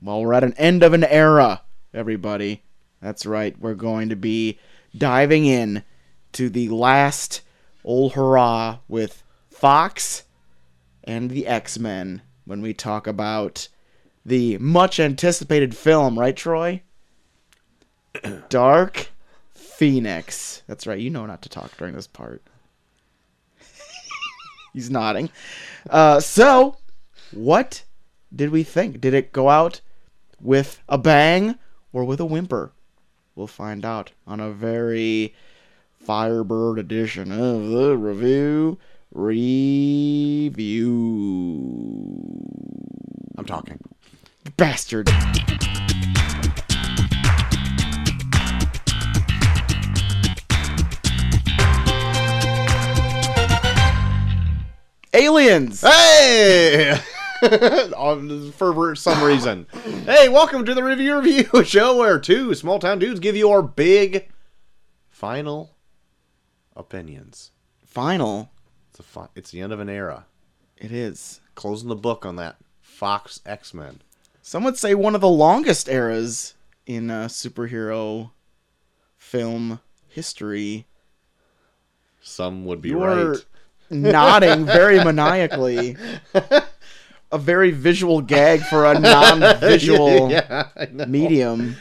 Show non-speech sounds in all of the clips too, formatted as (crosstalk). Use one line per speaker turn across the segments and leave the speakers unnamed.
Well, we're at an end of an era, everybody. That's right. We're going to be diving in to the last old hurrah with Fox and the X Men when we talk about the much anticipated film, right, Troy? Dark Phoenix. That's right. You know not to talk during this part. He's nodding. Uh, so, what did we think? Did it go out with a bang or with a whimper? We'll find out on a very Firebird edition of the review review.
I'm talking.
Bastard. Aliens.
Hey! (laughs) On- For some reason. Hey, welcome to the Review Review, (laughs) a show where two small town dudes give you our big final opinions.
Final.
It's, a fi- it's the end of an era.
It is.
Closing the book on that Fox X Men.
Some would say one of the longest eras in uh, superhero film history.
Some would be
You are
right.
(laughs) nodding very
(laughs)
maniacally. A very visual gag for a non-visual
(laughs) yeah, I know.
medium.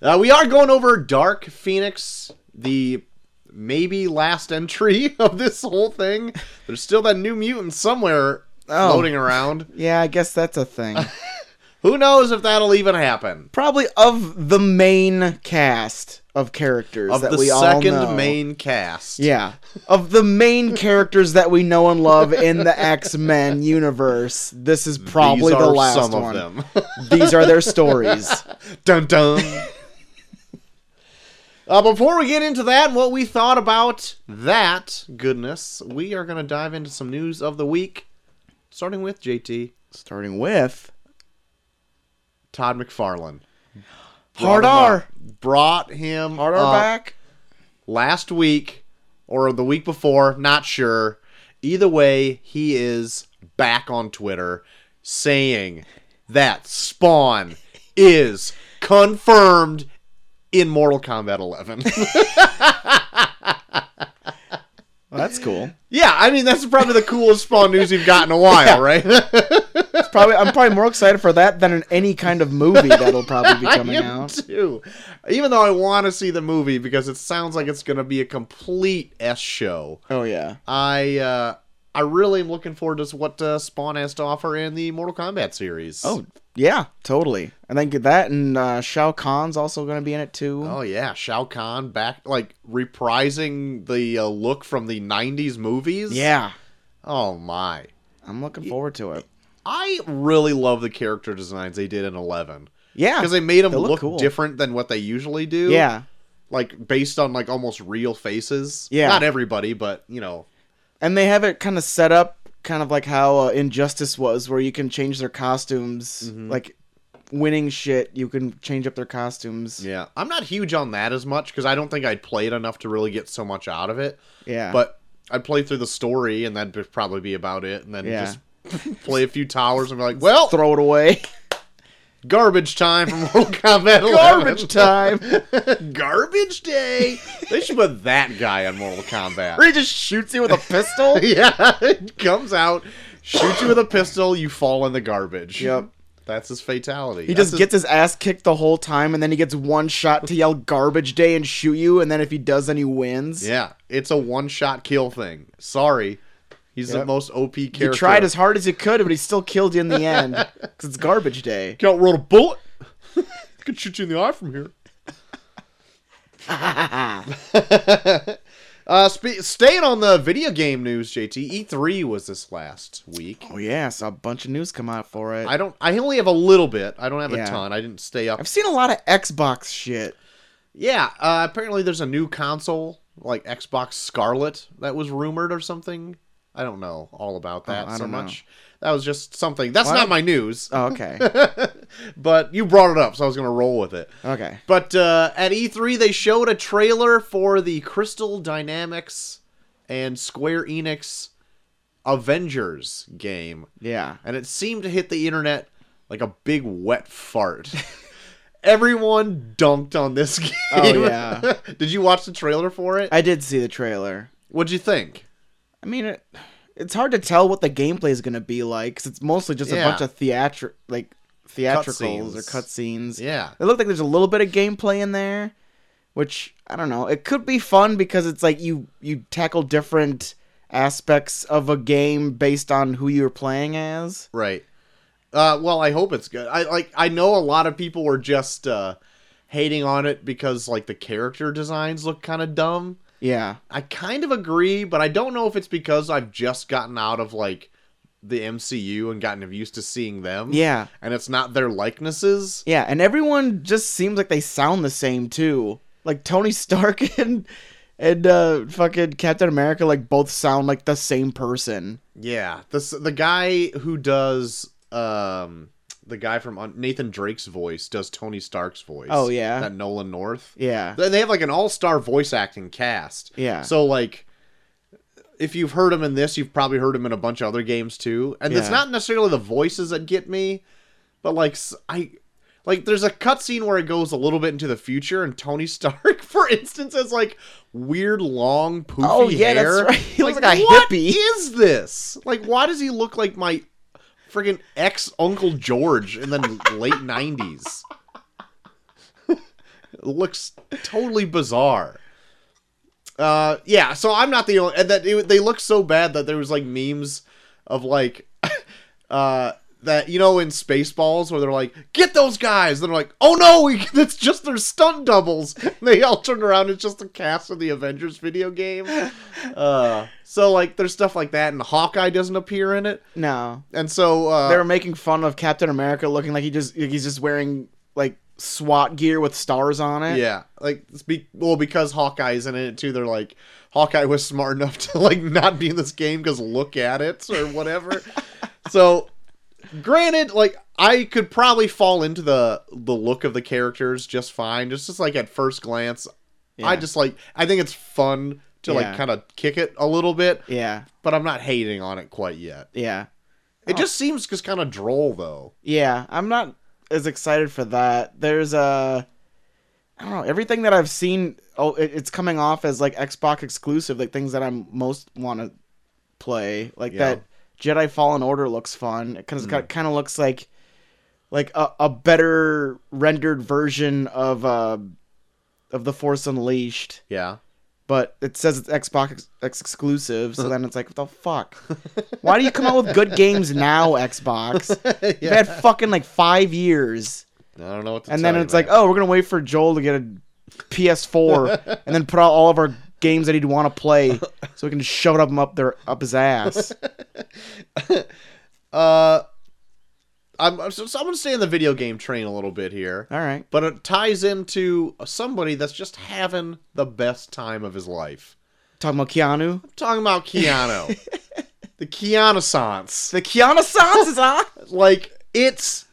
Uh, we are going over Dark Phoenix, the maybe last entry (laughs) of this whole thing. There's still that new mutant somewhere
Oh.
floating around.
Yeah, I guess that's a thing.
Who knows if that'll even happen?
Probably of the main cast of characters
Of
that
the
we all
second
know.
main cast.
Yeah, of the main characters that we know and love in
(laughs)
the X Men universe, this is probably
These
the
are
last
some
one.
of them. (laughs)
These are their stories.
dun dun. Uh, before we get into that, what we thought about that goodness, we are going to dive into some news of the week, starting with JT
Starting with
Todd McFarlane.
Hard
Brought him
R.
up. Brought him
Hard R
up
back.
last week or the week before, not sure. Either way, he is back on Twitter saying that Spawn is confirmed in Mortal Kombat 11.
Well, that's cool.
(laughs) yeah, I mean that's probably the coolest Spawn news you've got in a while, right?
It's probably I'm probably more excited for that than in any kind of movie that'll probably be
(laughs) I
coming
am
out.
too. Even though I want to see the movie because it sounds like it's going to be a complete S show.
Oh yeah.
I uh, I really am looking forward to what uh, Spawn has to offer in the Mortal Kombat series.
Oh yeah, totally. I think that and uh, Shao Kahn's also going to be in it too.
oh yeah, Shao Kahn back like reprising the uh, look from the '90s movies.
yeah,
Oh my,
I'm looking forward to it.
I really love the character designs they did in Eleven
Yeah,
because they made them
they look
look,
cool.
different than what they usually do.
yeah,
like based on like almost real faces.
Yeah.
not everybody, but you know.
and they have it kind of set up, kind of like how uh, Injustice was, where you can change their costumes.
Mm-hmm.
Like winning shit, you can change up their costumes.
Yeah, I'm not huge on that as much because I don't think I'd played enough to really get so much out of it.
Yeah.
But I'd play through the story, and that'd be- probably be about it, and then
Yeah.
just (laughs) play a few towers and
(laughs)
be like, well,
throw it
(laughs)
away.
garbage time from Mortal Kombat 11. (laughs)
Garbage time.
garbage day. They should put that guy on Mortal
(laughs)
Kombat.
Or he just shoots you with a pistol.
(laughs) yeah, it comes out, shoots you with a pistol, you fall in the garbage.
Yep.
That's his fatality.
He
That's
just
his-
gets his ass kicked the whole time, and then he gets one shot to yell "garbage day" and shoot you, and then if he does, then he wins.
Yeah, it's a one-shot kill thing. Sorry, he's the
Yep.
most OP character.
You tried as hard as you could, but he still killed you in
(laughs)
the end because it's garbage day.
Can't roll a bullet. (laughs) Could shoot you in the eye from here. (laughs) uh, spe- staying on the video game news, JT. E3 was this last week.
Oh yeah, I saw a bunch of news come out for it.
I don't. I only have a little bit. I don't have
Yeah.
a ton. I didn't stay up.
I've seen a lot of Xbox shit.
Yeah. Uh, apparently, there's a new console, like Xbox Scarlet, that was rumored or something. I don't know all about that
Oh, I
so
don't know.
much. That was just something. That's
Why
not
don't-
my news. (laughs)
Oh, okay,
but you brought it up, so I was gonna roll with it.
okay.
But uh, at E3, they showed a trailer for the Crystal Dynamics and Square Enix Avengers game,
Yeah,
and it seemed to hit the internet like a big
(laughs)
wet fart. Everyone dunked on this (laughs) game.
Oh, yeah.
(laughs) Did you watch the trailer for it?
I did see the trailer.
What'd you think?
I mean, it, it's hard to tell what the gameplay is going to be like because it's mostly just
Yeah.
a bunch of theatri- like theatricals or
Cutscenes.
cutscenes.
Yeah.
It looked like there's a little bit of gameplay in there, which I don't know. It could be fun because it's like you you tackle different aspects of a game based on who you're playing as.
Right. Uh, well, I hope it's good. I like. I know a lot of people were just uh, hating on it because like the character designs look kind of dumb.
Yeah.
I kind of agree, but I don't know if it's because I've just gotten out of like the MCU and gotten used to seeing them.
Yeah.
And it's not their likenesses.
Yeah, and everyone just seems like they sound the same too. Like Tony Stark (laughs) and and uh, fucking Captain America, like both sound like the same person.
Yeah. The s- the guy who does um the guy from Un- Nathan Drake's voice does Tony Stark's voice.
Oh, yeah?
That Nolan North.
Yeah,
They they have like an all-star voice acting cast.
Yeah.
So like if you've heard him in this, you've probably heard him in a bunch of other games too. And it's
Yeah.
not necessarily the voices that get me, but like s- I like there's a cutscene where it goes a little bit into the future and Tony Stark (laughs) for instance has like weird long poofy
Oh, yeah, that's
hair.
right. (laughs) He looks like a
what
hippie."
is this? Like why does he look like my friggin' ex Uncle George in the (laughs) late 90s? looks totally bizarre. Uh, yeah. So I'm not the only. And that it, they look so bad that there was like memes of like, uh, that you know in Spaceballs where they're like, get those guys. And they're like, oh no, we, (laughs) that's just their stunt doubles. (laughs) And they all turn around. It's just the cast of the Avengers video game. Uh, so like there's stuff like that, and Hawkeye doesn't appear in it.
no,
And so uh,
they were making fun of Captain America looking like he just like he's just wearing like SWAT gear with stars on it.
Yeah, like it's be- well because Hawkeye's in it too. They're like Hawkeye was smart (laughs) enough to like not be in this game because look at it
(laughs)
or whatever. so, granted, like I could probably fall into the the look of the characters just fine. Just just like at first glance, I
Yeah.
just like I think it's fun to
Yeah.
like kind of kick it a little bit,
yeah,
but I'm not hating on it quite yet.
yeah,
It
Oh.
just seems just kind of droll though.
yeah. I'm not as excited for that. There's a I don't know everything that I've seen. Oh, it, it's coming off as like Xbox exclusive, like things that I'm most want to play. Like
Yeah.
that Jedi Fallen Order looks fun. It kind of kind of looks like like a, a better rendered version of uh of the Force Unleashed.
Yeah.
but it says it's Xbox ex- ex- exclusive. So then it's like, what the (laughs) fuck? Why do you come out with good games now, (laughs) Xbox? You've
yeah.
had fucking like five years,
I don't know what to
and then
tell you,
it's like,
man.
oh, we're gonna wait for Joel to get a (laughs) PS4, and then put out all of our games that he'd want to play, so we can shove them up their up his (laughs) ass.
Uh, I'm I'm- so, so I'm gonna stay in the video game train a little bit here,
All right,
but it ties into somebody that's just having the best time of his life.
talking about Keanu.
I'm talking about Keanu, the Keanu-sance.
The Keanu Sans is on.
Like it's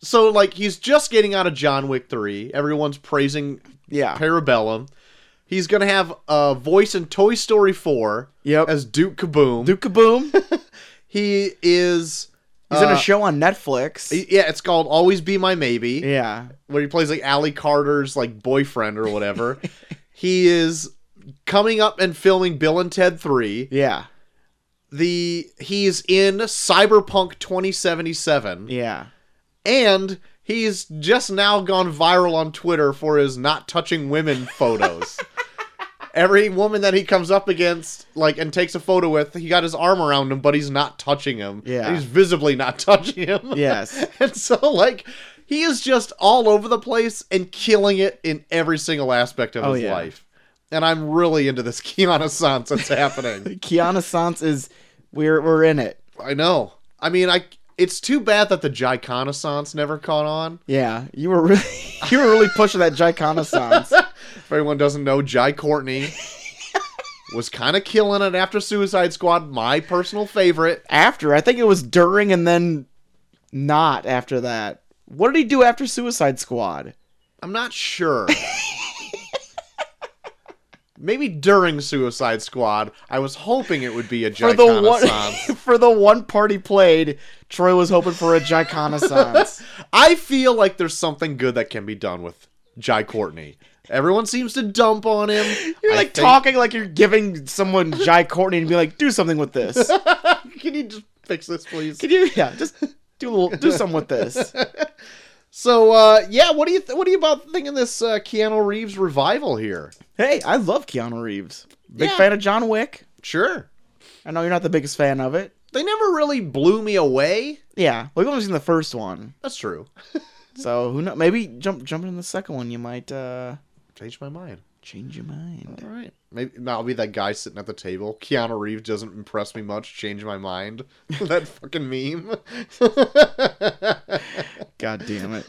so like he's just getting out of John Wick three. Everyone's praising
Yeah.
Parabellum. He's gonna have a voice in Toy Story four
Yep.
as Duke Kaboom.
Duke Kaboom.
He is.
He's in a show on Netflix.
yeah, it's called Always Be My Maybe.
yeah.
where he plays like Ali Carter's like boyfriend or whatever. he is coming up and filming Bill and Ted 3.
Yeah.
The he's in Cyberpunk
(laughs)
2077
Yeah.
and he's just now gone viral on Twitter for his not touching women
(laughs)
photos. Every woman that he comes up against, like, and takes a photo with, he got his arm around him, but he's not touching him.
Yeah.
And he's visibly not touching him.
Yes.
(laughs) and so, like, he is just all over the place and killing it in every single aspect of
Oh,
his
yeah.
life. And I'm really into this (laughs) Keanu Sans
(laughs)
that's happening.
Keanu Sans is. We're we're in it.
I know. I mean, I. It's too bad that the Giconaissance never caught on.
Yeah, you were really (laughs) you were really pushing that Giconaissance.
If anyone doesn't know,
(laughs)
Jai Courtney was kind of killing it after Suicide Squad, my personal favorite.
after, I think it was during and then not after that. What did he do (laughs) after Suicide Squad?
I'm not sure. maybe during Suicide Squad. I was hoping it would be a
For
giant
the one (laughs) for the one part he played, Troy was hoping for a
(laughs)
giconnaissance.
I feel like there's something good that can be done with Jai Courtney. Everyone seems to dump on him.
(laughs) You're
I
like
think-
talking like you're giving someone Jai Courtney and be like, do something with this.
(laughs) Can you just fix this, please?
Can you? Yeah, just do a little, do something with
(laughs)
this.
So, uh, yeah, what do you th- what do you about thinking this uh, Keanu Reeves revival here?
Hey, I love Keanu Reeves. Big
Yeah.
fan of John Wick.
Sure,
I know you're not the biggest fan of it.
they never really blew me away.
Yeah, we've only seen the first one,
That's true.
so who knows? Maybe jump jumping in the second one, you might uh
Changed my mind.
change your mind.
All right, maybe I'll be that guy sitting at the table. Keanu Reeves doesn't impress me much. Change my mind. (laughs) that fucking meme. (laughs)
God damn (laughs) it!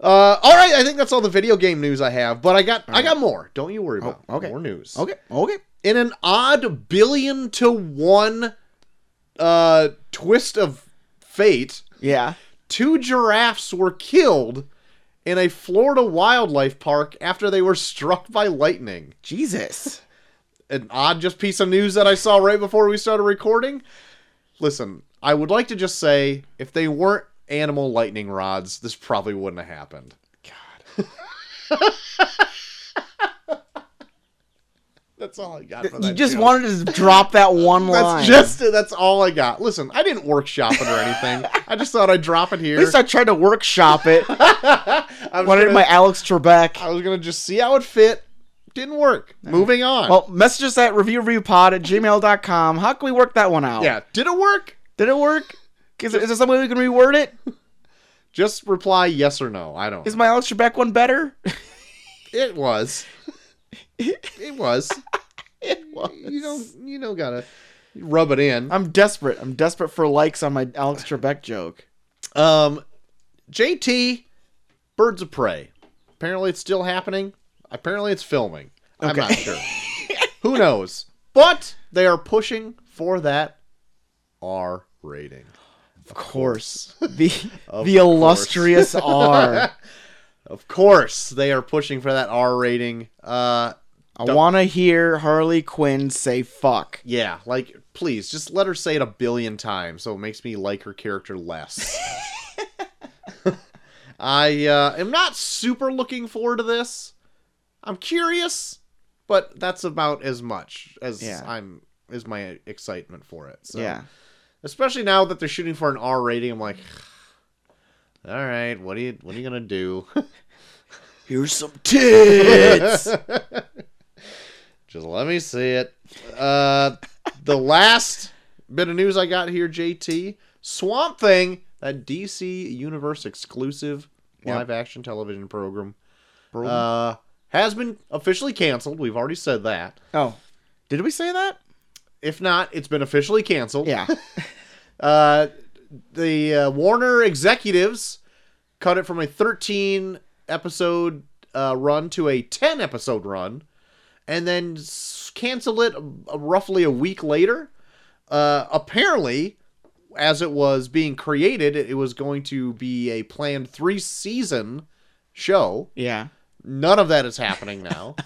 Uh, all right, I think that's all the video game news I have, but I got I got more. Don't you worry about
Oh, okay.
more news.
Okay, okay.
In an odd billion to one uh, twist of fate,
Yeah.
two giraffes were killed in a Florida wildlife park after they were struck by lightning.
Jesus.
An odd just piece of news that I saw right before we started recording. Listen, I would like to just say if they weren't animal lightning rods, this probably wouldn't have happened.
God.
(laughs) That's all I got for
You
that
just
joke.
wanted to drop (laughs) that one
That's
line.
just it. That's all I got. Listen, I didn't workshop it or anything. I just thought I'd drop it here.
(laughs) At least I tried to workshop (laughs) it.
(laughs) I, was
Wanted
gonna,
my Alex Trebek.
I was gonna just see how it fit. Didn't work. Moving on.
Well, message us at reviewreviewpod at gmail.com. How can we work that one out?
yeah, did it work?
Did it work? Is there, is there some way we can reword it?
Just reply yes or no. I don't.
Is my Alex Trebek one better? (laughs)
It was. It was.
it was.
You don't. You don't gotta rub it
(laughs)
in.
I'm desperate. I'm desperate for likes on my Alex Trebek joke.
Um, JT, Birds of Prey. Apparently, it's still happening. Apparently, it's filming. I'm
Okay.
not sure.
(laughs)
Who knows? But they are pushing for that R rating.
Of (laughs) course. The the illustrious (laughs) R.
Of course, they are pushing for that R rating. Uh,
I want to hear Harley Quinn say fuck.
yeah, like please, just let her say it a billion times, so it makes me like her character
(laughs)
less. I uh, am not super looking forward to this. I'm curious, but that's about as much as
Yeah.
I'm is my excitement for it. So,
Yeah.
especially now that they're shooting for an R rating, I'm like, (sighs) all right, what are you what are you gonna do?
Here's some tits.
Just let me see it. Uh, the last bit of news I got here, JT Swamp Thing, that DC Universe exclusive
Yep.
live action television program,
Program.
uh, has been officially canceled. We've already said that.
(laughs) oh. Did we say that?
If not, it's been officially canceled.
Yeah.
Uh, the uh, Warner executives cut it from a 13 episode uh, run to a 10 episode run, and then s- canceled it uh, roughly a week later. Uh, apparently, as it was being created, it it was going to be a planned three season show.
Yeah.
None of that is happening now.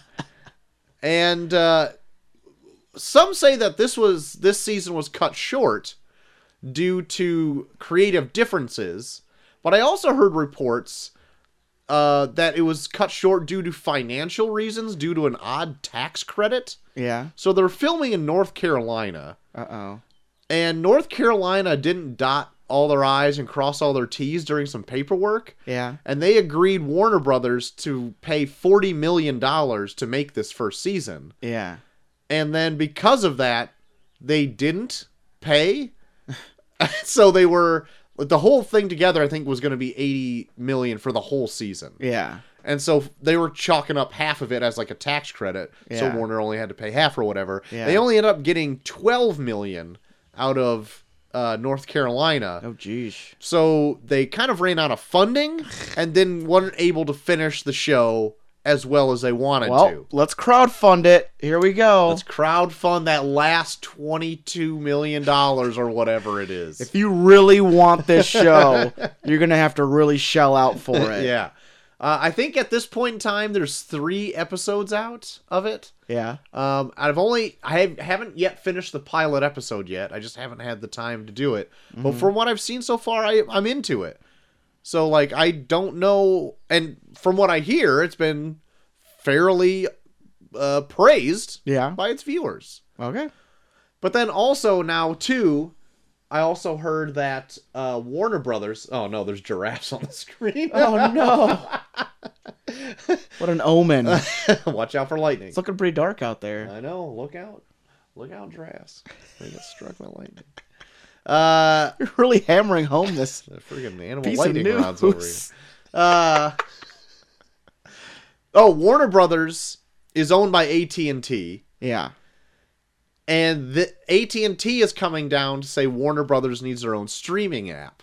and uh, some say that this was this season was cut short due to creative differences, but I also heard reports uh, that it was cut short due to financial reasons, due to an odd tax credit.
Yeah.
So they're filming in North Carolina,
Uh oh.
and North Carolina didn't dot all their I's and cross all their T's during some paperwork
Yeah.
and they agreed Warner Brothers to pay 40 million dollars to make this first season.
Yeah.
And then because of that, they didn't pay. (laughs) so they were the whole thing together I think was going to be 80 million for the whole season.
Yeah.
And so they were chalking up half of it as like a tax credit.
Yeah.
So Warner only had to pay half or whatever.
Yeah.
They only ended up getting 12 million out of uh, North Carolina.
Oh jeez.
So they kind of ran out of funding and then weren't able to finish the show as well as they wanted
Well,
to.
let's crowdfund it. Here we go.
Let's crowdfund that last $22 million or whatever it is. (laughs)
if you really want this show, you're gonna have to really shell out for it.
yeah. Uh, I think at this point in time, there's three episodes out of it.
Yeah.
Um, I've only I have, haven't yet finished the pilot episode yet. I just haven't had the time to do it.
Mm-hmm.
But from what I've seen so far, I, I'm into it. So like I don't know, and from what I hear, it's been fairly uh, praised
Yeah.
by its viewers.
Okay.
But then also now too, I also heard that uh, Warner Brothers. Oh no, there's giraffes on the screen.
Oh no. what an omen. It's
(laughs) Watch out for lightning.
looking pretty dark out there.
I know. Look out! Look out, giraffes. They get struck by lightning. Uh,
(laughs) You're really hammering home this
the freaking animal
piece of
lightning rods over here.
news. (laughs)
Uh, oh, Warner Brothers is owned by AT and T,
Yeah.
and the AT and T is coming down to say Warner Brothers needs their own streaming app.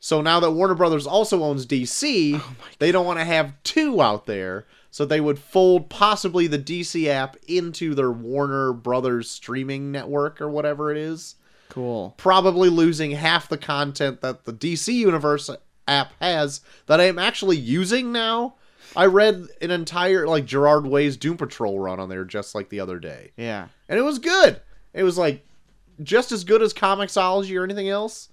So now that Warner Brothers also owns
Oh
DC, they don't want to have two out there. So they would fold possibly the DC app into their Warner Brothers streaming network or whatever it is.
Cool.
probably losing half the content that the DC Universe app has that I am actually using now. I read an entire like Gerard Way's Doom Patrol run on there just like the other day,
Yeah.
and it was good. It was like just as good as Comixology or anything else.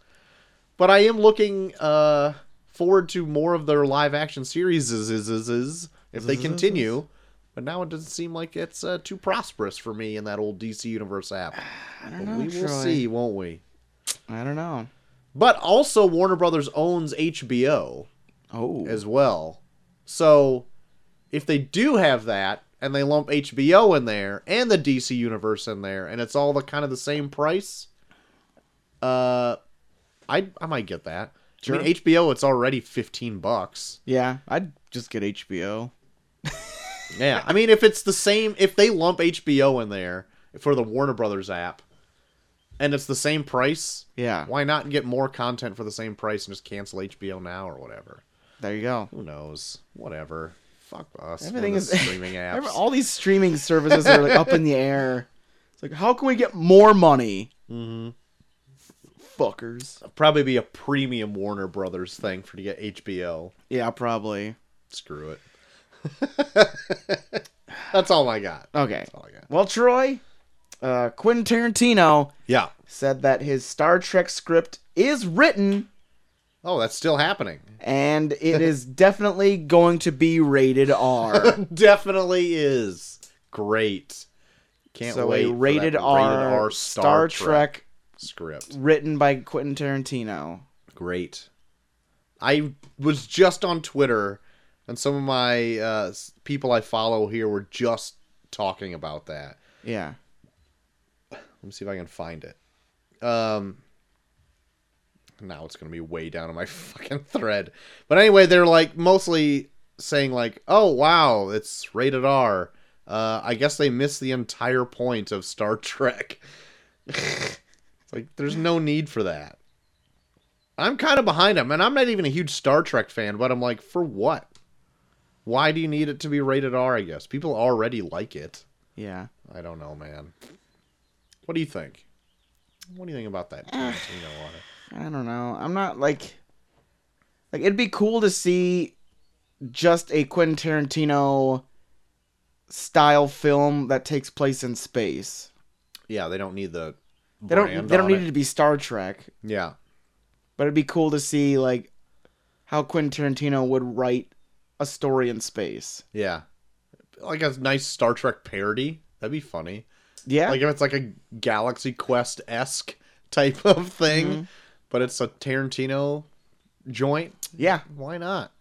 But I am looking uh, forward to more of their live action series if they continue. But now it doesn't seem like it's uh, too prosperous for me in that old DC Universe app.
I don't
But
know.
we will
Troy.
see, won't we?
I don't know.
But also Warner Brothers owns HBO
Oh.
as well. So if they do have that and they lump HBO in there and the DC universe in there and it's all the kind of the same price, uh I I might get that. I
Sure.
mean HBO it's already 15 bucks.
yeah. I'd just get HBO.
Yeah. I mean if it's the same if they lump HBO in there for the Warner Brothers app and it's the same price,
Yeah.
why not get more content for the same price and just cancel HBO now or whatever?
There you go.
Who knows? Whatever. Fuck us.
Everything
Everything is
is- (laughs)
streaming apps.
Remember, all these streaming services are like up in the air. It's like, how can we get more money? Mm-hmm. Fuckers.
Probably be a premium Warner Brothers thing for to get HBO.
Yeah, probably.
Screw it. (laughs) That's all I got.
Okay.
That's all I got.
Well, Troy, uh, Quentin Tarantino
Yeah.
said that his Star Trek script is written
Oh, that's still happening. (laughs)
and it is definitely going to be rated R.
Definitely is great. Can't
so
wait.
a
for that
rated R,
rated R
Star, Trek.
script.
written by Quentin Tarantino.
Great. I was just on Twitter, and some of my uh, s- people I follow here were just talking about that.
Yeah.
Let me see if I can find it. Um, now it's gonna be way down on my (laughs) fucking thread. But anyway, they're like mostly saying like, "Oh wow, it's rated R." Uh, I guess they missed the entire point of Star (laughs) Trek. it's like there's no need for that. I'm kind of behind them, and I'm not even a huge Star Trek fan, but I'm like, for what? Why do you need it to be rated R? I guess people already like it.
Yeah.
I don't know, man. What do you think? What do you think about that
Eh.
Tarantino on it?
I don't know. I'm not like like it'd be cool to see just a Quentin Tarantino style film that takes place in space.
Yeah, they don't need the.
They don't
brand
they don't
on
need it
it.
to be Star Trek,
Yeah,
but it'd be cool to see like how Quentin Tarantino would write a story in space.
yeah, like a nice Star Trek parody. That'd be funny.
Yeah.
Like if it's like a Galaxy Quest esque type of thing,
Mm-hmm.
but it's a Tarantino joint.
yeah,
Why not?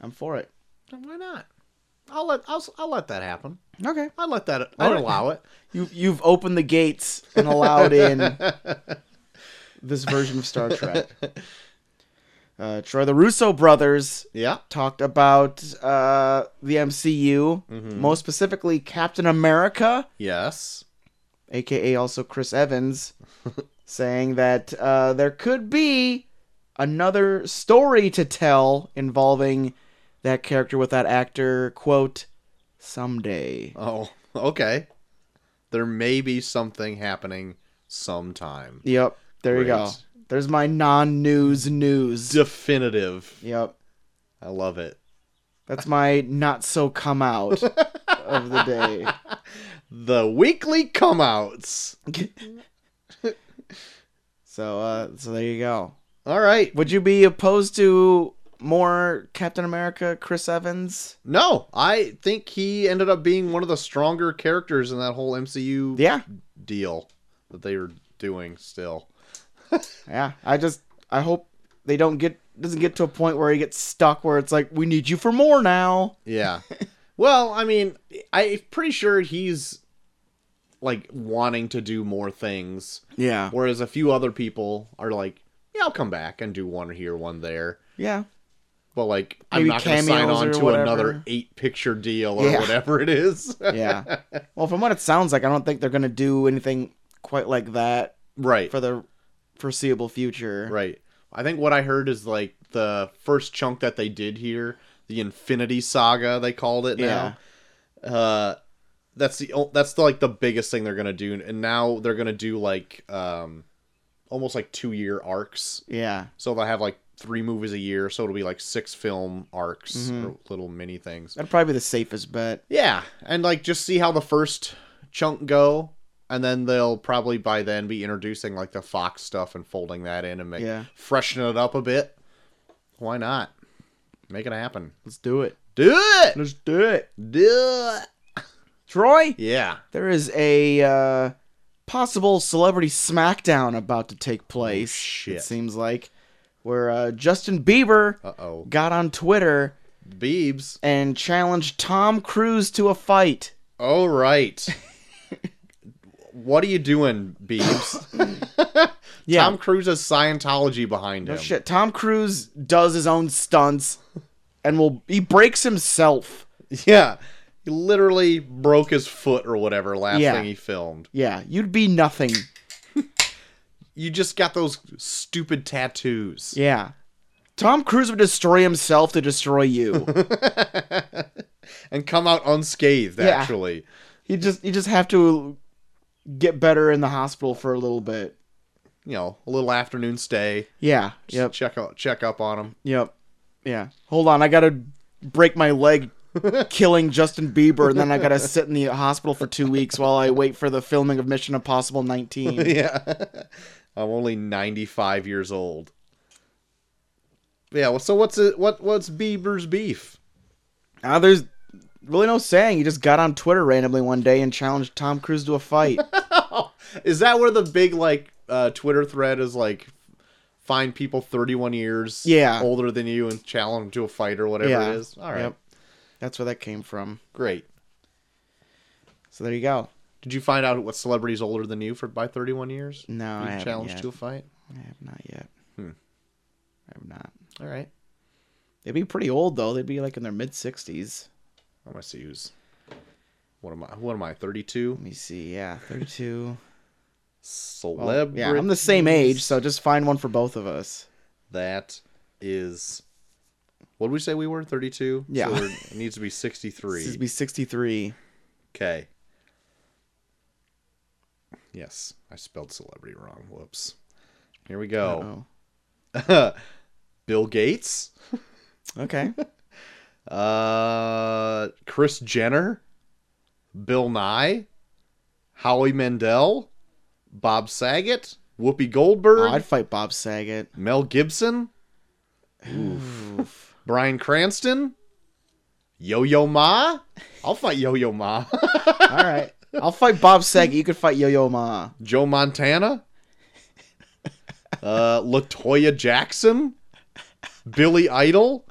I'm for it.
Why not? I'll let I'll, I'll let that happen.
Okay.
I'd let that. I'd
Alright.
allow it.
You you've opened the gates and allowed in this version of Star Trek. Uh, Troy, the Russo brothers
Yeah.
talked about uh, the MCU, most specifically Captain America,
Yes.
aka also Chris Evans, saying that uh, there could be another story to tell involving that character with that actor. Quote, someday.
Oh, (laughs) okay. There may be something happening sometime.
Yep, there you go.
Great.
There's my non-news news.
Definitive.
Yep.
I love it.
That's my not so come out of the day.
The weekly come outs.
So uh so there you go.
All right.
Would you be opposed to more Captain America Chris Evans?
No, I think he ended up being one of the stronger characters in that whole MCU
Yeah.
deal that they were doing still.
Yeah. I just I hope they don't get doesn't get to a point where he gets stuck where it's like we need you for more now.
Yeah. well, I mean, I'm pretty sure he's like wanting to do more things,
Yeah.
whereas a few other people are like, yeah, I'll come back and do one here, one there.
Yeah.
But like, I'm
Maybe
not going to sign
cameos
on
or
to
whatever.
another eight picture deal or
Yeah.
whatever it is. (laughs)
Yeah. well, from what it sounds like, I don't think they're going to do anything quite like that
right.
for the foreseeable future.
Right. I think what I heard is like the first chunk that they did here, the Infinity Saga they called it
Yeah.
now. Uh that's the o- that's the, like the biggest thing they're going to do and now they're going to do like um almost like 2-year arcs.
Yeah.
So they'll have like 3 movies a year, so it'll be like 6 film arcs
Mm-hmm.
or little mini things.
That'd probably be the safest bet.
Yeah, and like just see how the first chunk go, and then they'll probably by then be introducing like the Fox stuff and folding that in and make
Yeah.
freshen it up a bit. Why not? Make it happen.
Let's do it.
Do it.
Let's do it.
Do it.
Troy,
Yeah.
there is a uh, possible celebrity smackdown about to take place.
shit.
It seems like where uh, Justin Bieber
Uh oh.
got on Twitter
Beebs.
and challenged Tom Cruise to a fight. (laughs)
All right. what are you doing, Beebs?
(laughs) Yeah.
Tom Cruise has Scientology behind him.
Oh, shit, Tom Cruise does his own stunts and will he breaks himself.
Yeah. He literally broke his foot or whatever last
Yeah.
thing he filmed.
Yeah, you'd be nothing.
You just got those stupid tattoos.
Yeah. Tom Cruise would destroy himself to destroy you.
(laughs) And come out unscathed,
Yeah.
actually.
you just you just have to get better in the hospital for a little bit.
You know, a little afternoon stay.
Yeah. Yep.
Check out check up on him.
Yep. Yeah. Hold on, I gotta break my
(laughs)
leg killing Justin Bieber, and then I gotta sit in the hospital for two weeks while I wait for the filming of Mission Impossible
(laughs)
19.
(laughs) Yeah. I'm only 95 years old. Yeah, well, so what's it what what's Bieber's beef?
Now, Ah, there's really no saying. He just got on Twitter randomly one day and challenged Tom Cruise to a
(laughs)
fight.
Is that where the big like uh Twitter thread is like find people 31 years
Yeah.
older than you and challenge them to a fight or whatever
Yeah.
it is? All right.
Yep. That's where that came from.
Great.
So there you go.
Did you find out what celebrities older than you for by 31 years?
No, I
you
haven't
challenged
yet.
to a Hmm. fight?
I have not yet. I have not.
All right.
They'd be pretty old though. They'd be like in their mid 60s.
I'm gonna see who's. What am I? What am I? 32.
Let me see. Yeah, 32.
(laughs) Celeb.
yeah, I'm the same age, so just find one for both of us.
That is. What did we say we were? 32.
Yeah.
So there (laughs) needs to be
This
63.
would be 63.
Okay. Yes, I spelled celebrity wrong. Whoops. Here we go.
Oh.
(laughs) Bill Gates. (laughs)
Okay.
Uh, Chris Jenner, Bill Nye, Howie Mandel, Bob Saget, Whoopi Goldberg,
Oh, I'd fight Bob Saget.
Mel Gibson, (laughs)
Oof.
Brian Cranston, Yo Yo Ma. I'll fight Yo Yo Ma. (laughs)
All right. I'll fight Bob Saget. You could fight Yo Yo Ma.
Joe Montana, uh, Latoya Jackson, Billy Idol.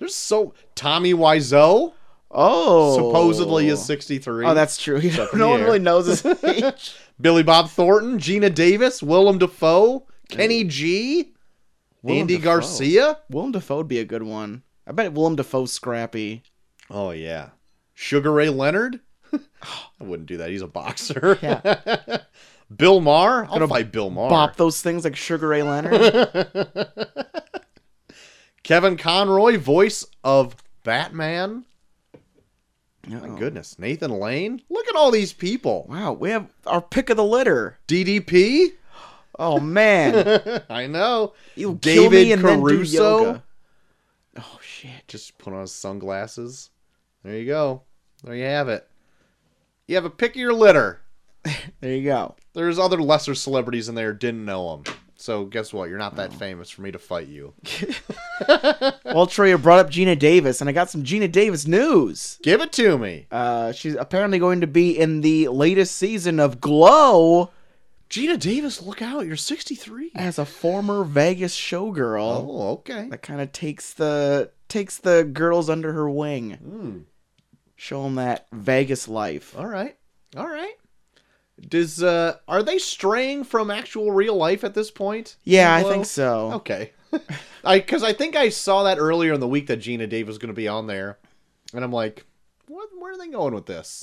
There's so Tommy Wiseau
Oh.
supposedly is 63.
Oh, that's true. You (laughs) know,
in
no
the
one
air.
really knows his
(laughs)
age.
Billy Bob Thornton, Gina Davis, Willem Dafoe, Kenny G,
Willem
Andy
Dafoe.
Garcia.
Willem Dafoe'd be a good one. I bet Willem Dafoe's scrappy.
Oh yeah, Sugar Ray Leonard. (sighs) I wouldn't do that. He's a boxer. (laughs) Bill Maher. I'll fight Bill Maher.
Bop those things like Sugar Ray
(laughs)
Leonard.
Kevin Conroy, voice of Batman.
Uh-oh.
Oh, Goodness, Nathan Lane. Look at all these people.
Wow, we have our pick of the litter.
DDP.
Oh man,
(laughs) I know. (laughs)
you
David
kill me and then do
Caruso.
yoga. Oh shit.
Just put on his sunglasses. There you go. There you have it. You have a pick of your litter.
There you go.
There's other lesser celebrities in there didn't know him. So guess what? You're not that
Oh.
famous for me to fight you.
Well, Troy, you brought up Gina Davis, and I got some Gina Davis news.
Give it to me.
Uh, she's apparently going to be in the latest season of Glow
Gina Davis, look out. You're 63.
as a former Vegas showgirl.
Oh, okay.
That kind of takes the takes the girls under her wing.
Hmm.
Show them that Vegas life.
All right. All right. Does uh are they straying from actual real life at this point?
Yeah, I
Hello?
think so.
Okay. (laughs) I cuz I think I saw that earlier in the week that Gina Davis was going to be on there. And I'm like, what where are they going with (laughs) this?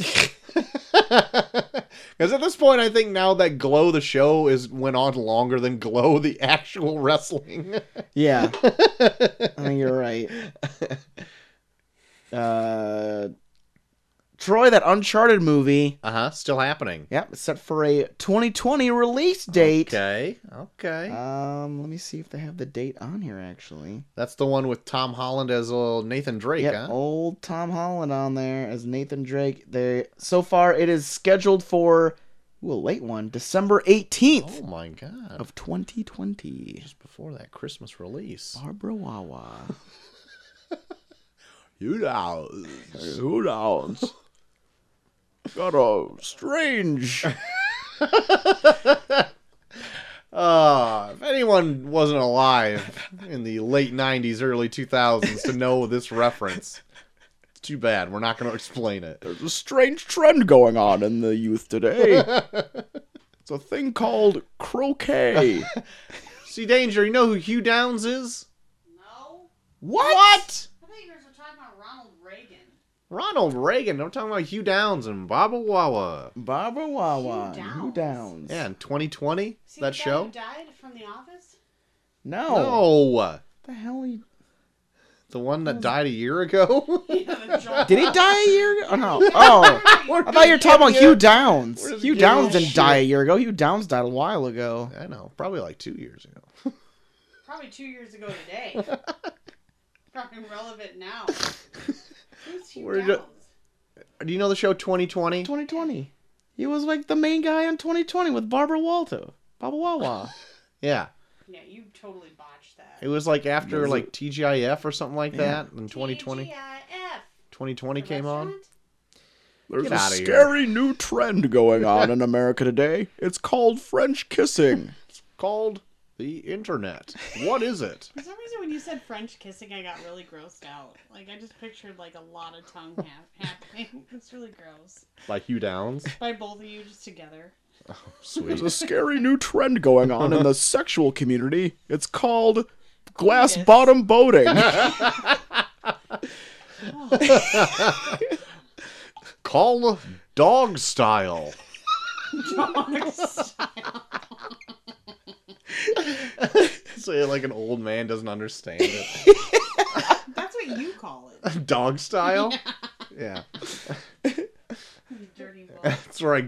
Cuz at this point I think now that Glow the show is went on longer than Glow the (laughs) actual wrestling. (laughs) Uh-huh,
Yeah. I think you're right. Uh, Troy, that Uncharted movie.
uh-huh, still happening.
Yep, it's set for a 2020 release date.
Okay. Okay.
Um, let me see if they have the date on here actually.
That's the one with Tom Holland as old Nathan Drake,
Yep,
huh?
old Tom Holland on there as Nathan Drake. They so far it is scheduled for ooh, a late one, December 18th
Oh my god.
of 2020.
just before that Christmas release.
Barbara Wawa.
You know,
Who knows? Got a strange.
uh, if anyone wasn't alive in the late '90s, early 2000s to know this reference, it's too bad. We're not going to explain it.
There's a strange trend going on in the youth (laughs) today. it's a thing called (laughs) croquet.
See, Danger, you know who Hugh Downs is?
No?
what?
I thought you guys were talking about Ronald Reagan.
Ronald Reagan. I'm talking about Hugh Downs and Baba Wawa.
Barbara Wawa.
Hugh
and
Downs.
Who downs?
Yeah, in 2020,
See
that
the guy
show.
Who died from The Office? (laughs)
No.
No,
The hell? He...
the one that died a year ago. (laughs)
Yeah, the Joel- (laughs)
Did he die a year ago? Oh, no. (laughs) Oh. I thought you were talking about Hugh Downs.
We're just
Hugh
giving
Downs
you
didn't
shit.
die a year ago. Hugh Downs died a while ago.
I know, probably like two years ago.
Probably two years ago today.
(laughs)
Probably relevant now. Who's Hugh
We're ju-
Downs?
Do you know the show 2020?
2020. He was like the main guy on 2020 with Barbara Walto. Baba Wawa.
Yeah.
Yeah, you totally botched that.
It was like after
Was it-
like TGIF or something like
Yeah.
that in 2020.
TGIF.
2020
The
came on.
restaurant?
There's
Get
a
outta here.
scary new trend going on in America today. It's called French kissing.
Called the internet. What
(laughs)
is it?
For some reason, when you said French kissing, I got really grossed out. Like, I just pictured, like, a lot of tongue hap- happening. (laughs) It's really gross.
By Hugh Downs.
By both of you just together. (laughs)
There's
Sweet.
a scary new trend going on in the (laughs) sexual community. It's called glass
Yes.
bottom boating. (laughs)
Call
(laughs)
dog style. So like an old man doesn't understand it. (laughs)
That's what you call it.
dog style. Yeah.
You (laughs) dirty ball.
That's where I.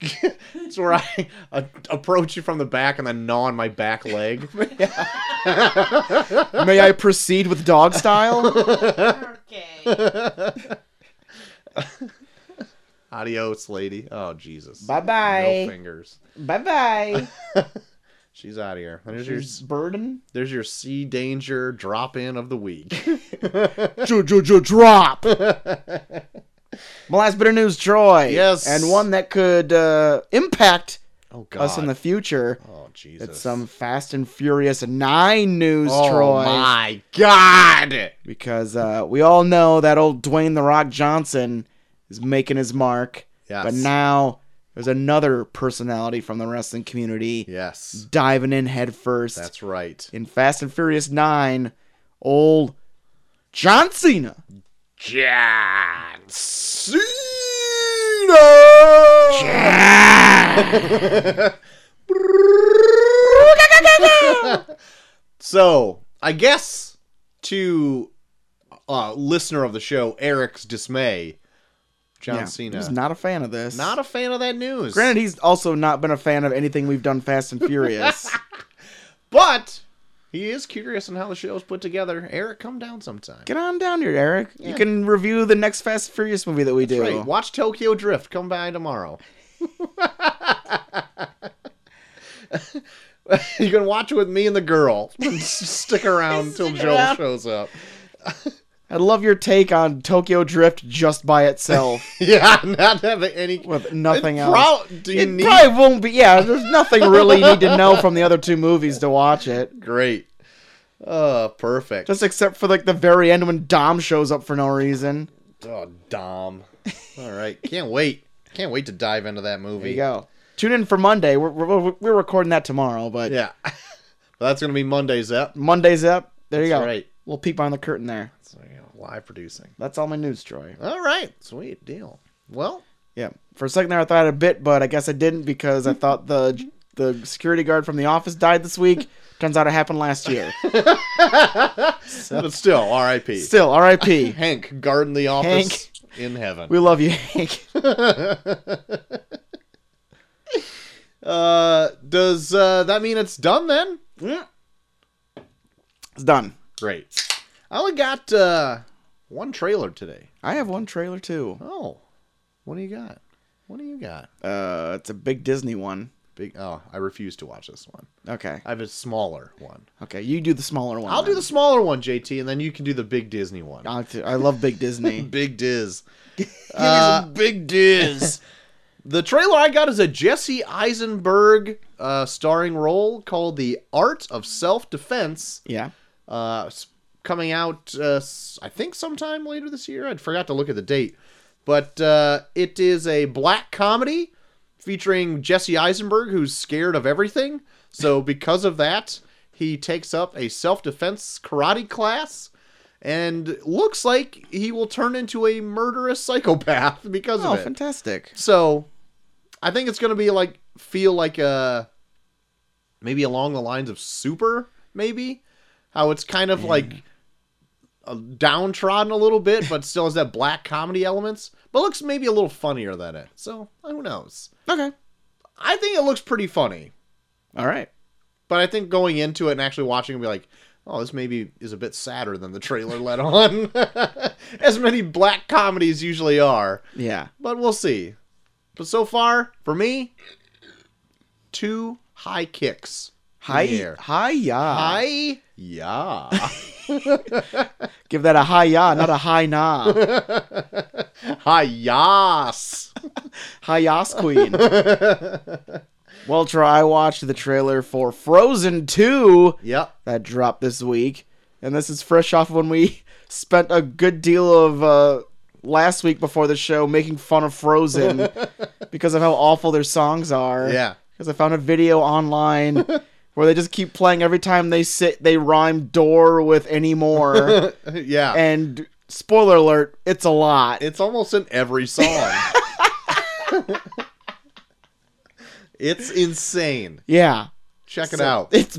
(laughs) That's where I uh, approach you from the back and then gnaw on my back
(laughs)
leg.
May I (laughs) proceed with dog (laughs) style?
Okay.
Adios, lady. Oh Jesus.
Bye-bye.
No fingers.
bye bye.
She's out of here. There's your
There's burden.
There's your sea danger drop in of the week.
(laughs) Drop. My last bit of news, Troy.
Yes.
and one that could uh, impact
oh God.
us in the future.
oh Jesus.
It's um, some Fast and Furious Nine news,
oh
Troy.
my God.
because uh, we all know that old Dwayne the Rock Johnson is making his mark.
Yes.
But now there's another personality from the wrestling community
Yes.
diving in headfirst
That's right.
in Fast and Furious Nine. Old John Cena.
John Cena. (laughs) so I guess to uh, listener of the show, Eric's dismay, John
Yeah,
Cena
He was not a fan of this.
Not a fan of that news.
Granted,
(laughs)
he's also not been a fan of anything we've done Fast and Furious.
but He is curious on how the show's put together. Eric, come down sometime.
Get on down here, Eric. You
Yeah.
can review the next Fast and Furious movie that we do.
Right, watch Tokyo Drift. Come by tomorrow. (laughs) you can watch it with me and the girl. (laughs) Stick
(laughs)
around until
Stick
Joel
around.
shows up. (laughs)
I'd love your take on Tokyo Drift just by itself
(laughs) Yeah, not having any
with nothing
It
else.
prob- Do you
it
need
probably won't be. Yeah, there's nothing really you need to know from the other two movies to watch it,
great? Oh, perfect.
just except for like the very end when Dom shows up for no reason.
oh, Dom. All right, can't wait. Can't wait to dive into that movie.
There you go. Tune in for Monday. We're we're, we're recording that tomorrow, but
Yeah, (laughs) well, that's gonna be Monday's up.
Monday's up. There you
That's
go.
right.
We'll peek behind the curtain there.
So, you know, live producing.
That's all my news, Troy.
All right, sweet deal. Well,
Yeah. For a second there, I thought I had a bit, but I guess I didn't because I thought the the security guard from the office died this week. Turns out it happened last (laughs) year.
but still, R.I.P.
(laughs) Still, R.I.P.
Hank, guard in the office in heaven.
We love you, Hank.
uh, does uh, that mean it's done then?
It's done.
Great. I only got uh, one trailer today.
I have one trailer too.
Oh, what do you got? What do you got?
Uh, it's a big Disney one.
Big. Oh, I refuse to watch this one.
Okay.
I have a smaller one.
Okay. You do the smaller one.
I'll do
then.
the smaller one, JT, and then you can do the big Disney one.
I'll do- I love Big
(laughs)
Disney.
Big Diz. Uh, big (laughs) Diz. the trailer I got is a Jesse Eisenberg uh, starring role called The Art of Self Defense,
yeah.
uh, s- coming out, uh, s- I think, sometime later this year. I forgot to look at the date. But uh, it is a black comedy featuring Jesse Eisenberg, who's scared of everything. So, because of that, he takes up a self defense karate class and looks like he will turn into a murderous psychopath (laughs) because
Oh,
of it.
fantastic.
So, I think it's going to be like, feel like a. Maybe along the lines of Super, maybe? How it's kind of like. uh, Downtrodden a little bit, but still has that black comedy elements, but looks maybe a little funnier than it. So who knows?
Okay.
I think it looks pretty funny,
All right.
but I think going into it and actually watching it, be like, oh, this maybe is a bit sadder than the trailer let on, (laughs) as many black comedies usually are.
Yeah.
But we'll see. But so far, for me, two high kicks. in
Hi.
the air.
Hi. Yeah.
High. Yeah. (laughs)
Give that a hi. Yeah. Not a hi.
(laughs)
Nah.
Hi. Yas.
hi. Yas Queen. well, Troy, I watched the trailer for Frozen Two.
Yep.
that dropped this week, and this is fresh off when we (laughs) spent a good deal of uh, last week before the show making fun of
(laughs)
Frozen because of how awful their songs are.
Yeah.
because I found a video online where they just keep playing every time they sit. They rhyme door with anymore,
yeah.
and spoiler alert, it's a lot.
It's almost in every song. (laughs) it's insane.
yeah,
Check it
So
out.
It's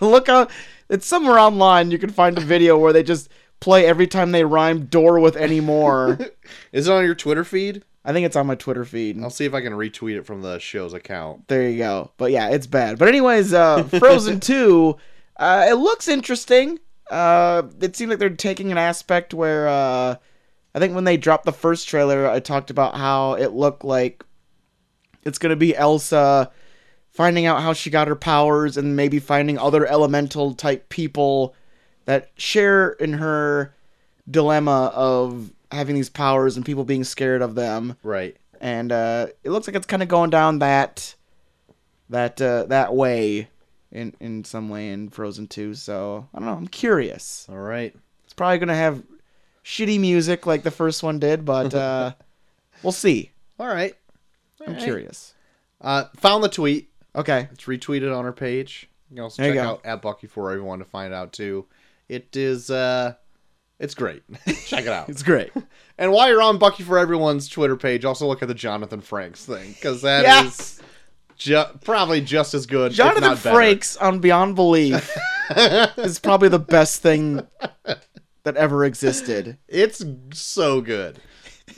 (laughs) look out. It's somewhere online. You can find a video where they just play every time they rhyme door with anymore.
Is it on your Twitter feed?
I think it's on my Twitter feed.
I'll see if I can retweet it from the show's account.
There you go. But yeah, it's bad. But anyways, uh, Frozen Two, uh, it looks interesting. Uh, it seems like they're taking an aspect where uh, I think when they dropped the first trailer, I talked about how it looked like it's gonna be Elsa finding out how she got her powers and maybe finding other elemental type people that share in her dilemma of having these powers and people being scared of them
Right.
and uh, it looks like it's kind of going down that that uh, that way in in some way in Frozen Two. So I don't know. I'm curious.
All right.
It's probably gonna have shitty music like the first one did, but
(laughs)
uh, we'll see.
All right.
I'm curious.
Uh, found the tweet.
Okay.
It's retweeted on our page. You can also
There you
check
go.
out at Bucky for everyone to find out too. It is uh it's great. (laughs) check it out.
It's great.
(laughs) And while you're on Bucky for Everyone's Twitter page, also look at the Jonathan Franks thing because that is
Yes.
ju- probably just as good. if
Jonathan
not better.
Frakes on Beyond
(laughs)
Belief is probably the best thing that ever existed.
It's so good.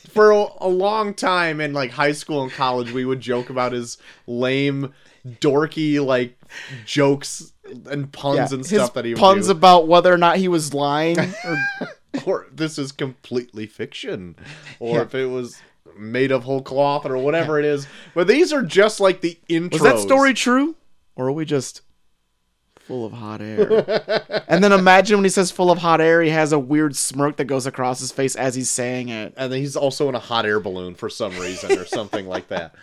For a, a long time in like high school and college, we would joke about his lame, dorky like jokes and puns
Yeah,
and
his
stuff that he would
puns
do.
about whether or not he was lying. Or,
(laughs) or this is completely fiction, or
Yeah.
if it was made of whole cloth or whatever it is. But these are just like the intros.
was that story true, or are we just full of hot air? and then imagine when he says "full of hot air," he has a weird smirk that goes across his face as he's saying it.
And then he's also in a hot air balloon for some reason or something like that.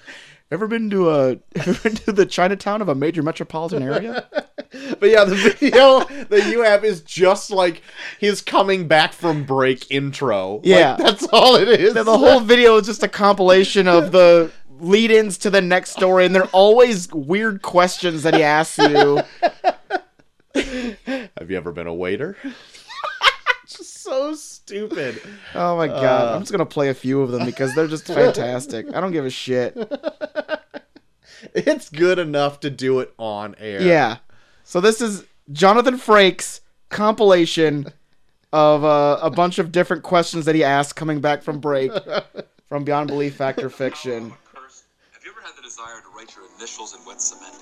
Ever been to a (laughs) ever been to the Chinatown of a major metropolitan area?
But yeah, the video that you have is just like his coming back from break intro. Like,
Yeah.
that's all it is.
the whole video is just a compilation of the lead-ins to the next story, and they're always weird questions that he asks you.
Have you ever been a waiter? (laughs) just so stupid.
(laughs) Oh my god! I'm just gonna play a few of them because they're (laughs) just fantastic. I don't give a shit.
It's good enough to do it on
(laughs)
air.
Yeah. So this is Jonathan Frakes compilation of uh, a bunch of different questions that he asked coming back from break from Beyond Belief Factor Fiction.
Curse. Have you ever had the desire to write your initials in wet cement?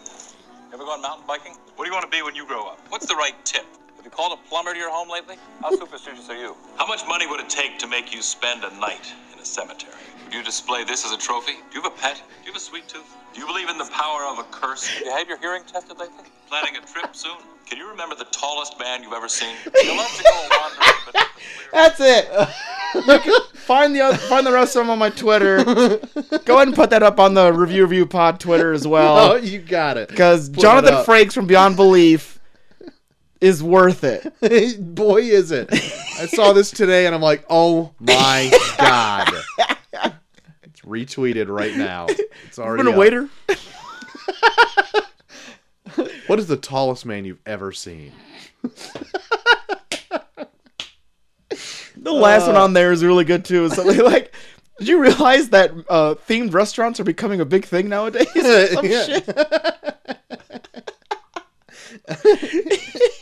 Ever gone mountain biking? What do you want to be when you grow up? What's the right tip? Have you called a plumber to your home lately? How superstitious are you? How much money would it take to make you spend a night in a cemetery? Would you display this as a trophy? Do you have a pet? Do you have a sweet tooth? Do you believe in the power of a curse? Have you had your hearing tested lately? Planning a trip soon? Can you remember the tallest man you've ever seen? You love to go wandering, but
That's it. You can find the oth- find the rest of them on my Twitter. Go ahead and put that up on the Review Review Pod Twitter as
Oh,
well,
you got it.
because
Put it
Jonathan
up.
Frakes from Beyond Belief is worth it.
(laughs) Boy, is it. I saw this today and I'm like, oh my
(laughs)
god. It's retweeted right now. It's already
Been a
up.
waiter.
What is the tallest man you've ever seen?
The last
Uh.
one on there is really good too. Is something (laughs) like, did you realize that uh, themed restaurants are becoming a big thing
(laughs)
nowadays? Or some
Yeah. Uh,
shit.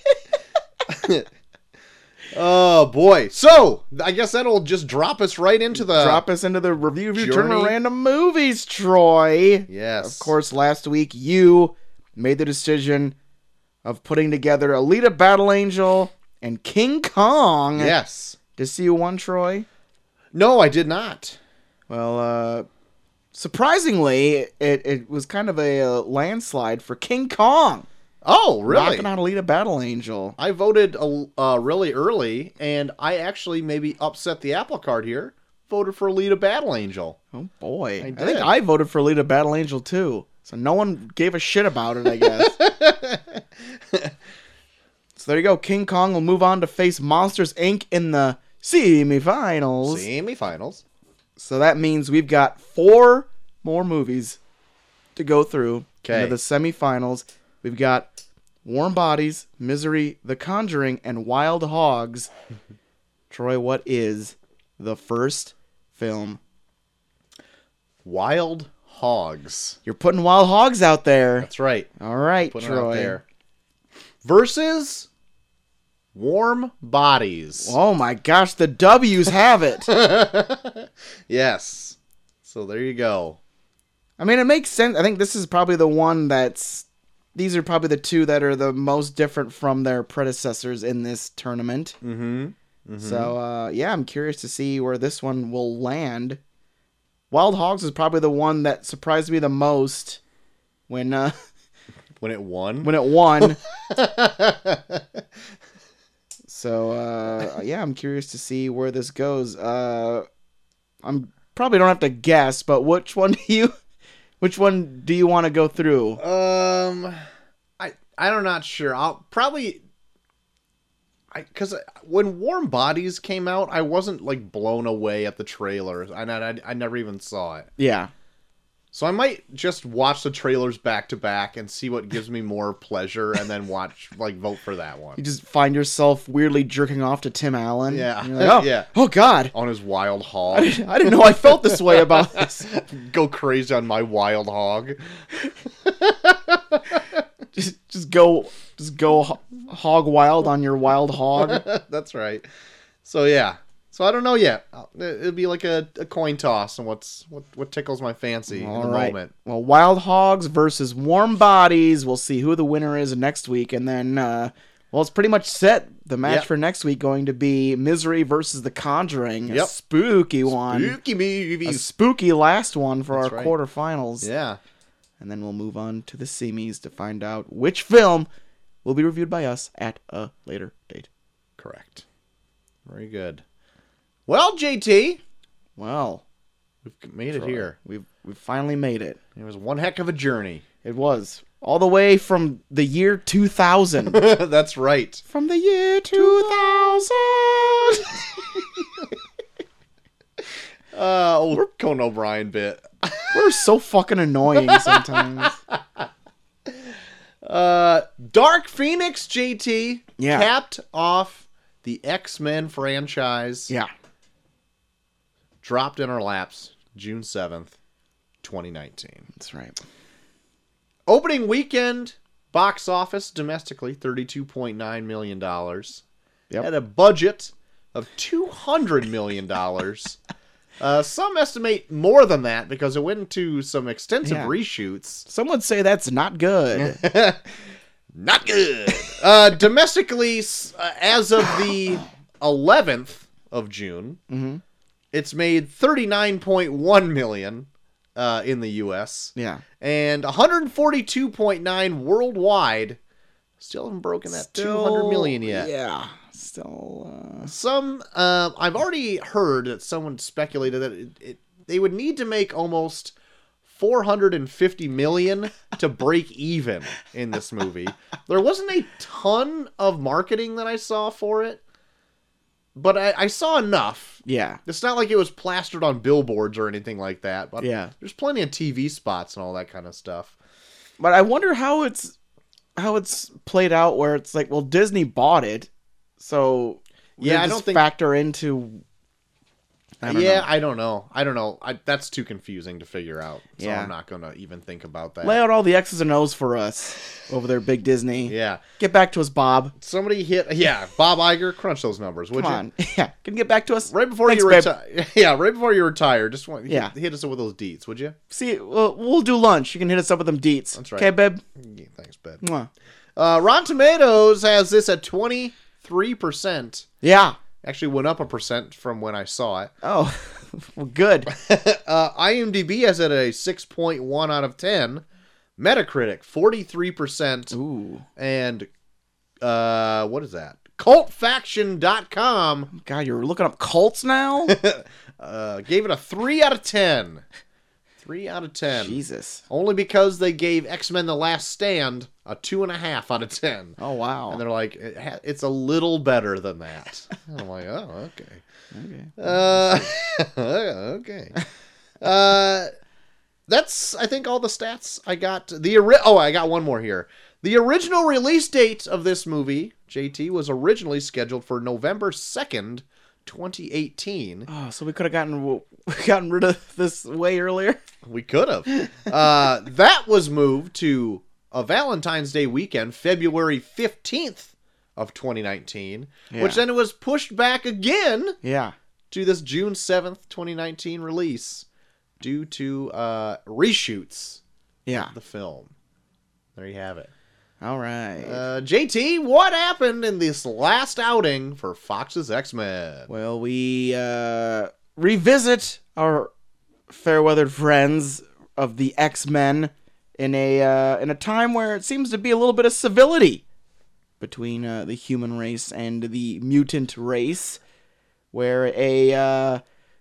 Oh boy. So I guess that'll just drop us right into the
Drop us into the review of your turn
Journey.
random movies, Troy.
Yes.
Of course, last week you made the decision of putting together Alita Battle Angel and King Kong.
Yes.
To see you one, Troy.
No, I did not.
Well, uh, surprisingly, it, it was kind of a, uh landslide for King Kong.
Oh, really?
Knocking out Alita Battle Angel.
I voted a- uh, really early, and I actually maybe upset the apple cart here. Voted for Alita Battle Angel.
Oh boy. I,
did.
think I voted for Alita Battle Angel too. So no one gave a shit about it, I guess. so there you go. King Kong will move on to face Monsters Inc. in the semifinals.
Semifinals.
So that means we've got four more movies to go through
Okay.
into the semifinals. We've got Warm Bodies, Misery, The Conjuring, and Wild
(laughs)
Hogs. Troy, what is the first film?
Wild Hogs.
You're putting Wild Hogs out there.
That's right.
All right,
Put it
Troy.
out there. Versus Warm Bodies.
Oh my gosh, the W's have it.
Yes. So there you go.
I mean, it makes sense. I think this is probably the one that's. These are probably the two that are the most different from their predecessors in this tournament. Mm-hmm. So uh, yeah, I'm curious to see where this one will land. Wild Hogs is probably the one that surprised me the most when uh, (laughs)
When it won.
when it (laughs) won. so uh, yeah, I'm curious to see where this goes. Uh, I'm probably don't have to guess, but which one (laughs) do you, which one do you want to go through?
um, I I'm not sure. I'll probably. I because when Warm Bodies came out, I wasn't like blown away at the trailers, and I, I I never even saw it.
Yeah,
So I might just watch the trailers back to back and see what gives me more pleasure, and then watch like vote for that one
you just find yourself weirdly jerking off to Tim Allen.
Yeah.
And you're like, oh,
(laughs) Yeah.
oh God,
on his Wild
I
Hog.
didn't, I didn't know I felt this way about this.
(laughs) Go crazy on my Wild Hog. (laughs)
Just, just go,
(laughs)
just go ho- hog wild on your wild hog.
That's right. So yeah. So I don't know yet. I'll- It'll be like a, a coin toss and what's what what tickles my fancy in the moment.
Well, Wild Hogs versus Warm Bodies. We'll see who the winner is next week, and then uh, well, it's pretty much set. The match
Yep.
for next week going to be Misery versus The Conjuring. a
Yep.
spooky one.
Spooky
A
movies.
spooky last one for
That's
our
right.
quarterfinals.
Yeah.
And then we'll move on to the semis to find out which film will be reviewed by us at a later date.
Correct. Very good. Well, JT,
Well,
we've made it here.
we've we've finally made it.
It was one heck of a journey. (laughs)
It was all the way from the year 2000.
That's right.
from the year 2000.
Uh, old Conan O'Brien bit.
We're so fucking (laughs) annoying sometimes.
Uh, Dark Phoenix, JT,
Yeah.
capped off the X Men franchise.
yeah.
dropped in our laps June 7th, 2019.
That's right.
Opening weekend box office domestically $32.9 million dollars
Yep.
at a budget of $200
(laughs)
million. dollars. uh, some estimate more than that because it went into some extensive
Yeah.
reshoots.
Some would say that's not good.
Not good. uh, domestically, s- uh, as of the 11th of June,
Mhm.
it's made 39.1 million uh, in the U.S.
(laughs) yeah.
and 142.9 worldwide. Still haven't broken that 200 million yet.
Yeah. Still. Uh,
Some uh, I've already heard that someone speculated that it, it, they would need to make almost 450 million
(laughs)
to break even in this movie. there wasn't a ton of marketing that I saw for it, but I, I saw enough.
yeah.
It's not like it was plastered on billboards or anything like that, but
Yeah.
there's plenty of TV spots and all that kind of stuff.
But I wonder how it's how it's played out where it's like, well, Disney bought it, so
Yeah,
they
I
just
don't think-
factor into. I don't
yeah,
know.
I don't know. I don't know. I, that's too confusing to figure out. So
Yeah.
I'm not going to even think about that.
Lay out all the X's and O's for us over there, Big Disney.
yeah.
Get back to us, Bob.
Somebody hit. Yeah, Bob Iger, crunch those numbers, would
Come
you?
on. (laughs) Yeah. Can you get back to us?
Right before
Thanks,
you
babe.
retire. (laughs) Yeah, right before you retire, just want,
Yeah.
hit, hit us up with those deets, would you?
See, well, we'll do lunch. You can hit us up with them deets.
That's right.
Okay, babe.
Yeah, thanks, Ben.
Mwah.
Uh, Rotten Tomatoes has this at 23%.
Yeah.
Actually, went up a percent from when I saw it.
Oh, (laughs) well, good.
(laughs) uh, IMDb has it at a 6.1 out of 10. Metacritic, 43%.
Ooh,
and uh what is that cultfaction.com
God, you're looking up cults now.
uh gave it a 3 out of 10 3 out of 10
Jesus.
only because they gave x-men the last stand a 2.5 out of 10
Oh wow.
and they're like it ha- it's a little better than that
(laughs)
And i'm like oh okay
Okay.
uh (laughs) oh, okay uh that's i think all the stats i got the ori- oh i got one more here the original release date of this movie jt was originally scheduled for november 2nd 2018
Oh, so we could have gotten (laughs) gotten rid of this way earlier.
we could have (laughs) uh that was moved to a valentine's day weekend february 15th of 2019
Yeah.
which then it was pushed back again
Yeah.
to this June 7th, 2019 release due to uh, reshoots
Yeah.
of the film. There you have it.
All right.
Uh, JT, what happened in this last outing for Fox's X Men?
well, we uh, revisit our fair weathered friends of the X Men in a uh, in a time where it seems to be a little bit of civility between uh, the human race and the mutant race, where a uh,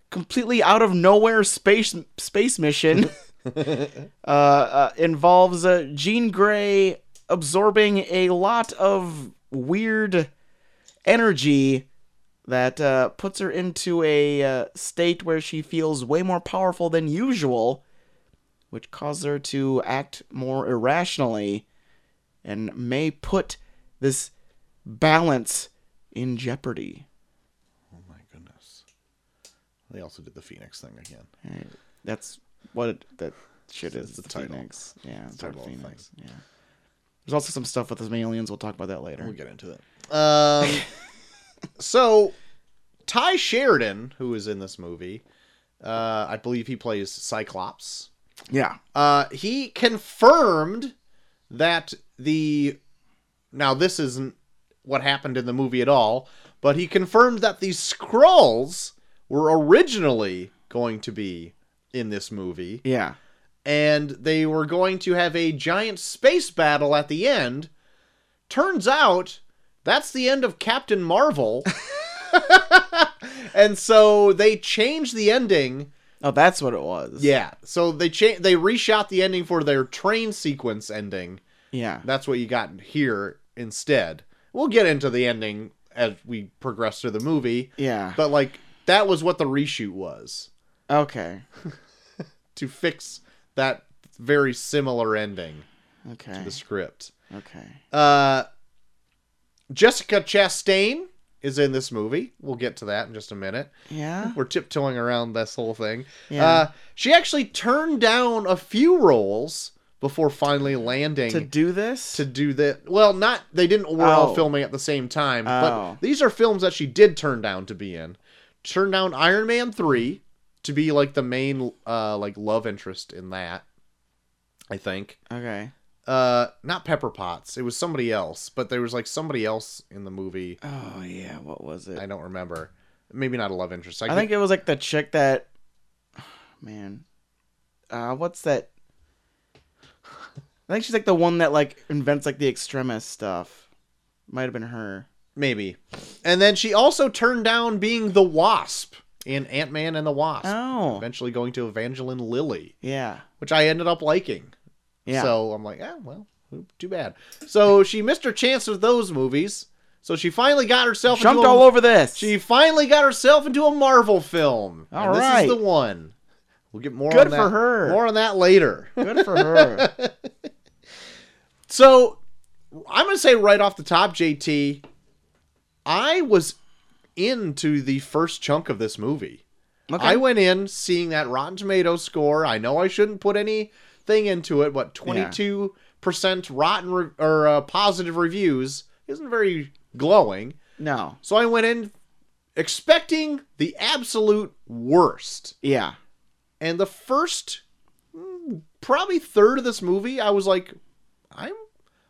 completely out of nowhere space space mission uh, uh, involves uh, Jean Grey absorbing a lot of weird energy that uh, puts her into a uh, state where she feels way more powerful than usual, which causes her to act more irrationally and may put this balance in jeopardy.
Oh my goodness. They also did the Phoenix thing again.
That's what it, that shit
It's
is.
the
The,
title.
Phoenix. Yeah, it's
the
Dark
title of the
Phoenix. Yeah. There's also some stuff with the aliens. We'll talk about that later.
We'll get into that. Um, so Ty Sheridan, who is in this movie, uh, I believe he plays Cyclops.
Yeah.
Uh, he confirmed that the now this isn't what happened in the movie at all, but he confirmed that the scrolls were originally going to be in this movie,
Yeah.
and they were going to have a giant space battle at the end. Turns out that's the end of Captain Marvel. (laughs) and so they changed the ending
Oh, that's what it was.
yeah. So they cha- they reshot the ending for their train sequence ending.
Yeah.
That's what you got here instead. We'll get into the ending as we progress through the movie,
Yeah.
but like that was what the reshoot was
okay.
to fix that very similar ending
Okay.
the script.
Okay.
Uh Jessica Chastain is in this movie. We'll get to that in just a minute.
Yeah.
We're tiptoeing around this whole thing.
Yeah.
Uh, she actually turned down a few roles before finally landing
to
to,
do this?
do that. Well, not they didn't were
Oh.
all filming at the same time,
Oh.
but these are films that she did turn down to be in. Turned down Iron Man three to be like the main uh, like love interest in that. I think
okay.
uh, not Pepper Potts. It was somebody else, but there was like somebody else in the movie.
Oh yeah, what was it?
I don't remember. Maybe not a love interest.
I think it was like the chick that (sighs) man. Uh what's that? I think she's like the one that like invents like the extremist stuff. Might have been her.
Maybe. And then she also turned down being the Wasp in Ant Man and the Wasp.
Oh.
Eventually going to Evangeline Lilly,
Yeah.
which I ended up liking.
Yeah.
So I'm like, ah, well, too bad. So she missed her chance with those movies. So she finally got herself
jumped
into a,
all over this.
She finally got herself into a Marvel film.
All
and this
right.
is the one. We'll get more
Good
on
for
that.
her.
More on that later. (laughs)
Good for her.
So I'm gonna say right off the top, JT, I was into the first chunk of this movie.
Okay.
I went in seeing that Rotten Tomatoes score. I know I shouldn't put anything into it, but 22% rotten re- or uh, positive reviews isn't very glowing.
no.
So I went in expecting the absolute worst.
Yeah.
And the first mm, probably third of this movie, I was like, I'm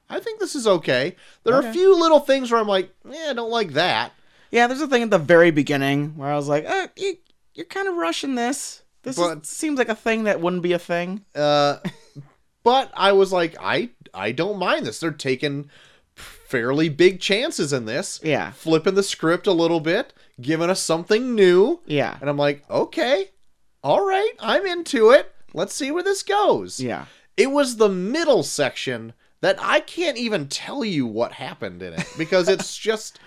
I think this is okay. There are
Okay.
a few little things where I'm like, yeah, I don't like that.
Yeah, there's a thing at the very beginning where I was like, uh, you, you're kind of rushing this. This is-
But-
seems like a thing that wouldn't be a thing.
Uh, but I was like, I I don't mind this. They're taking fairly big chances in this.
Yeah.
Flipping the script a little bit, giving us something new.
Yeah.
And I'm like, okay, all right, I'm into it. Let's see where this goes.
Yeah.
It was the middle section that I can't even tell you what happened in it because it's just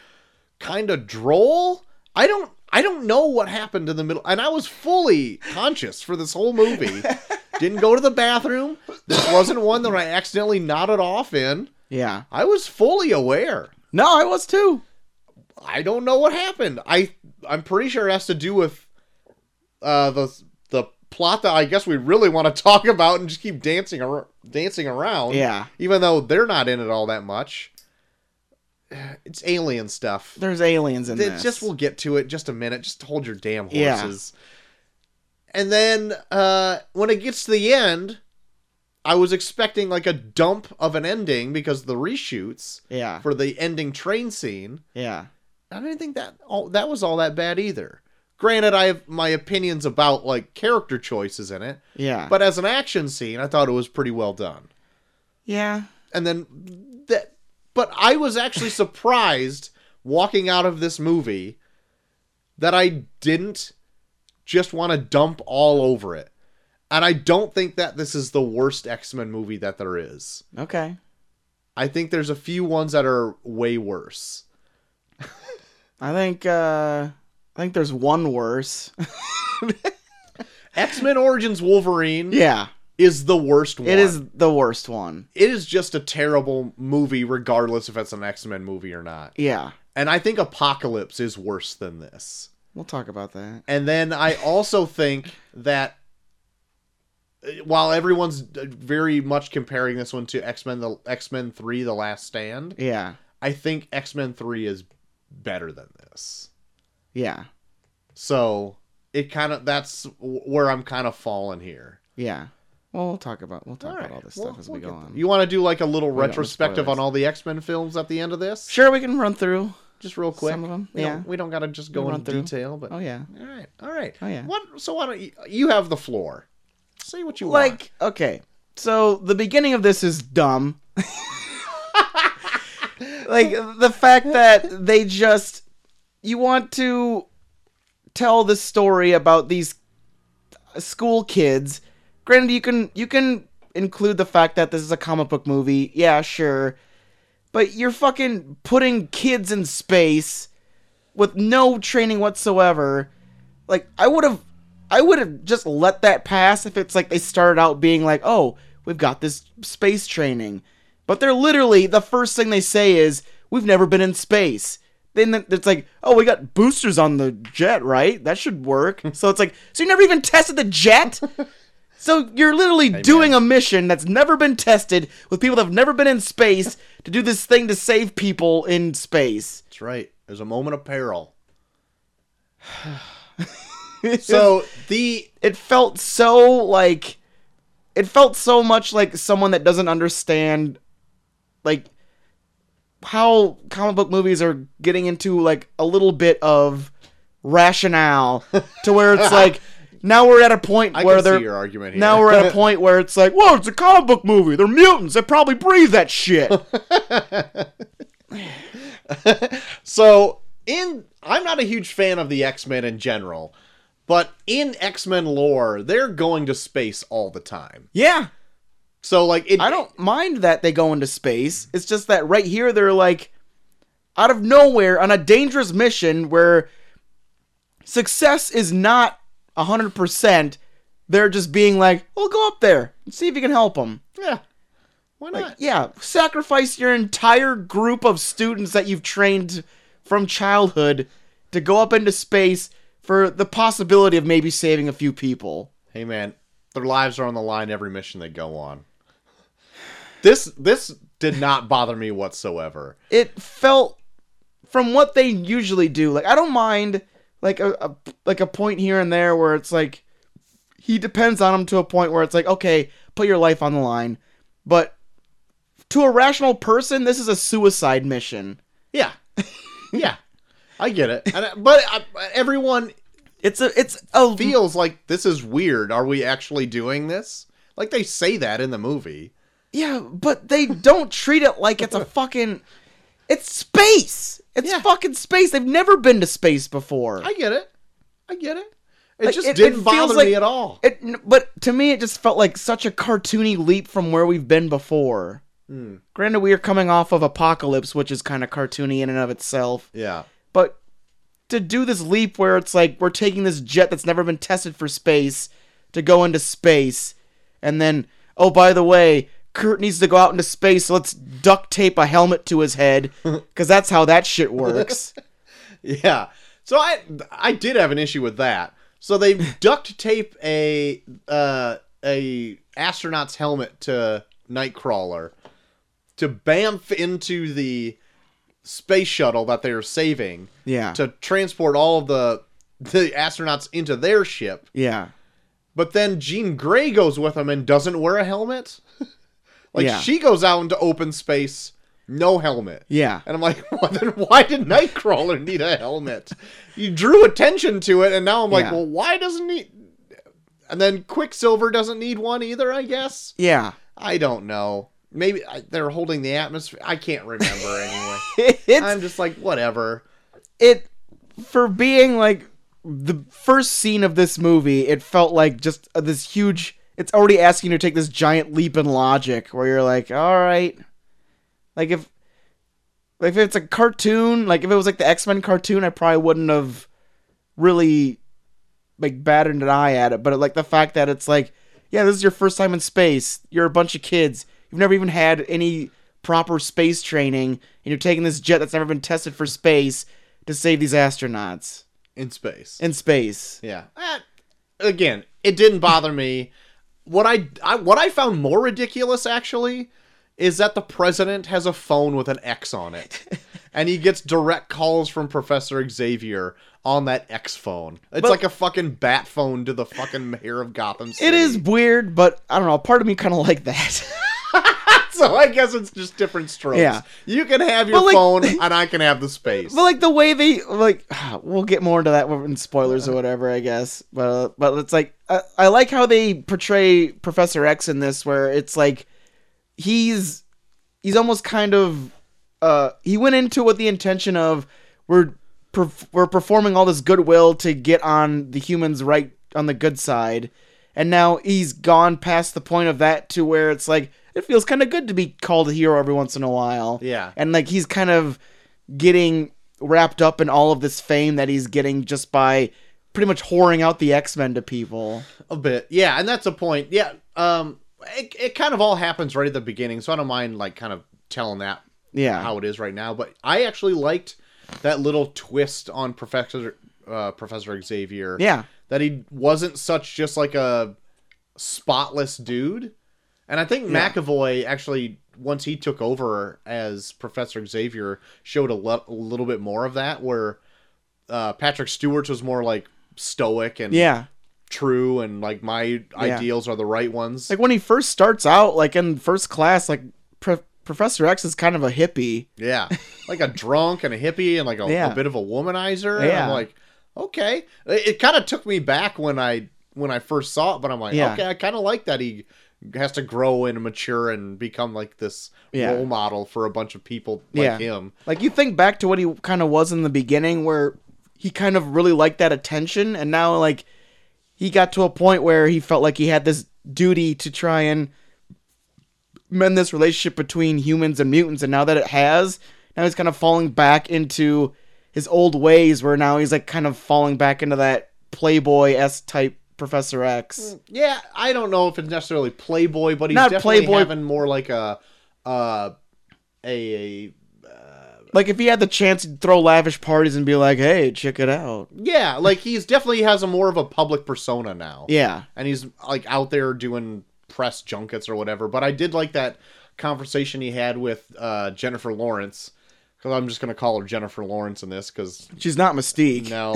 kind of droll. I don't I don't know what happened in the middle and I was fully conscious for this whole movie. Didn't go to the bathroom. This wasn't one that I accidentally nodded off in.
Yeah.
I was fully aware.
No, I was too.
I don't know what happened. I I'm pretty sure it has to do with uh, the the plot that I guess we really want to talk about and just keep dancing ar- dancing around.
Yeah.
Even though they're not in it all that much. It's alien stuff.
There's aliens in
It
this.
just we'll get to it in just a minute. Just hold your damn
Yeah.
horses. And then uh, when it gets to the end, I was expecting like a dump of an ending because of the reshoots
Yeah.
for the ending train scene.
Yeah.
I didn't think that all that was all that bad either. Granted, I have my opinions about like character choices in it,
Yeah.
but as an action scene, I thought it was pretty well done.
yeah.
And then that, but I was
(laughs)
actually surprised walking out of this movie that I didn't just want to dump all over it. And I don't think that this is the worst X Men movie that there is.
Okay.
I think there's a few ones that are way worse.
I think uh I think there's one worse. (laughs)
X Men Origins Wolverine
yeah.
is the worst one.
It is the worst one.
it is just a terrible movie, regardless if it's an X Men movie or not.
Yeah.
And I think Apocalypse is worse than this.
We'll talk about that.
And then I also think that uh, while everyone's d- very much comparing this one to X Men, the X Men Three, The Last Stand,
Yeah.
I think X Men Three is better than this.
Yeah.
So it kind of that's w- where I'm kind of falling here.
Yeah. Well, we'll talk about we'll talk about all
Alright,
this
well,
stuff as we
we'll
go
get
on.
there. You want to do like a little
want
retrospective
spoilers.
on all the X Men films at the end of this?
Sure, we can run through.
Just real quick.
Some of 'em,
We
yeah.
Don't, we don't got to just go
Run
into
through.
detail, but
Oh yeah.
all right, all right.
Oh, yeah.
What? So why don't you? You have the floor. Say what you want.
Like okay, so the beginning of this is dumb. like the fact that they just you want to tell the story about these school kids. Granted, you can you can include the fact that this is a comic book movie. Yeah, sure. But you're fucking putting kids in space with no training whatsoever. Like I would have I would have just let that pass if it's like they started out being like, "Oh, we've got this space training." But they're literally the first thing they say is, "We've never been in space." Then th- it's like, "Oh, we got boosters on the jet, right? That should (laughs) work."
(laughs)
so it's like, "So you never even tested the jet?" So you're literally doing a mission that's never been tested with people that have never been in space to do this thing to save people in space.
That's right. There's a moment
(sighs)
of peril. so the
it felt so like it felt so much like someone that doesn't understand like how comic book movies are getting into like a little bit of rationale to where
(laughs)
it's like now we're at a point
I
where
can
they're
see your argument here.
now we're
(laughs)
at a point where it's like, whoa, it's a comic book movie. They're mutants. They probably breathe that
(laughs)
shit.
So in I'm not a huge fan of the X-Men in general, but in X-Men lore, they're going to space all the time.
yeah,
So like it
I don't mind that they go into space. It's just that right here they're like out of nowhere on a dangerous mission where success is not 100%. They're just being like, "Well, go up there and see if you can help them."
Yeah. Why not?
Yeah, sacrifice your entire group of students that you've trained from childhood to go up into space for the possibility of maybe saving a few people.
Hey man, their lives are on the line every mission they go on. This this did not bother me whatsoever.
it felt from what they usually do like i don't mind like a, a like a point here and there where it's like he depends on him to a point where it's like okay put your life on the line but to a rational person this is a suicide mission
Yeah. Yeah. I get it. And I- but I, everyone
it's a it's a
feels like this is weird. Are we actually doing this? Like they say that in the movie.
yeah but they don't treat it like it's a fucking it's space it's
Yeah.
fucking space they've never been to space before
I get it. I get it. It
Like,
just
it- it
didn't
feels
bother
like-
me at all.
It, n- but to me, it just felt like such a cartoony leap from where we've been before. Granted, we are coming off of Apocalypse, which is kind of cartoony in and of itself.
yeah.
But to do this leap where it's like we're taking this jet that's never been tested for space to go into space, and then oh by the way, Kurt needs to go out into space, so let's duct tape a helmet to his head because that's how that shit works.
Yeah. So I I did have an issue with that. So they duct tape a uh, a astronaut's helmet to Nightcrawler to bamf into the space shuttle that they are saving
yeah,
to transport all of the the astronauts into their ship.
yeah,
But then Jean Grey goes with him and doesn't wear a helmet. (laughs) like
Yeah.
she goes out into open space, no helmet.
yeah.
And I'm like, (laughs) well, then why did Nightcrawler need a helmet? You drew attention to it, and now I'm like,
Yeah.
well, why doesn't he? And then Quicksilver doesn't need one either, I guess.
Yeah,
I don't know. Maybe I, they're holding the atmosphere. I can't remember anyway.
(laughs) it's
I'm just like, whatever.
it for being like the first scene of this movie it felt like just uh, this huge it's already asking you to take this giant leap in logic where you're like all right like if if it's a cartoon like if it was like the x-men cartoon i probably wouldn't have really like batted an eye at it but like the fact that it's like yeah this is your first time in space you're a bunch of kids you've never even had any proper space training and you're taking this jet that's never been tested for space to save these astronauts
In space.
in space
Yeah. Eh, again, it didn't bother me. What I, I what I found more ridiculous actually is that the president
(laughs)
has a phone with an X on it, and he gets direct calls from Professor Xavier on that X phone. It's
But-
like a fucking bat phone to the fucking mayor of Gotham City.
(laughs)
(laughs)
It is weird, but I don't know. Part of me kind of like that. (laughs)
So I guess it's just different strokes.
Yeah.
You can have your
But, like- (laughs)
phone and I can have the space.
but like the way they like, (sighs) we'll get more into that in spoilers or whatever, I guess. But uh, but it's like I, I like how they portray Professor X in this, where it's like he's he's almost kind of uh he went into it with the intention of we're perf- we're performing all this goodwill to get on the humans right on the good side and now he's gone past the point of that to where it's like it feels kind of good to be called a hero every once in a while
Yeah.
and like he's kind of getting wrapped up in all of this fame that he's getting just by pretty much whoring out the x-men to people
a bit yeah and that's a point yeah um it, it kind of all happens right at the beginning so i don't mind like kind of telling that
yeah
how it is right now but i actually liked that little twist on professor uh professor xavier
yeah
that he wasn't such just like a spotless dude and i think mcavoy actually once he took over as professor xavier showed a, lo- a little bit more of that where uh patrick stewart was more like stoic and
yeah
true and like my ideals are the right ones.
Like when he first starts out, like in first class, like Pro- Professor X is kind of a hippie.
yeah. Like a drunk and a hippie and like a, a
Yeah.
bit of a womanizer. And I'm
Yeah.
like, okay. It, kind of took me back when I when I first saw it, but I'm like,
Yeah.
okay, I kind of like that he has to grow and mature and become like this
Yeah.
role model for a bunch of people like
Yeah.
him.
Like you think back to what he kind of was in the beginning, where he kind of really liked that attention, and now like he got to a point where he felt like he had this duty to try and mend this relationship between humans and mutants, and now that it has, now he's kind of falling back into his old ways, where now he's like kind of falling back into that playboy s type Professor X.
Yeah, I don't know if it's necessarily Playboy, but he's
Not
definitely
Playboy.
having more like a uh a, a
Like if he had the chance to throw lavish parties and be like, "Hey, check it out."
yeah, like he's definitely has a more of a public persona now.
Yeah.
and he's like out there doing press junkets or whatever. But I did like that conversation he had with uh, Jennifer Lawrence because I'm just gonna call her Jennifer Lawrence in this because
She's not Mystique. (laughs)
no.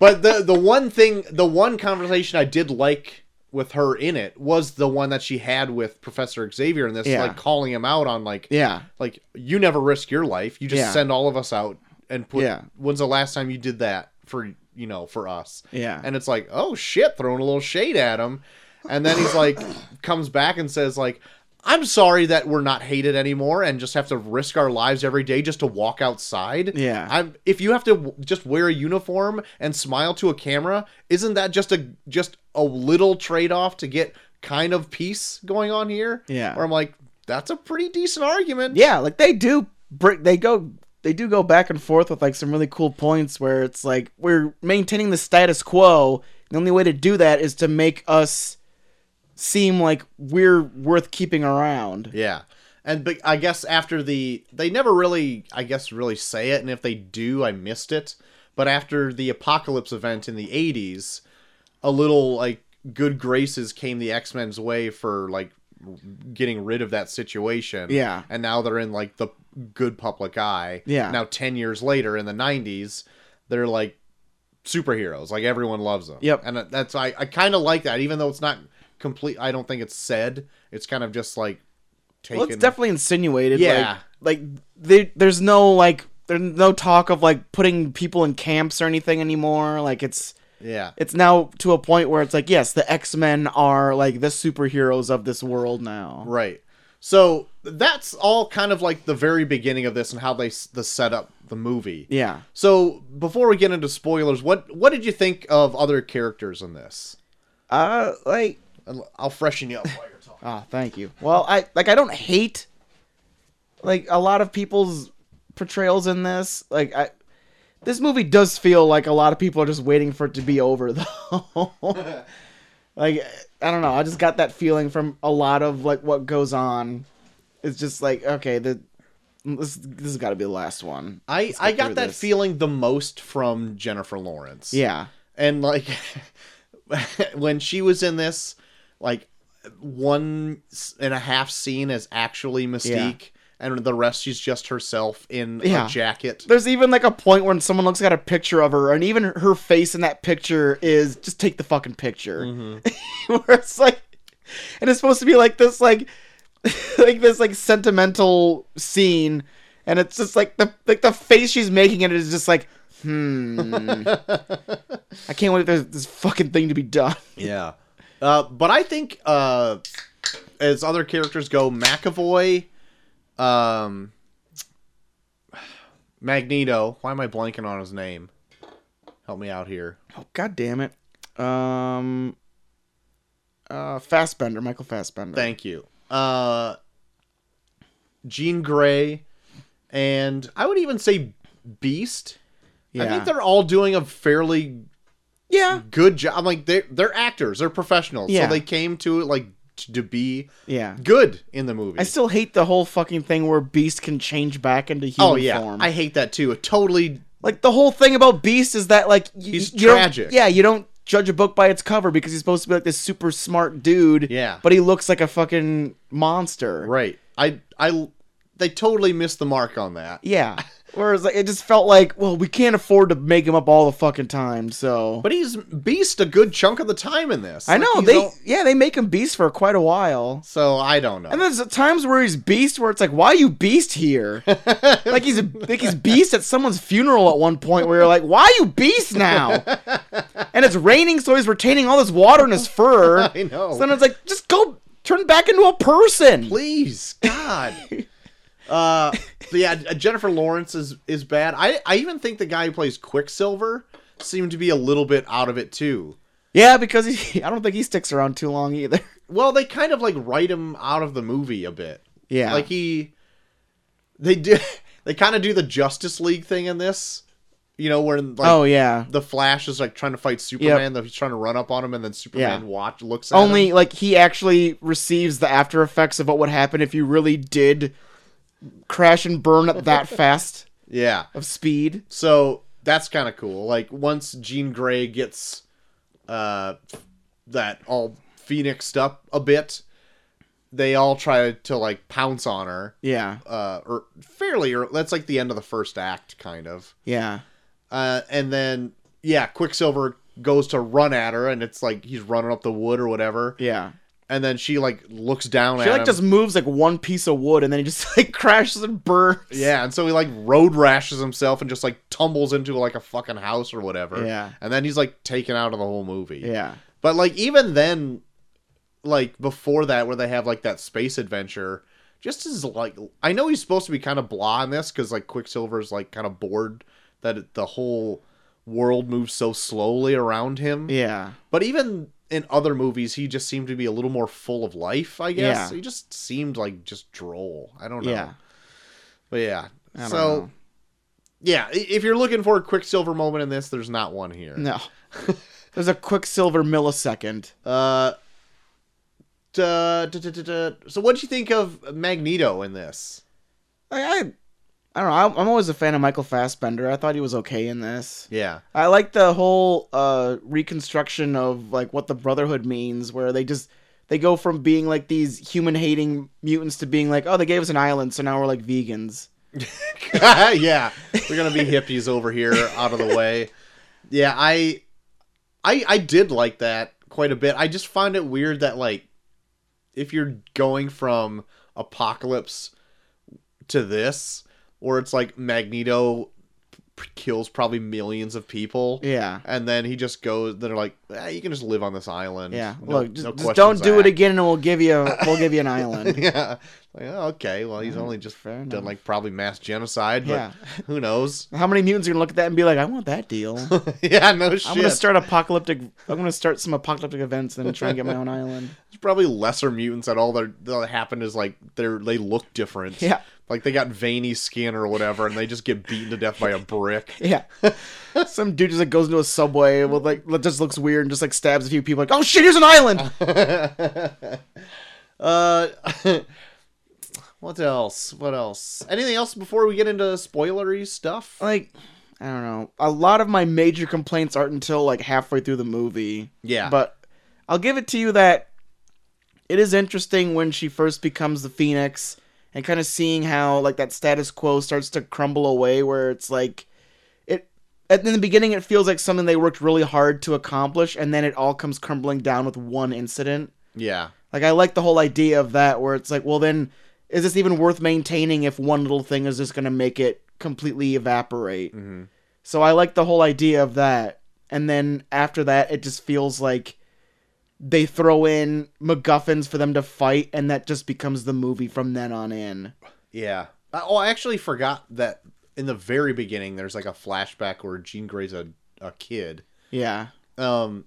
but the the one thing, the one conversation I did like with her in it was the one that she had with Professor Xavier in this,
Yeah.
like calling him out on like
Yeah.
like you never risk your life. You just
Yeah.
send all of us out and put.
Yeah.
When's the last time you did that for you know for us?
Yeah.
And it's like, oh shit, throwing a little shade at him, and then
(laughs)
he's like, comes back and says like, I'm sorry that we're not hated anymore and just have to risk our lives every day just to walk outside.
Yeah.
I'm if you have to w- just wear a uniform and smile to a camera, isn't that just a just a little trade off to get kind of peace going on here?
Yeah.
Where I'm like, that's a pretty decent argument.
Yeah, like they do br- they go they do go back and forth with like some really cool points where it's like we're maintaining the status quo. The only way to do that is to make us seem like we're worth keeping around.
Yeah. And but I guess after the they never really I guess really say it and if they do I missed it. But after the apocalypse event in the 80s, a little like good graces came the X-Men's way for like getting rid of that situation.
Yeah.
And now they're in like the good public eye.
Yeah.
Now 10 years later in the 90s, they're like superheroes. Like everyone loves them.
Yep.
And that's I I kind of like that, even though it's not complete. I don't think it's said. It's kind of just like taken.
Well, it's definitely insinuated.
Yeah.
Like, like there, there's no like there's no talk of like putting people in camps or anything anymore. Like it's
yeah.
it's now to a point where it's like, yes, the X Men are like the superheroes of this world now.
Right. So that's all kind of like the very beginning of this and how they s- the set up the movie.
Yeah.
So before we get into spoilers, what what did you think of other characters in this?
Uh, like,
I'll I'll freshen you up while you're talking.
ah, thank you. Well, I like I don't hate like a lot of people's portrayals in this. Like, I this movie does feel like a lot of people are just waiting for it to be over (laughs) though. like, I don't know. I just got that feeling from a lot of like what goes on. It's just like okay, the this this has got to be the last one.
(laughs) I I
through
got that
this.
feeling the most from Jennifer Lawrence.
Yeah.
and like (laughs) when she was in this like one s- and a half scene as actually mystique and the rest she's just herself in
Yeah.
a jacket.
There's even like a point when someone looks at a picture of her, and even her face in that picture is just take the fucking picture. (laughs) Where it's like, and it's supposed to be like this, like, (laughs) like this, like sentimental scene, and it's just like the like the face she's making in it is just like, (laughs) hmm. I can't wait for this, this fucking thing to be done.
Yeah. Uh, but I think uh, as other characters go, McAvoy, um, Magneto. Why am I blanking on his name? Help me out here.
Oh god damn it. Um. Uh, Fassbender, Michael Fassbender.
Thank you. Uh, Jean Grey, and I would even say Beast. I
Yeah.
think they're all doing a fairly
yeah.
good job. Like they they're actors, they're professionals,
Yeah.
so they came to it like t- to be
Yeah.
good in the movie.
I still hate the whole fucking thing where Beast can change back into human
oh yeah,
form.
I hate that too. It totally
like the whole thing about Beast is that like you,
He's
you don't-
tragic.
yeah, you don't judge a book by its cover because he's supposed to be like this super smart dude.
Yeah.
but he looks like a fucking monster.
right. I I they totally missed the mark on that.
Yeah. Whereas like it just felt like, well, we can't afford to make him up all the fucking time, so.
But he's Beast a good chunk of the time in this.
I
Like,
know
he's
they
all-
yeah they make him Beast for quite a while.
so I don't know.
And there's times where he's beast, where it's like, why are you beast
(laughs)
here? like he's like he's beast at someone's funeral at one point, where you're like, why are you beast now? and it's raining, so he's retaining all this water in his fur.
(laughs) I know.
So then it's like, just go turn back into a person. (laughs)
Please, God. uh, so yeah, Jennifer Lawrence is is bad. I I even think the guy who plays Quicksilver seemed to be a little bit out of it too.
Yeah, because he, (laughs) I don't think he sticks around too long either.
Well, they kind of like write him out of the movie a bit.
Yeah.
Like he they do (laughs) they kind of do the Justice League thing in this. You know, where like
oh yeah.
the Flash is like trying to fight Superman, though he's trying to run up on him and then Superman
Yeah.
watch looks at
Only
him.
like he actually receives the after effects of what would happen if you really did crash and burn at that fast
Yeah.
of speed.
So that's kind of cool. Like once Jean Grey gets uh that all phoenixed up a bit, they all try to like pounce on her.
Yeah.
Uh, or fairly, or that's like the end of the first act, kind of.
Yeah.
Uh, and then yeah, Quicksilver goes to run at her, and it's like he's running up the wood or whatever.
Yeah.
And then she like looks down
She
at
like
him.
just moves like one piece of wood and then he just (laughs) like crashes and burns.
Yeah, and so he like road rashes himself and just like tumbles into like a fucking house or whatever.
Yeah.
And then he's like taken out of the whole movie.
Yeah.
But like even then, like before that, where they have like that space adventure, just as like I know he's supposed to be kind of blah in this because like Quicksilver's like kind of bored that it- the whole world moves so slowly around him.
Yeah.
But even in other movies, he just seemed to be a little more full of life. I guess
Yeah.
he just seemed like just droll. I don't know.
Yeah.
But yeah.
I don't
so
know.
yeah, i- if you're looking for a Quicksilver moment in this, there's not one here. (laughs)
No. There's a quicksilver millisecond.
Uh, duh, duh, duh, duh, duh. So what'd you think of Magneto in this?
Like, I I don't know. I'm- I'm always a fan of Michael Fassbender. I thought he was okay in this.
Yeah.
I like the whole uh, reconstruction of like what the Brotherhood means, where they just they go from being like these human hating mutants to being like, oh, they gave us an island, so now we're like vegans.
(laughs) yeah. We're gonna be hippies over here, out of the way. Yeah, I, I, I did like that quite a bit. I just find it weird that like, if you're going from apocalypse to this, where it's like Magneto p- kills probably millions of people.
Yeah.
And then he just goes. They're like, "Eh, you can just live on this island.
Yeah.
No-
Look, just,
no
just don't
questions
do it
asked."
again, and we'll give you we'll give you an island.
(laughs) yeah. Like, oh, okay. Well, he's only just
fair
done
enough.
like probably mass genocide. But
Yeah.
Who knows?
How many mutants are gonna look at that and be like, I want that deal?
(laughs) yeah. No shit.
I'm gonna start apocalyptic. I'm gonna start some apocalyptic events and try and get my own island.
There's probably lesser mutants that all that that happened is like they're they look different.
Yeah.
Like they got veiny skin or whatever, and they just get beaten to death by a brick.
Yeah, some dude just like goes into a subway with like that just looks weird and just like stabs a few people. Like, oh shit, here's an island.
(laughs) Uh. (laughs) What else? What else? Anything else before we get into spoilery stuff?
like, I don't know. A lot of my major complaints aren't until like halfway through the movie.
Yeah.
but I'll give it to you that it is interesting when she first becomes the Phoenix and kind of seeing how like that status quo starts to crumble away where it's like it at in the beginning it feels like something they worked really hard to accomplish and then it all comes crumbling down with one incident.
Yeah.
Like I like the whole idea of that where it's like, well then is this even worth maintaining if one little thing is just gonna make it completely evaporate?
Mm-hmm.
So I like the whole idea of that. And then after that it just feels like they throw in MacGuffins for them to fight and that just becomes the movie from then on in.
Yeah. I- Oh, I actually forgot that in the very beginning there's like a flashback where Jean Grey's a, a kid.
Yeah.
Um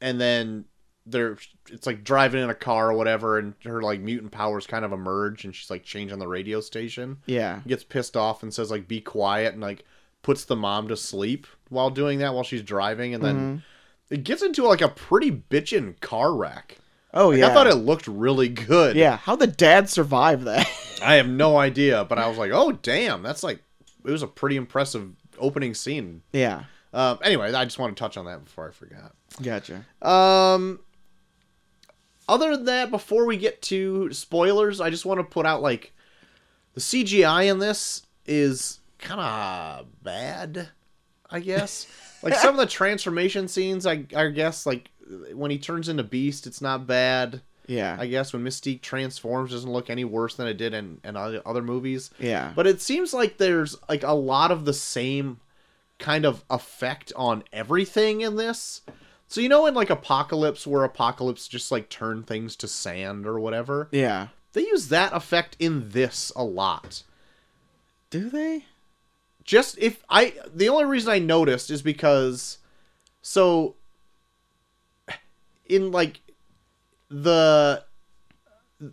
and then they're it's like driving in a car or whatever and her like mutant powers kind of emerge and she's like changing the radio station.
Yeah.
Gets pissed off and says like be quiet and like puts the mom to sleep while doing that while she's driving and then
Mm-hmm.
it gets into like a pretty bitchin' car wreck.
Oh
Like,
yeah.
I thought it looked really good.
Yeah, how the dad survive that? (laughs)
I have no idea, but I was like, oh damn, that's like it was a pretty impressive opening scene.
yeah.
Um, anyway, I just want to touch on that before I forgot.
Gotcha.
Um, other than that, before we get to spoilers, I just want to put out like the CGI in this is kind of bad, I guess. like some of the transformation scenes, I I guess like when he turns into Beast, it's not bad.
Yeah.
I guess when Mystique transforms doesn't look any worse than it did in, in other other movies.
yeah.
But it seems like there's like a lot of the same kind of effect on everything in this. So you know in like Apocalypse where Apocalypse just like turned things to sand or whatever?
yeah.
They use that effect in this a lot.
Do they?
Just if I the only reason I noticed is because so in like the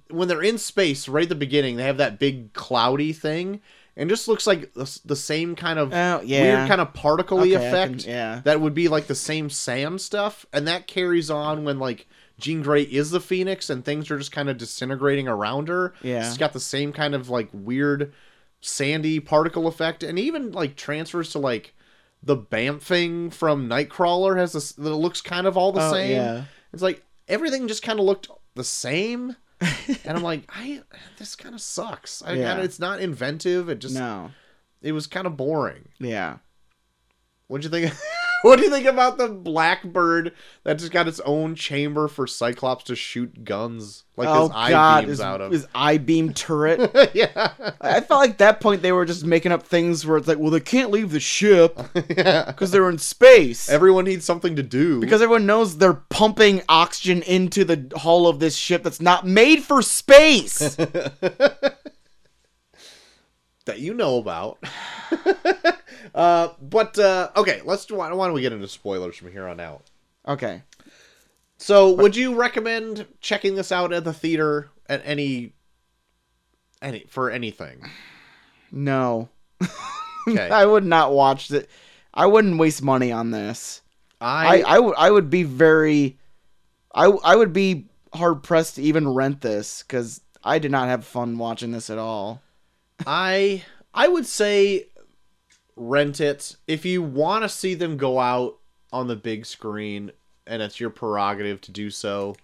when they're in space right at the beginning they have that big cloudy thing and just looks like the, s- the same kind of
Oh, yeah.
weird kind of particly
Okay, I
effect
can- yeah.
that would be like the same sam stuff and that carries on when like jean gray is the phoenix and things are just kind of disintegrating around her
Yeah.
she's got the same kind of like weird sandy particle effect and even like transfers to like the bamfing from nightcrawler has this that looks kind of all the
Oh,
same
yeah.
it's like everything just kind of looked
(laughs)
the same, and I'm like, I this kind of sucks. I,
Yeah.
I- it's not inventive. It just
No.
it was kind of boring.
Yeah.
What do you think? (laughs) what do you think about the blackbird that just got its own chamber for Cyclops to shoot guns like his eye beams
Oh, his,
out of?
his eye beam turret.
(laughs) yeah,
I I felt like that point they were just making up things where it's like, well, they can't leave the ship
yeah.
because they're in space.
Everyone needs something to do
because everyone knows they're pumping oxygen into the hull of this ship that's not made for
(laughs)
space.
that you know about. (laughs) uh, but uh, okay, let's. do- Why, why don't we get into spoilers from here on out?
okay.
So, would you recommend checking this out at the theater at any any for anything? (laughs)
No.
Okay.
I would not watch it. I wouldn't waste money on this. I,
I
I would I would be very I I would be hard pressed to even rent this because I did not have fun watching this at all.
I I would say rent it if you want to see them go out on the big screen and it's your prerogative to do so.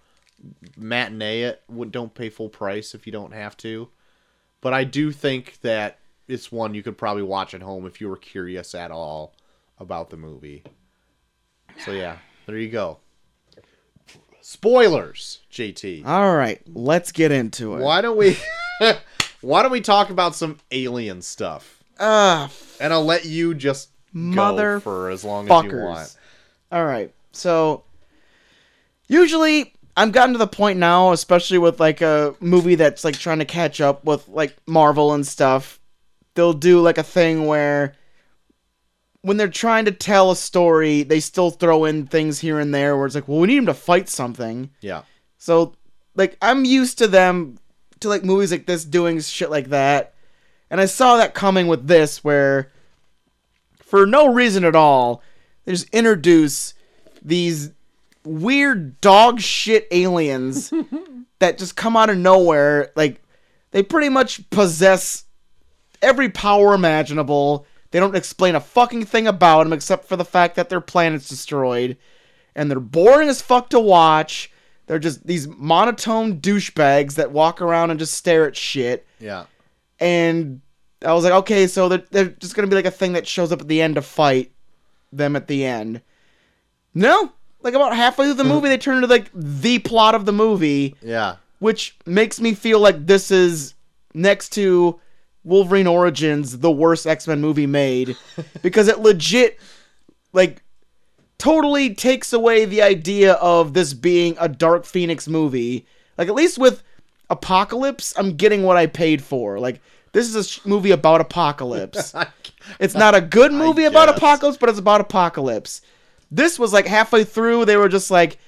Matinee it. Would- Don't pay full price if you don't have to. But I do think that it's one you could probably watch at home if you were curious at all about the movie. So yeah, there you go. Spoilers, JT.
All right, let's get into it.
Why don't we (laughs) why don't we talk about some alien stuff?
Ah, f-
And I'll let you just go
Mother
for as long as you want.
fuckers. All right, so usually I'm gotten to the point now, especially with like a movie that's like trying to catch up with like Marvel and stuff. They'll do like a thing where when they're trying to tell a story, they still throw in things here and there where it's like, well, we need him to fight something.
Yeah.
So like I'm used to them to like movies like this doing shit like that. And I saw that coming with this where for no reason at all, they just introduce these weird dog shit aliens that just come out of nowhere. Like they pretty much possess every power imaginable. They don't explain a fucking thing about them except for the fact that their planet's destroyed and they're boring as fuck to watch. They're just these monotone douchebags that walk around and just stare at shit.
Yeah.
and I was like, okay, so they're, they're just gonna be like a thing that shows up at the end to fight them at the end. No, like about halfway through the movie, they turn into like the plot of the movie,
(laughs) Yeah.
which makes me feel like this is next to Wolverine Origins, the worst X Men movie made, because it legit, like, totally takes away the idea of this being a Dark Phoenix movie. Like, at least with Apocalypse, I'm getting what I paid for. Like, this is a sh- movie about Apocalypse. It's not a good movie about
guess.
apocalypse, but it's about apocalypse. This was like halfway through, they were just like,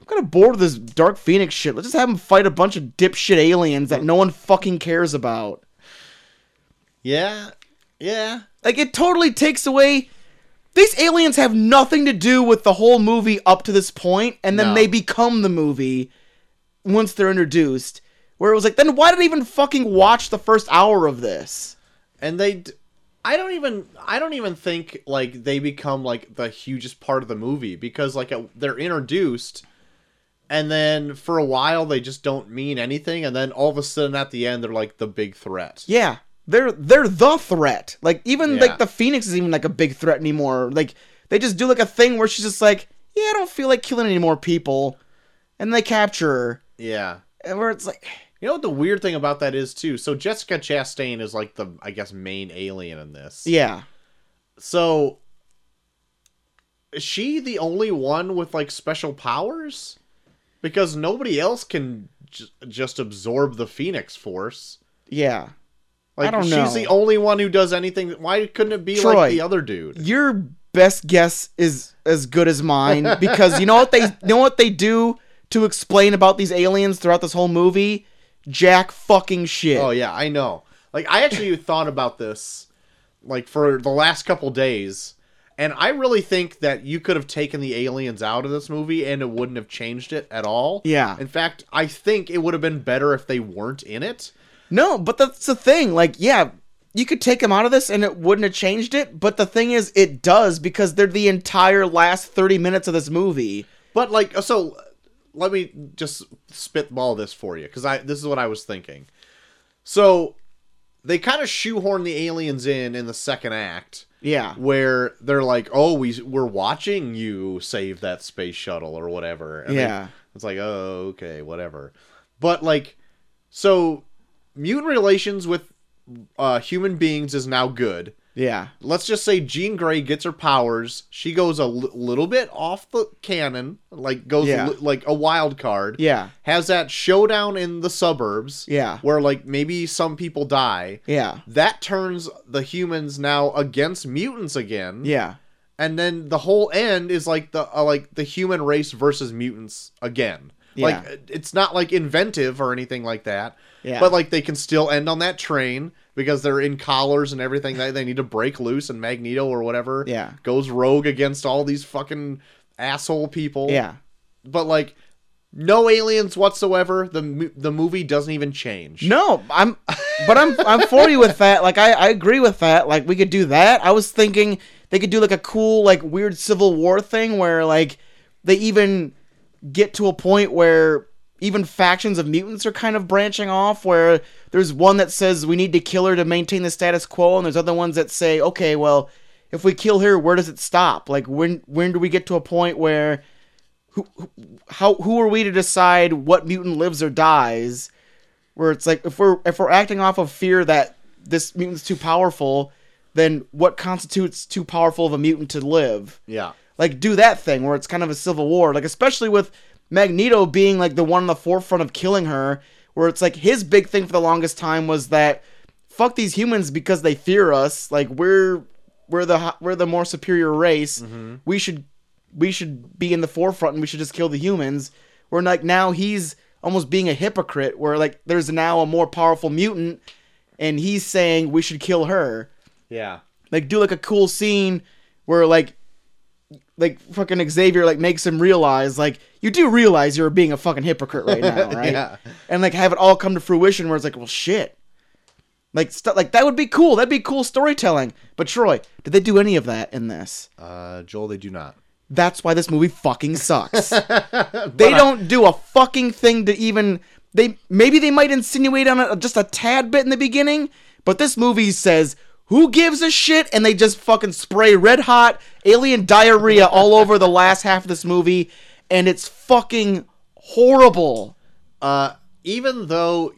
I'm kind of bored of this Dark Phoenix shit. Let's just have them fight a bunch of dipshit aliens that no one fucking cares about.
Yeah. Yeah.
Like, it totally takes away. These aliens have nothing to do with the whole movie up to this point, and then
No.
they become the movie once they're introduced. Where it was like, then why did I even fucking watch the first hour of this?
and they d- i don't even i don't even think like they become like the hugest part of the movie because like uh, they're introduced and then for a while they just don't mean anything and then all of a sudden at the end they're like the big threat
Yeah. They're they're the threat. Like even
Yeah.
like the Phoenix is even like a big threat anymore. Like they just do like a thing where she's just like, Yeah, I don't feel like killing any more people and they capture her.
yeah
And where it's like
you know what the weird thing about that is too so jessica chastain is like the i guess main alien in this
Yeah.
so is she the only one with like special powers because nobody else can j- just absorb the phoenix force
Yeah.
like
don't
she's
know.
the only one who does anything why couldn't it be
Troy.
like the other dude
Your best guess is as good as mine because you know what they you know what they do to explain about these aliens throughout this whole movie? Jack fucking shit.
oh yeah i know like i actually (laughs) thought about this like for the last couple days and i really think that you could have taken the aliens out of this movie and it wouldn't have changed it at all
Yeah.
in fact i think it would have been better if they weren't in it
No, but that's the thing. Like, yeah, you could take him out of this and it wouldn't have changed it, but the thing is, it does because they're the entire last 30 minutes of this movie.
But like, so let me just spitball this for you because I this is what I was thinking. So they kind of shoehorn the aliens in in the second act,
Yeah.
where they're like, "Oh, we we're watching you save that space shuttle or whatever." And they-
Yeah.
it's like, "Oh, okay, whatever." But like, so mutant relations with uh, human beings is now good
Yeah.
let's just say Jean Grey gets her powers. She goes a l- little bit off the canon, like goes
Yeah.
li- like a wild card.
Yeah.
Has that showdown in the suburbs.
Yeah.
Where like maybe some people die.
Yeah.
That turns the humans now against mutants again.
Yeah.
And then the whole end is like the uh, like the human race versus mutants again. Like
Yeah.
it- it's not like inventive or anything like that.
Yeah.
But like they can still end on that train because they're in collars and everything that they need to break loose and Magneto or whatever
Yeah.
goes rogue against all these fucking asshole people.
Yeah.
But like no aliens whatsoever. The mo- the movie doesn't even change.
No, I'm, but I'm, I'm for you with that. Like, I, I agree with that. Like, we could do that. I was thinking they could do like a cool, like weird Civil War thing where like they even get to a point where even factions of mutants are kind of branching off. Where there's one that says we need to kill her to maintain the status quo, and there's other ones that say, okay, well, if we kill her, where does it stop? Like, when, when do we get to a point where how who are we to decide what mutant lives or dies? Where it's like if we're if we're acting off of fear that this mutant's too powerful, then what constitutes too powerful of a mutant to live?
Yeah.
Like do that thing where it's kind of a civil war, like especially with Magneto being like the one on the forefront of killing her, where it's like his big thing for the longest time was that fuck these humans because they fear us, like we're we're the ho- we're the more superior race. We should we should be in the forefront and we should just kill the humans. Where like now he's almost being a hypocrite where like there's now a more powerful mutant and he's saying we should kill her
Yeah.
like do like a cool scene where like like fucking Xavier like makes him realize like you do realize you're being a fucking hypocrite right now, right?
Yeah.
And like have it all come to fruition where it's like, well, shit. Like stuff like that would be cool. That'd be cool storytelling. But Troy, did they do any of that in this?
Uh Joel they do not.
That's why this movie fucking sucks. they don't do a fucking thing to even they maybe they might insinuate on it just a tad bit in the beginning, but this movie says who gives a shit and they just fucking spray red hot alien diarrhea all over the last half of this movie and it's fucking horrible.
Uh, even though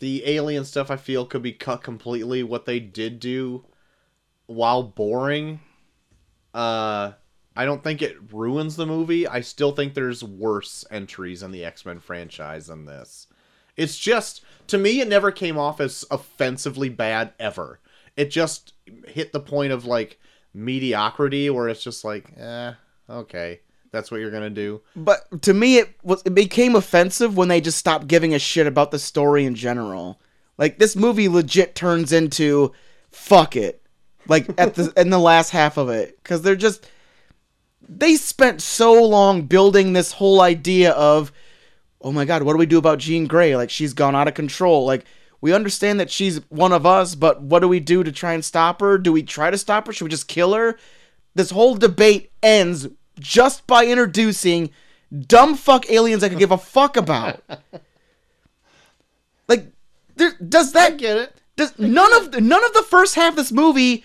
the alien stuff I feel could be cut completely, what they did do, while boring, uh, I don't think it ruins the movie. I still think there's worse entries in the X Men franchise than this. It's just to me, it never came off as offensively bad ever. It just hit the point of like mediocrity, where it's just like, eh, okay, that's what you're gonna do.
But to me, it was it became offensive when they just stopped giving a shit about the story in general. Like this movie legit turns into fuck it. Like at the in the last half of it, because they're just they spent so long building this whole idea of oh my god, what do we do about Jean Grey? Like she's gone out of control. Like we understand that she's one of us, but what do we do to try and stop her? Do we try to stop her? Should we just kill her? This whole debate ends just by introducing dumb fuck aliens I could give a fuck
(laughs)
about. like, there, does that
Get it?
does none of the, none of the first half of this movie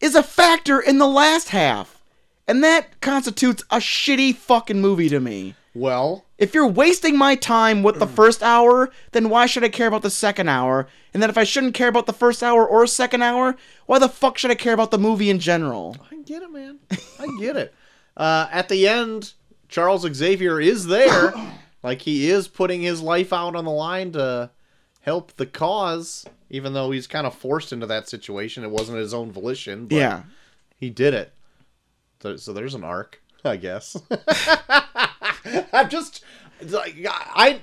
is a factor in the last half, and that constitutes a shitty fucking movie to me.
Well,
If you're wasting my time
(clears throat)
with the first hour, then why should I care about the second hour? And then if I shouldn't care about the first hour or second hour, why the fuck should I care about the movie in general?
I get it, man. I get it. (laughs) Uh, at the end, Charles Xavier is there. like, he is putting his life out on the line to help the cause, even though he's kind of forced into that situation. It wasn't his own volition, but
Yeah.
he did it. So, so there's an arc, I guess. (laughs) I'm just it's like I.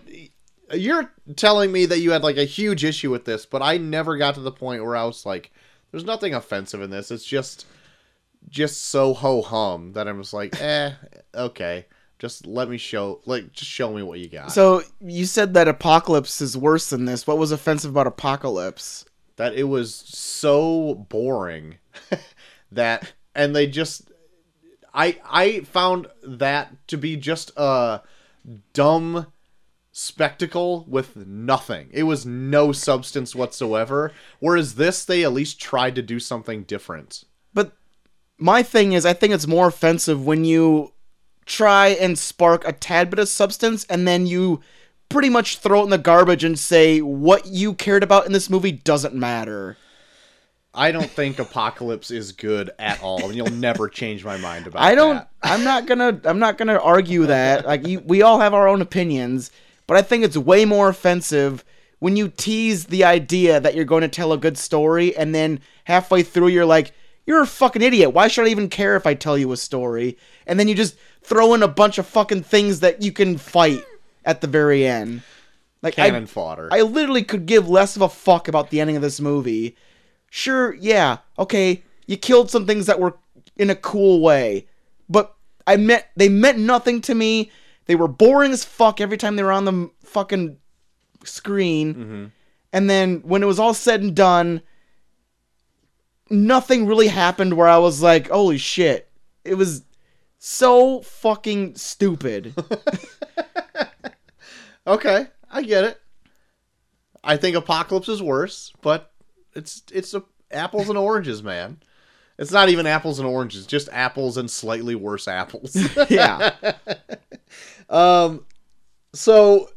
You're telling me that you had like a huge issue with this, but I never got to the point where I was like, "There's nothing offensive in this. It's just, just so ho hum that I'm just like, (laughs) eh, okay, just let me show, like, just show me what you got."
So you said that Apocalypse is worse than this. What was offensive about Apocalypse?
that it was so boring (laughs) that and they just i i found that to be just a dumb spectacle with nothing it was no substance whatsoever whereas this they at least tried to do something different
But my thing is, I think it's more offensive when you try and spark a tad bit of substance and then you pretty much throw it in the garbage and say what you cared about in this movie doesn't matter.
i don't think (laughs) apocalypse is good at all and you'll never change my mind about
I don't.
that.
I'm not gonna. I'm not gonna argue that. Like you, we all have our own opinions, but I think it's way more offensive when you tease the idea that you're going to tell a good story, and then halfway through you're like, "You're a fucking idiot. Why should I even care if I tell you a story?" And then you just throw in a bunch of fucking things that you can fight at the very end. Like I-
cannon fodder
I literally could give less of a fuck about the ending of this movie. Sure, yeah, okay, you killed some things that were in a cool way, but I meant they meant nothing to me. They were boring as fuck every time they were on the m- fucking screen. And then when it was all said and done, nothing really happened where I was like, "Holy shit!" It was so fucking stupid.
Okay, I get it. I think Apocalypse is worse, but it's it's a, apples and oranges, man. It's not even apples and oranges, just apples and slightly worse apples. (laughs)
yeah.
so,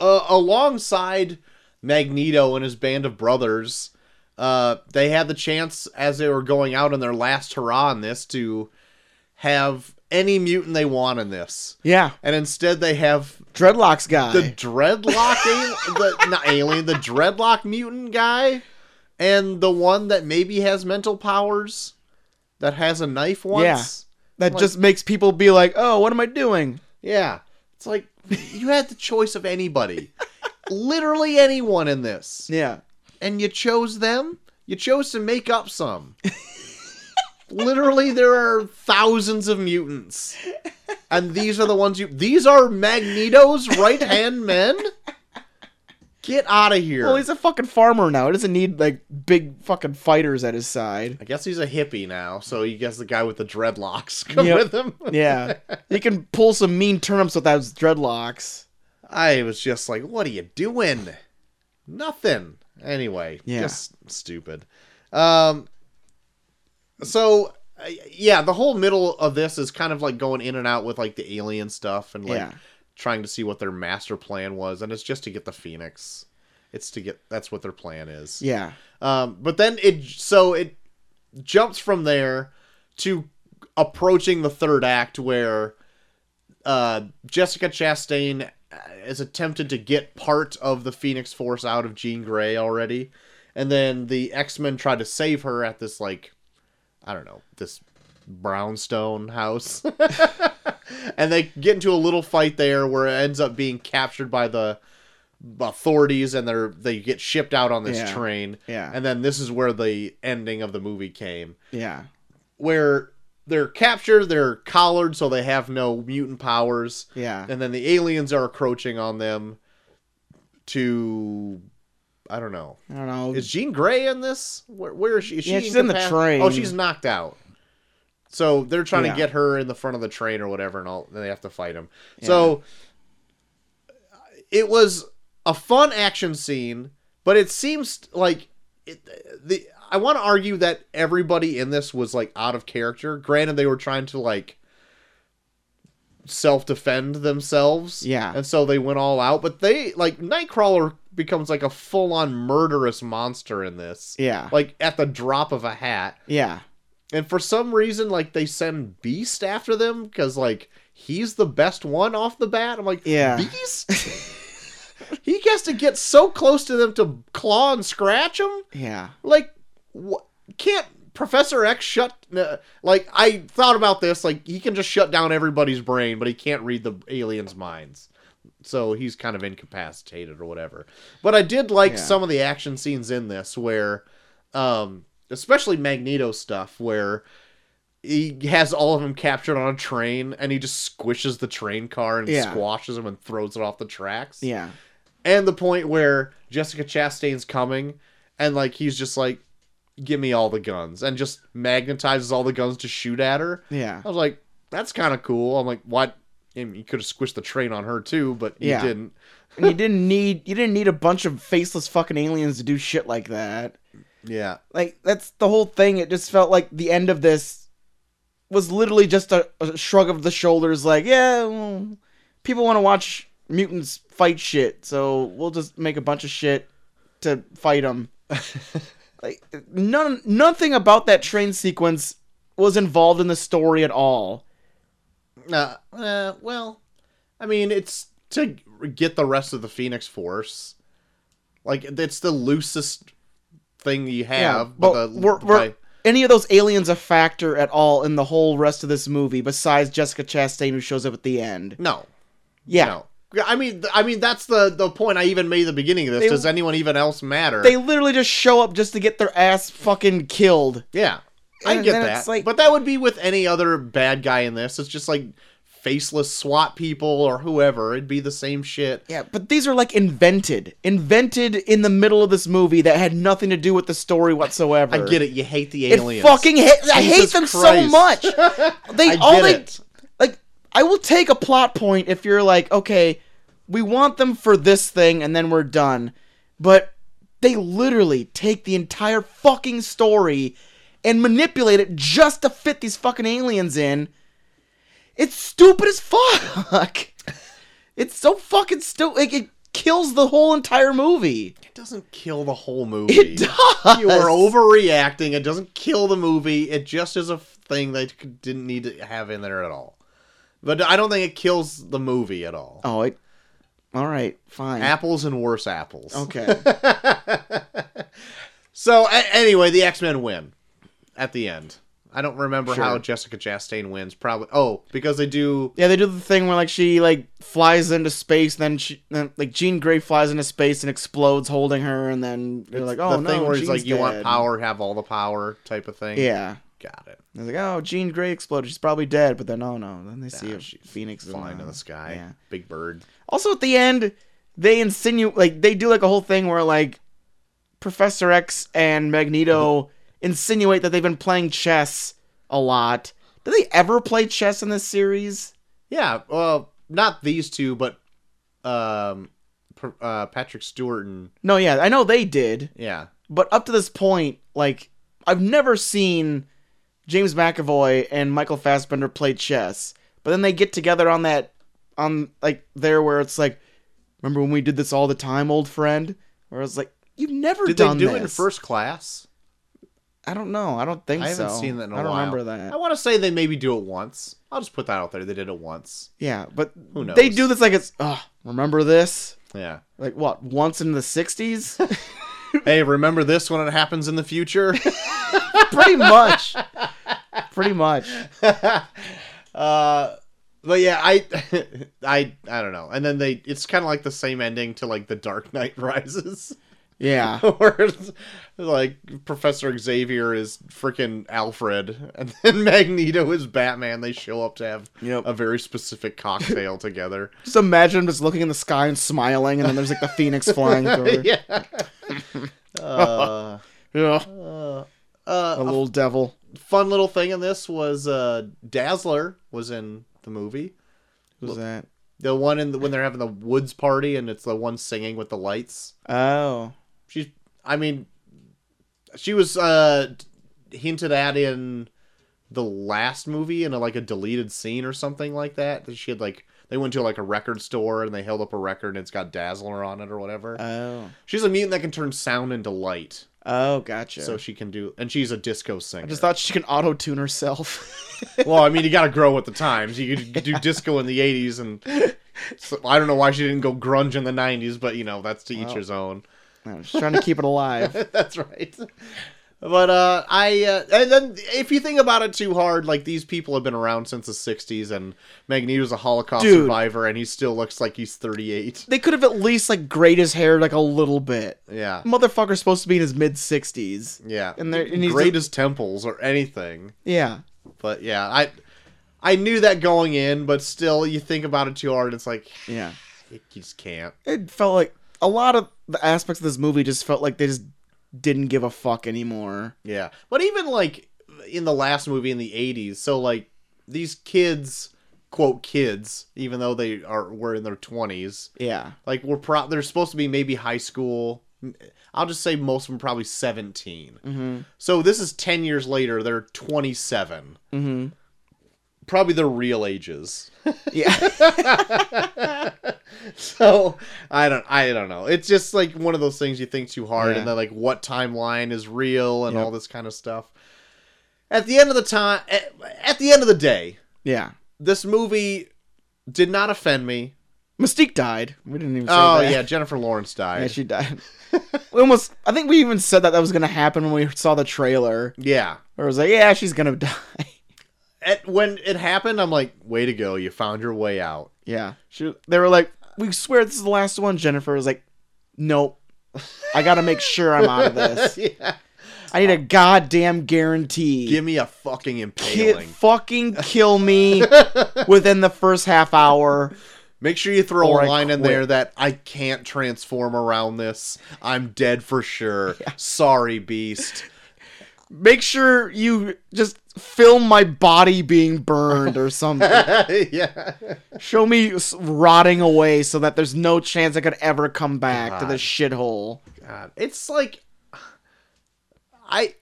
uh, alongside Magneto and his band of brothers, uh, they had the chance as they were going out in their last hurrah in this to have any mutant they want in this,
Yeah.
and instead they have
Dreadlocks guy.
the dreadlock al- the not alien the dreadlock mutant guy and the one that maybe has mental powers that has a knife once
That
Like-
just makes people be like, "Oh, what am I doing?"
yeah, it's like you had the choice of anybody literally anyone in this
Yeah.
and you chose them you chose to make up some literally there are thousands of mutants and these are the ones you these are magneto's right hand men Get out of here.
Well, he's a fucking farmer now. He doesn't need like big fucking fighters at his side.
I guess he's a hippie now, so he guess the guy with the dreadlocks (laughs) come
Yep.
with him.
Yeah, he can pull some mean turnips with those dreadlocks.
I was just like, what are you doing? Nothing. Anyway,
Yeah.
just stupid. Um so I- yeah, the whole middle of this is kind of like going in and out with like the alien stuff and like
Yeah.
trying to see what their master plan was and it's just to get the phoenix. It's to get that's what their plan is.
Yeah,
Um, but then it so it jumps from there to approaching the third act where uh, Jessica Chastain is attempted to get part of the Phoenix Force out of Jean Grey already, and then the X Men try to save her at this like I don't know this brownstone house. (laughs) And they get into a little fight there where it ends up being captured by the authorities and they're they get shipped out on this
Yeah.
train.
Yeah.
And then this is where the ending of the movie came.
yeah,
Where they're captured, they're collared so they have no mutant powers.
yeah.
And then the aliens are encroaching on them to I don't know.
I don't know.
Is Jean Grey in this? Where, where is she? Is she
Yeah, she's in the
incapac-
train.
Oh, she's knocked out. So they're trying
Yeah.
to get her in the front of the train or whatever, and all then they have to fight him. So it was a fun action scene, but it seems like it, the I want to argue that everybody in this was like out of character. Granted, they were trying to like self defend themselves.
Yeah.
And so they went all out, but they like Nightcrawler becomes like a full on murderous monster in this.
yeah,
Like at the drop of a hat.
yeah,
And for some reason like they send Beast after them cuz like he's the best one off the bat. I'm like,
Yeah.
Beast? (laughs) he has to get so close to them to claw and scratch them?
yeah.
Like, what? Can't Professor X shut? Uh, like, I thought about this. Like, he can just shut down everybody's brain, but he can't read the aliens' minds. So he's kind of incapacitated or whatever. But I did like
Yeah.
some of the action scenes in this where, um, especially Magneto stuff, where he has all of them captured on a train and he just squishes the train car and
Yeah.
squashes them and throws it off the tracks
Yeah.
and the point where Jessica Chastain's coming, and like he's just like, "Give me all the guns," and just magnetizes all the guns to shoot at her.
Yeah.
I was like, "That's kind of cool." I'm like, "What?" And you could have squished the train on her too, but you
Yeah.
didn't.
And you didn't need you didn't need a bunch of faceless fucking aliens to do shit like that.
Yeah,
Like that's the whole thing. It just felt like the end of this was literally just a, a shrug of the shoulders, like yeah, well, people want to watch mutants fight shit, so we'll just make a bunch of shit to fight them. like none nothing about that train sequence was involved in the story at all.
uh, uh, well, I mean, it's to get the rest of the Phoenix Force. Like it's the loosest thing you have, but,
but
the
were, were
by-
any of those aliens a factor at all in the whole rest of this movie besides Jessica Chastain who shows up at the end?
no,
Yeah.
No. I mean, th- I mean that's the the point I even made at the beginning of this.
They-
Does anyone even else matter?
They literally just show up just to get their ass fucking killed.
yeah, I
And
get
then
that.
it's like-
but that would be with any other bad guy in this. It's just like faceless SWAT people or whoever. It'd be the same shit.
Yeah, but these are like invented. Invented in the middle of this movie that had nothing to do with the story whatsoever.
I get it. You hate the
It
aliens.
fucking hate I
Jesus
hate them so
Christ. (laughs)
much. They
I
all
get
they
it.
like I will take a plot point if you're like, okay, we want them for this thing and then we're done. But they literally take the entire fucking story and manipulate it just to fit these fucking aliens in. It's stupid as fuck. (laughs) It's so fucking stupid. Like, it kills the whole entire movie.
It doesn't kill the whole movie.
It does.
You are overreacting. It doesn't kill the movie. It just is a thing they c- didn't need to have in there at all. But I don't think it kills the movie at all.
Oh, it. All right, fine.
Apples and worse apples.
okay.
So a- anyway, the X Men win at the end. I don't remember
Sure.
how Jessica Chastain wins. Probably oh because they do
Yeah, they do the thing where like she like flies into space, then she then, like Jean Grey flies into space and explodes, holding her, and then you're like, oh
the
no,
thing where it's
Jean's
like you want
dead."
power, have all the power type of thing.
Yeah,
got it.
it's like oh, Jean Grey exploded, she's probably dead, but then oh no, then they see
Nah,
a
she's
phoenix
flying
in
in the sky,
Yeah.
big bird.
Also at the end, they insinuate like they do like a whole thing where like Professor X and Magneto insinuate that they've been playing chess a lot. Do they ever play chess in this series?
Yeah, well, not these two, but um, Per- uh, Patrick Stewart and
No, yeah, I know they did,
yeah,
but up to this point, like I've never seen James McAvoy and Michael Fassbender play chess. But then they get together on that on like there where it's like, remember when we did this all the time, old friend? Where it's like, you've never
did they
done
do
this.
it in first class?
I don't know. I don't think
I haven't
so.
seen that in a
I don't
while.
remember that.
I want to say they maybe do it once. I'll just put that out there. They did it once.
Yeah, but
Who knows?
they do this like it's. Oh, remember this?
Yeah.
Like what? Once in the (laughs) '60s,
hey, remember this when it happens in the future? (laughs)
pretty much. pretty much. (laughs)
uh, but yeah, I, (laughs) I, I don't know. And then they, it's kind of like the same ending to like The Dark Knight (laughs) Rises,
Ah.
Yeah.
(laughs) where it's like Professor Xavier is freaking Alfred, (laughs) and then Magneto is Batman. They show up to have
Yep.
a very specific cocktail together.
Just imagine just looking in the sky and smiling, and then there's like the phoenix
(laughs)
flying through.
yeah. Uh,
Ugh,
uh,
a
uh,
little devil.
fun little thing in this was uh, Dazzler was in the movie.
Who's that?
The one in the, when they're having the woods party and it's the one singing with the lights.
Oh,
She's, I mean, she was uh, hinted at in the last movie in a, like a deleted scene or something like that. That She had like they went to like a record store and they held up a record and it's got Dazzler on it or whatever.
oh,
she's a mutant that can turn sound into light,
oh, gotcha.
so she can do, and she's a disco singer.
I just thought she can auto tune (laughs) herself.
well, I mean, you got to grow with the times. You
(laughs)
could do disco in the '80s, and so, I don't know why she didn't go grunge in the '90s, but you know, that's to each
Well.
his own.
I was trying to keep it alive.
(laughs) that's right. But uh, I uh, and then if you think about it too hard, like these people have been around since the '60s, and Magneto's a Holocaust
Dude.
survivor, and he still looks like he's 38.
They could have at least like grayed his hair like a little bit.
(laughs) Yeah,
Motherfucker's supposed to be in his mid 60s.
yeah.
And they're- and he's
great as temples or anything.
Yeah.
But yeah, I I knew that going in, but still, you think about it too hard, it's like (sighs)
Yeah.
you just can't.
It felt like a lot of the aspects of this movie just felt like they just didn't give a fuck anymore.
Yeah. But even like in the last movie in the 80s, so like these kids, quote kids, even though they are were in their 20s,
Yeah.
like we're pro they're supposed to be maybe high school. I'll just say most of them probably 17.
Mhm.
So this is 10 years later, they're 27.
Mhm.
Probably their real ages.
(laughs) Yeah.
(laughs) So I don't I don't know. It's just like one of those things you think too hard
Yeah.
and then like what timeline is real and
Yep.
all this kind of stuff. At the end of the time at, at the end of the day,
yeah.
this movie did not offend me.
Mystique died. We didn't even say
Oh
that.
yeah, Jennifer Lawrence died.
Yeah, she died. (laughs) we almost I think we even said that that was going to happen when we saw the trailer.
yeah.
Where it was like, yeah, she's going to die. (laughs)
At, when it happened, I'm like, way to go, you found your way out. (laughs)
Yeah. She, they were like, we swear this is the last one. Jennifer was like, nope. I got to make sure I'm out of this.
yeah.
I (laughs) need a goddamn guarantee.
Give me a fucking
Ki-
impaling.
fucking kill (laughs) me within the first half hour.
Make sure you throw
Or
a
I
line in
quit.
there that I can't transform around this. I'm dead for
(laughs)
sure. Sorry, beast.
Make sure you just film my body being burned or
(laughs)
something.
yeah.
Show me s- rotting away so that there's no chance I could ever come back to
God.
this shithole.
God. It's like I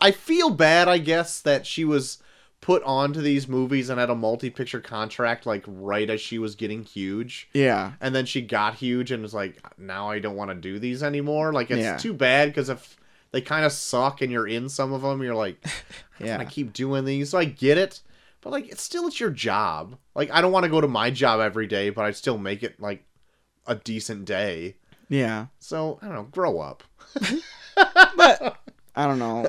I feel bad, I guess, that she was put onto these movies and had a multi-picture contract like right as she was getting huge.
Yeah.
And then she got huge and was like, now I don't want to do these anymore. Like it's
Yeah.
too bad because if they kind of suck and you're in some of them, you're like, I
Yeah.
keep doing these. So I get it, but like it's still it's your job. Like I don't want to go to my job every day, but I still make it like a decent day.
Yeah.
So I don't know, grow up.
But I don't know.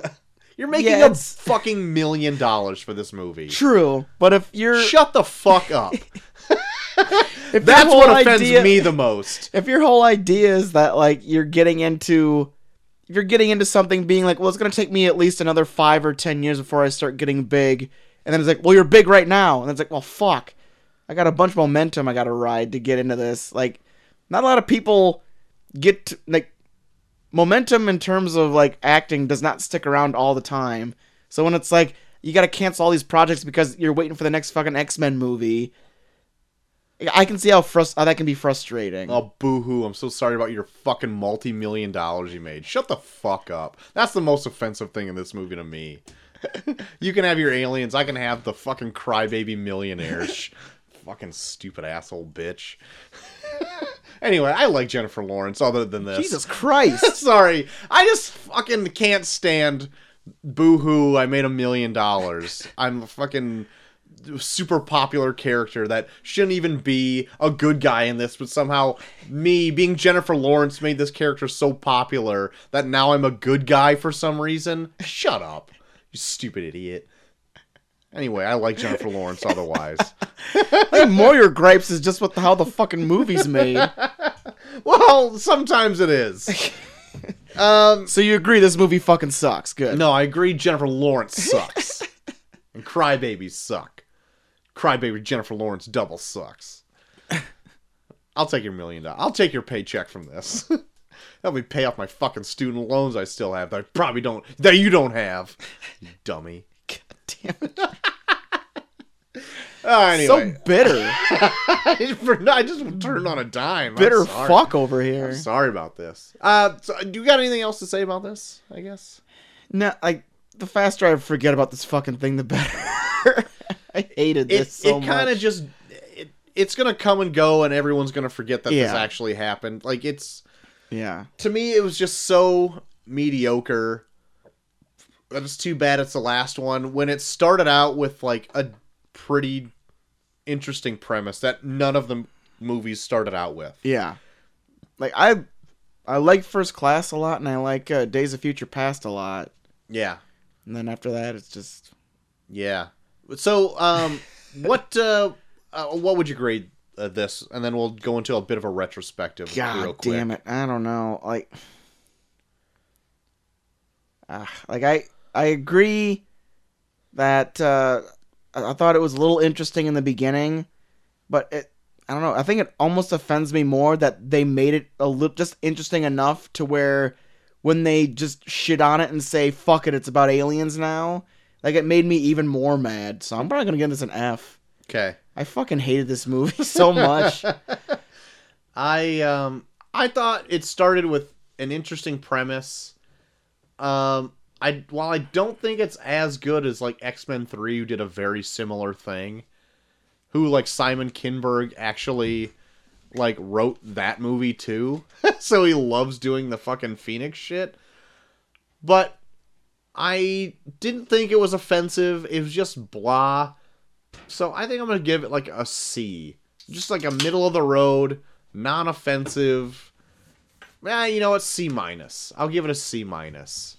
You're making
Yeah,
a
it's-
fucking million dollars for this movie.
True. But if you're
Shut the fuck
(laughs)
up.
if that
That's what
whole
offends
idea-
me the most.
if your whole idea is that like you're getting into if you're getting into something being like well it's going to take me at least another five or ten years before i start getting big and then it's like well you're big right now and it's like well fuck i got a bunch of momentum i got to ride to get into this like Not a lot of people get to, like momentum in terms of like acting does not stick around all the time. So when it's like you got to cancel all these projects because you're waiting for the next fucking X Men movie, I can see how frust how that can be frustrating.
Oh, boo hoo. I'm so sorry about your fucking multi million dollars you made. Shut the fuck up. That's the most offensive thing in this movie to me. (laughs) you can have your aliens. I can have the fucking crybaby millionaires. fucking stupid asshole bitch. (laughs) anyway, I like Jennifer Lawrence other than this.
Jesus (laughs) Christ!
(laughs) sorry. I just fucking can't stand boo hoo. I made a million dollars. I'm a fucking super popular character that shouldn't even be a good guy in this, but somehow me being Jennifer Lawrence made this character so popular that now I'm a good guy for some reason. (laughs) Shut up, you stupid idiot. Anyway, I like Jennifer Lawrence otherwise.
I think more your gripes is just what the, how the fucking movie's made.
well, sometimes it is. Um,
So you agree this movie fucking sucks? Good.
no, I agree Jennifer Lawrence sucks. and crybabies suck. Crybaby Jennifer Lawrence double sucks. I'll take your million dollars. I'll take your paycheck from this. (laughs) Help me pay off my fucking student loans I still have that I probably don't that you don't have. You dummy.
God damn it!
(laughs) Uh,
So
anyway,
(laughs) bitter,
For- (laughs) I just turned on a dime. I'm
bitter
sorry.
fuck over here.
I'm sorry about this. Uh, so, do you got anything else to say about this? I guess.
No, like the faster I forget about this fucking thing, the better. (laughs) I hated
it,
this so
it
much.
kind of just it, it's gonna come and go and everyone's gonna forget that this
Yeah.
actually happened like it's
yeah,
to me it was just so mediocre that it's too bad it's the last one when it started out with like a pretty interesting premise that none of the m- movies started out with
yeah. Like I, I like First Class a lot, and I like uh, Days of Future Past a lot.
yeah
And then after that, it's just
yeah so
(laughs)
um what uh, uh what would you grade uh, this and then we'll go into a bit of a retrospective real
God
quick
damn it. I don't know. Like, Ah, like I I agree that uh, I I thought it was a little interesting in the beginning, but it I don't know. I think it almost offends me more that they made it a little just interesting enough to where when they just shit on it and say fuck it, it's about aliens now. Like it made me even more mad. So I'm probably gonna give this an F.
okay
I fucking hated this movie (laughs) so
(laughs)
much.
I um I thought it started with an interesting premise. Um I while I don't think it's as good as like X-Men 3 who did a very similar thing, who like Simon Kinberg actually like wrote that movie too. (laughs) so he loves doing the fucking Phoenix shit. But I didn't think it was offensive. It was just blah. So I think I'm gonna give it like a C, just like a middle of the road, non-offensive. Eh, you know what? C minus. I'll give it a C minus.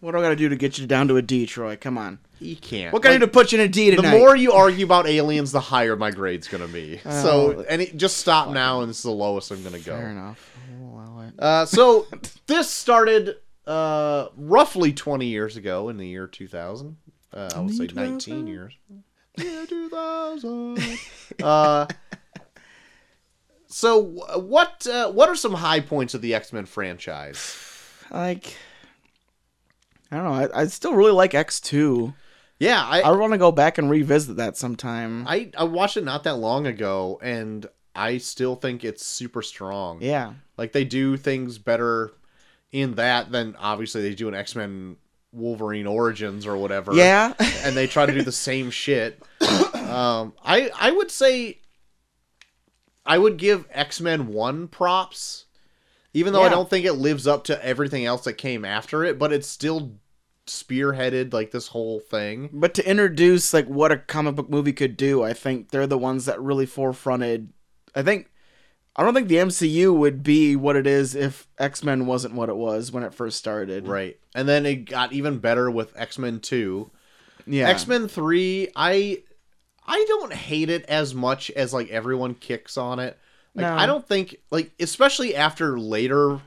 What do I gotta do to get you down to a D, Troy? Come on.
You can't.
What can I do to put you in a D
The
tonight?
more you argue about aliens, the higher my grade's gonna be. so
Oh,
and it, just stop now, and this is the lowest I'm gonna go.
Fair enough. I'll allow it.
Uh, so this started uh, roughly 20 years ago in the year 2000. Uh, I would say 19 years. Year 2000. uh,
(laughs)
so wh- what uh, what are some high points of the X Men franchise?
Like, I don't know. I, I still really like X two.
Yeah,
I want to go back and revisit that sometime.
I I watched it not that long ago, and I still think it's super strong.
yeah,
Like they do things better in that than obviously they do in X Men Wolverine Origins or whatever.
yeah.
and they try to do the same shit. Um, I I would say I would give X Men One props, even though I
Yeah.
don't think it lives up to everything else that came after it, but it's still spearheaded like this whole thing.
but to introduce like what a comic book movie could do, I think they're the ones that really forefronted. I think I don't think the MCU would be what it is if X Men wasn't what it was when it first started.
Mm-hmm.
Right, and then it got even better with X Men Two.
Yeah.
X Men Three, I I don't hate it as much as like everyone kicks on it. Like
No.
I don't think like especially after later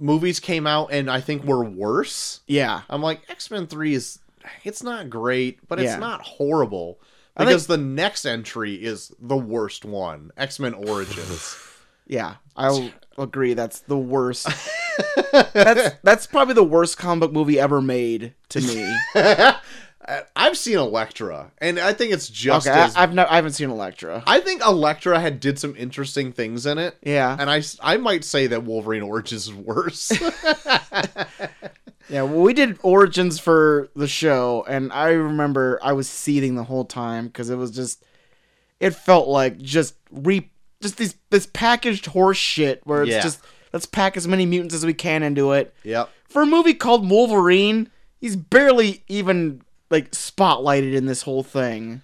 movies came out and I think were worse.
Yeah.
I'm like X Men Three is it's not great, but
Yeah.
it's not horrible
I think- (laughs)
because the next entry is the worst one, X Men Origins. (laughs)
Yeah, I'll agree. That's the worst. (laughs) that's that's probably the worst comic book movie ever made to (laughs) me.
I- I've seen Elektra, and I think it's just
okay,
as.
I,
I,
I've not, I haven't seen Elektra.
think Elektra had did some interesting things in it,
(laughs) Yeah,
and I s- I might say that Wolverine Origins is worse.
yeah. Well, we did Origins for the show, and I remember I was seething the whole time because it was just, it felt like just re, just these this packaged horse shit where it's
Yeah.
just let's pack as many mutants as we can into it.
(laughs) yep.
for a movie called Wolverine, he's barely even like spotlighted in this whole thing.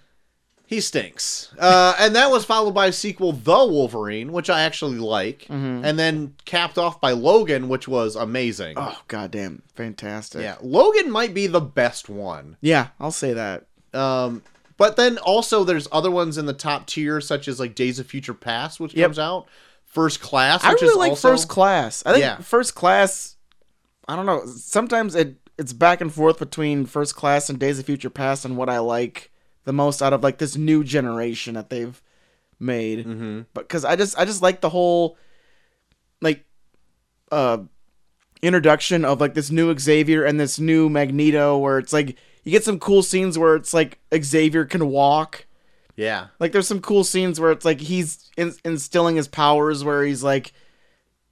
He stinks. Uh, and that was followed by a sequel, The Wolverine, which I actually like, and then capped off by Logan, which was amazing.
Oh goddamn, fantastic.
Yeah, Logan might be the best one.
Yeah, I'll say that.
Um, but then also there's other ones in the top tier, such as like Days of Future Past, which
Yep.
comes out. First Class,
I
which
really
is
like
also
First Class. I think
Yeah.
First Class I don't know, sometimes it it's back and forth between First Class and Days of Future Past and what I like the most out of like this new generation that they've made. Mm-hmm. But cuz I just I just like the whole like uh introduction of like this new Xavier and this new Magneto where it's like you get some cool scenes where it's like Xavier can walk.
yeah,
Like there's some cool scenes where it's like he's in- instilling his powers where he's like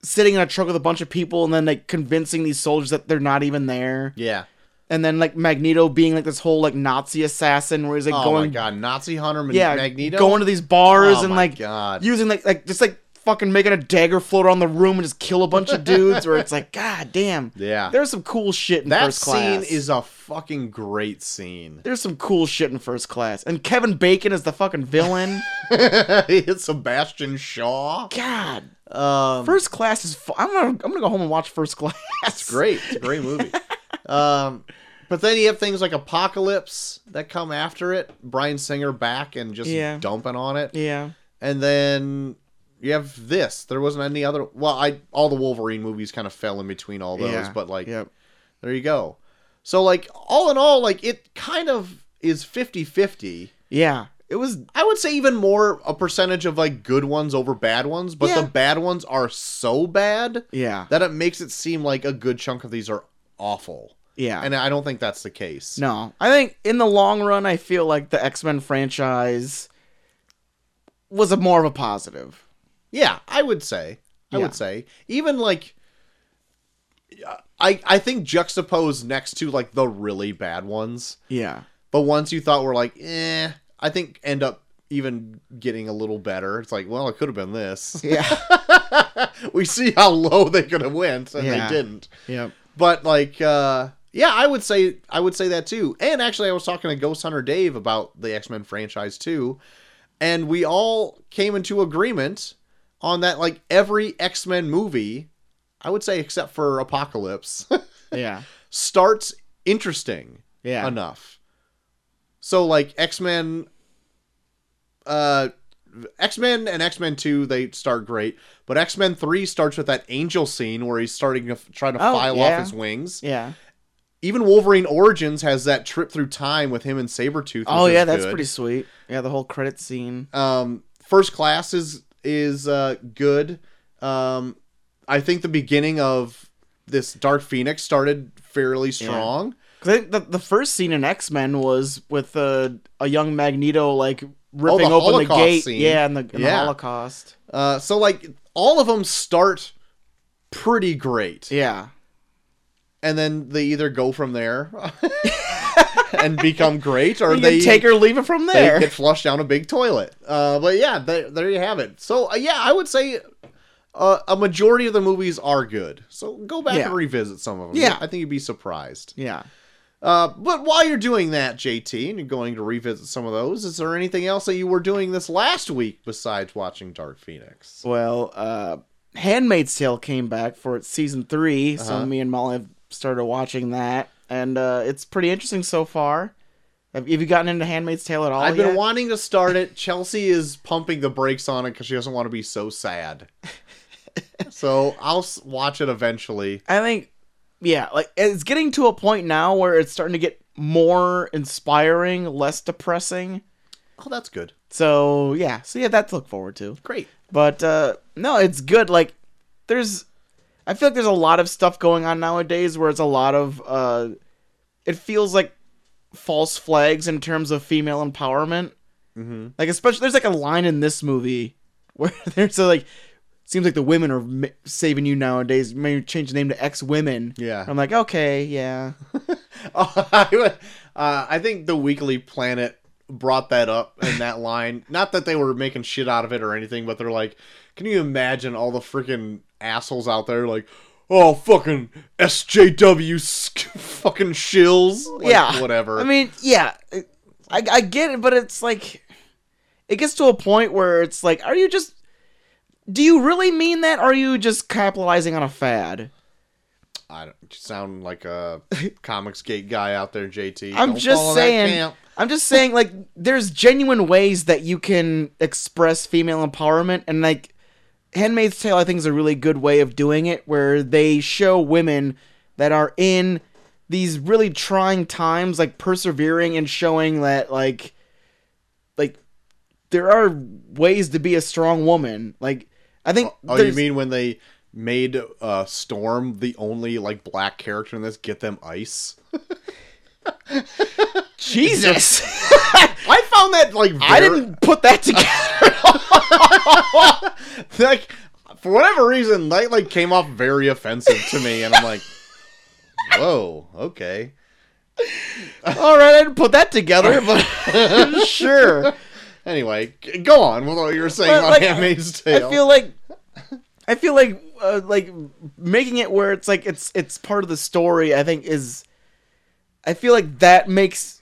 sitting in a truck with a bunch of people and then like convincing these soldiers that they're not even there.
yeah.
And then like Magneto being like this whole like Nazi assassin where he's like
Oh
going
my God, Nazi Hunter, Man-
yeah,
Magneto,
going to these bars
Oh
and
my
like
God.
using like like just like fucking making a dagger float around the room and just kill a bunch
(laughs)
of dudes. Where it's like, god damn,
Yeah.
there's some cool shit in
that
first
scene
class.
is a fucking great scene. (laughs)
there's some cool shit in first class, and Kevin Bacon is the fucking
(laughs)
villain.
it's Sebastian Shaw.
god,
Um,
first class is. Fu- I'm gonna I'm gonna go home and watch first class.
it's great. It's a great movie. um, but then you have things like Apocalypse that come after it. Brian Singer back and just
Yeah.
dumping on it.
(laughs) Yeah.
And then you have this. There wasn't any other. Well, I all the Wolverine movies kind of fell in between all those,
yeah.
but like
yep.
there you go. So like all in all, like it kind of is 50-50.
yeah, it was
I would say even more a percentage of like good ones over bad ones, but
Yeah.
the bad ones are so bad
yeah
that it makes it seem like a good chunk of these are awful.
yeah.
And I don't think that's the case.
No, I think in the long run, I feel like the X Men franchise was a more of a positive.
Yeah, I would say. I
Yeah.
would say. Even like I I think juxtaposed next to like the really bad ones,
Yeah,
but ones you thought were like, eh, I think end up even getting a little better. It's like, well, it could have been this.
yeah,
(laughs) we see how low they could have went and
Yeah.
they didn't.
yep.
But like uh yeah, I would say I would say that too. And actually I was talking to Ghost Hunter Dave about the X-Men franchise too, and we all came into agreement on that like every X-Men movie, I would say except for Apocalypse, (laughs)
yeah,
starts interesting
yeah,
enough. So like X-Men uh X-Men and X-Men 2 they start great, but X-Men 3 starts with that angel scene where he's starting to f- try to
Oh,
file
yeah.
off his wings.
yeah.
Even Wolverine Origins has that trip through time with him and Sabretooth. which
Oh
is
yeah, that's
good.
pretty sweet. Yeah, the whole credit scene.
Um First Class is is uh good. Um I think the beginning of this Dark Phoenix started fairly strong.
'Cause I think the, the first scene in X Men was with a a young Magneto like ripping open
Holocaust
the gate.
scene.
Yeah, and the, and
Yeah.
the Holocaust.
Uh, so like all of them start pretty great,
Yeah,
and then they either go
(laughs)
from there (laughs) and become great, or
you
they
can take or leave it from
they
there.
get flushed down a big toilet. Uh, but yeah, there, there you have it. So uh, yeah, I would say. Uh, a majority of the movies are good, so go back
Yeah.
and revisit some of them.
Yeah.
I think you'd be surprised.
yeah.
Uh, but while you're doing that, JT, and you're going to revisit some of those, is there anything else that you were doing this last week besides watching Dark Phoenix?
Well, uh, Handmaid's Tale came back for its season 3
Uh-huh.
so me and Molly have started watching that, and uh, it's pretty interesting so far. Have, have you gotten into Handmaid's Tale at all?
I've been
yet?
wanting to start it. Chelsea is pumping the brakes on it because she doesn't want to be
(laughs)
so sad. so I'll s- watch it eventually.
I think, yeah, like it's getting to a point now where it's starting to get more inspiring, less depressing.
Oh, that's good.
So yeah, so yeah, that's look forward to.
Great.
But uh, no, it's good. Like there's, I feel like there's a lot of stuff going on nowadays where it's a lot of, uh, it feels like false flags in terms of female empowerment. Mm-hmm. Like especially there's like a line in this movie (laughs) where there's a, like seems like the women are ma- saving you nowadays. Maybe change the name to X women.
Yeah.
I'm like okay, yeah.
(laughs) uh, I think the Weekly Planet brought that up in
(laughs)
that line. Not that they were making shit out of it or anything, but they're like, can you imagine all the freaking assholes out there like, oh fucking SJW sk- (laughs) fucking shills, Like,
yeah,
whatever.
I mean, yeah, I, I get it, but it's like, it gets to a point where it's like, are you just, do you really mean that? Or are you just capitalizing on a fad?
I don't you sound like a comics gate guy out there, JT.
I'm
Don't
just
follow that
saying.
camp.
I'm just saying, like, there's genuine ways that you can express female empowerment, and like, *Handmaid's Tale* I think is a really good way of doing it, where they show women that are in these really trying times, like persevering and showing that, like, like there are ways to be a strong woman. Like, I think.
Oh, you
there's-
mean when they made uh, Storm the only like black character in this? Get them ice.
(laughs) Jesus?
I found that like
(laughs) I
very-
didn't put that together.
(laughs) like for whatever reason that like came off very offensive to me, and I'm
(laughs)
like, whoa, okay.
(laughs) All right, I didn't put that together,
(laughs)
but (laughs) sure.
Anyway, g- go on with what you were saying
But,
about
like,
Handmaid's Tale.
I feel like I feel like uh, like making it where it's like it's it's part of the story. I think is I feel like that makes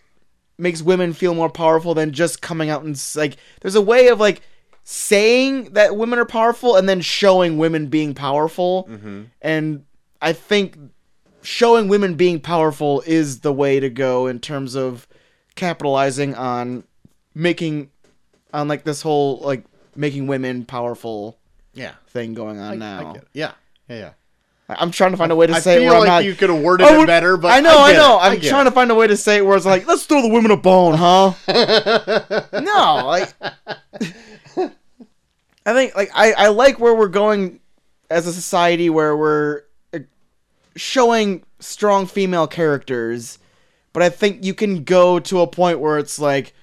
makes women feel more powerful than just coming out and s- like there's a way of like saying that women are powerful and then showing women being powerful. And I think showing women being powerful is the way to go in terms of capitalizing on making on like this whole like making women powerful
yeah,
thing going on
I
now. I
get it. yeah, yeah, yeah.
am trying to find a way to
I
say it
feel
where
like
I'm not.
you could have worded
I
it
would-
better, but
Oh, I know, I,
get
know.
it.
I'm
get
trying
it.
to find
(laughs)
a way to say it where it's like, let's throw the women a bone, huh? no, like, I think like I I like where we're going as a society where we're uh, showing strong female characters, but I think you can go to a point where it's like,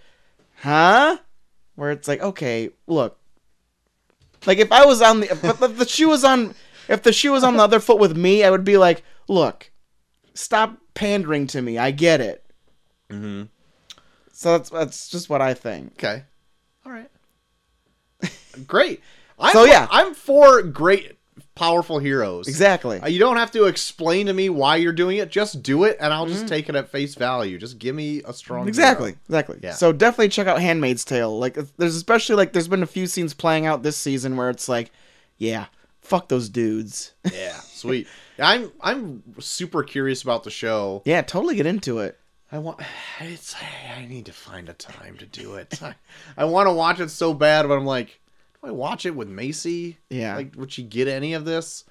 huh? Where it's like, okay, look, like if I was on the if, if the shoe was on if the shoe was on the other foot with me, I would be like, look, stop pandering to me. I get it. Mm-hmm. So that's that's just what I think.
Okay. All right. (laughs) Great. I'm,
So, yeah.
I'm for great, powerful heroes.
Exactly.
Uh, You don't have to explain to me why you're doing it. Just do it, and I'll just take it at face value. Just give me a strong. hero.
Mm-hmm. Exactly. Exactly.
Yeah.
So definitely check out Handmaid's Tale. Like it's- there's especially like there's been a few scenes playing out this season where it's like, yeah, fuck those dudes.
Yeah. Sweet. I'm I'm super curious about the show.
yeah, totally get into it.
I want. It's. I need to find a time to do it. (laughs) I, I want to watch it so bad, but I'm like, do I watch it with Macy?
Yeah.
Like, would she get any of this?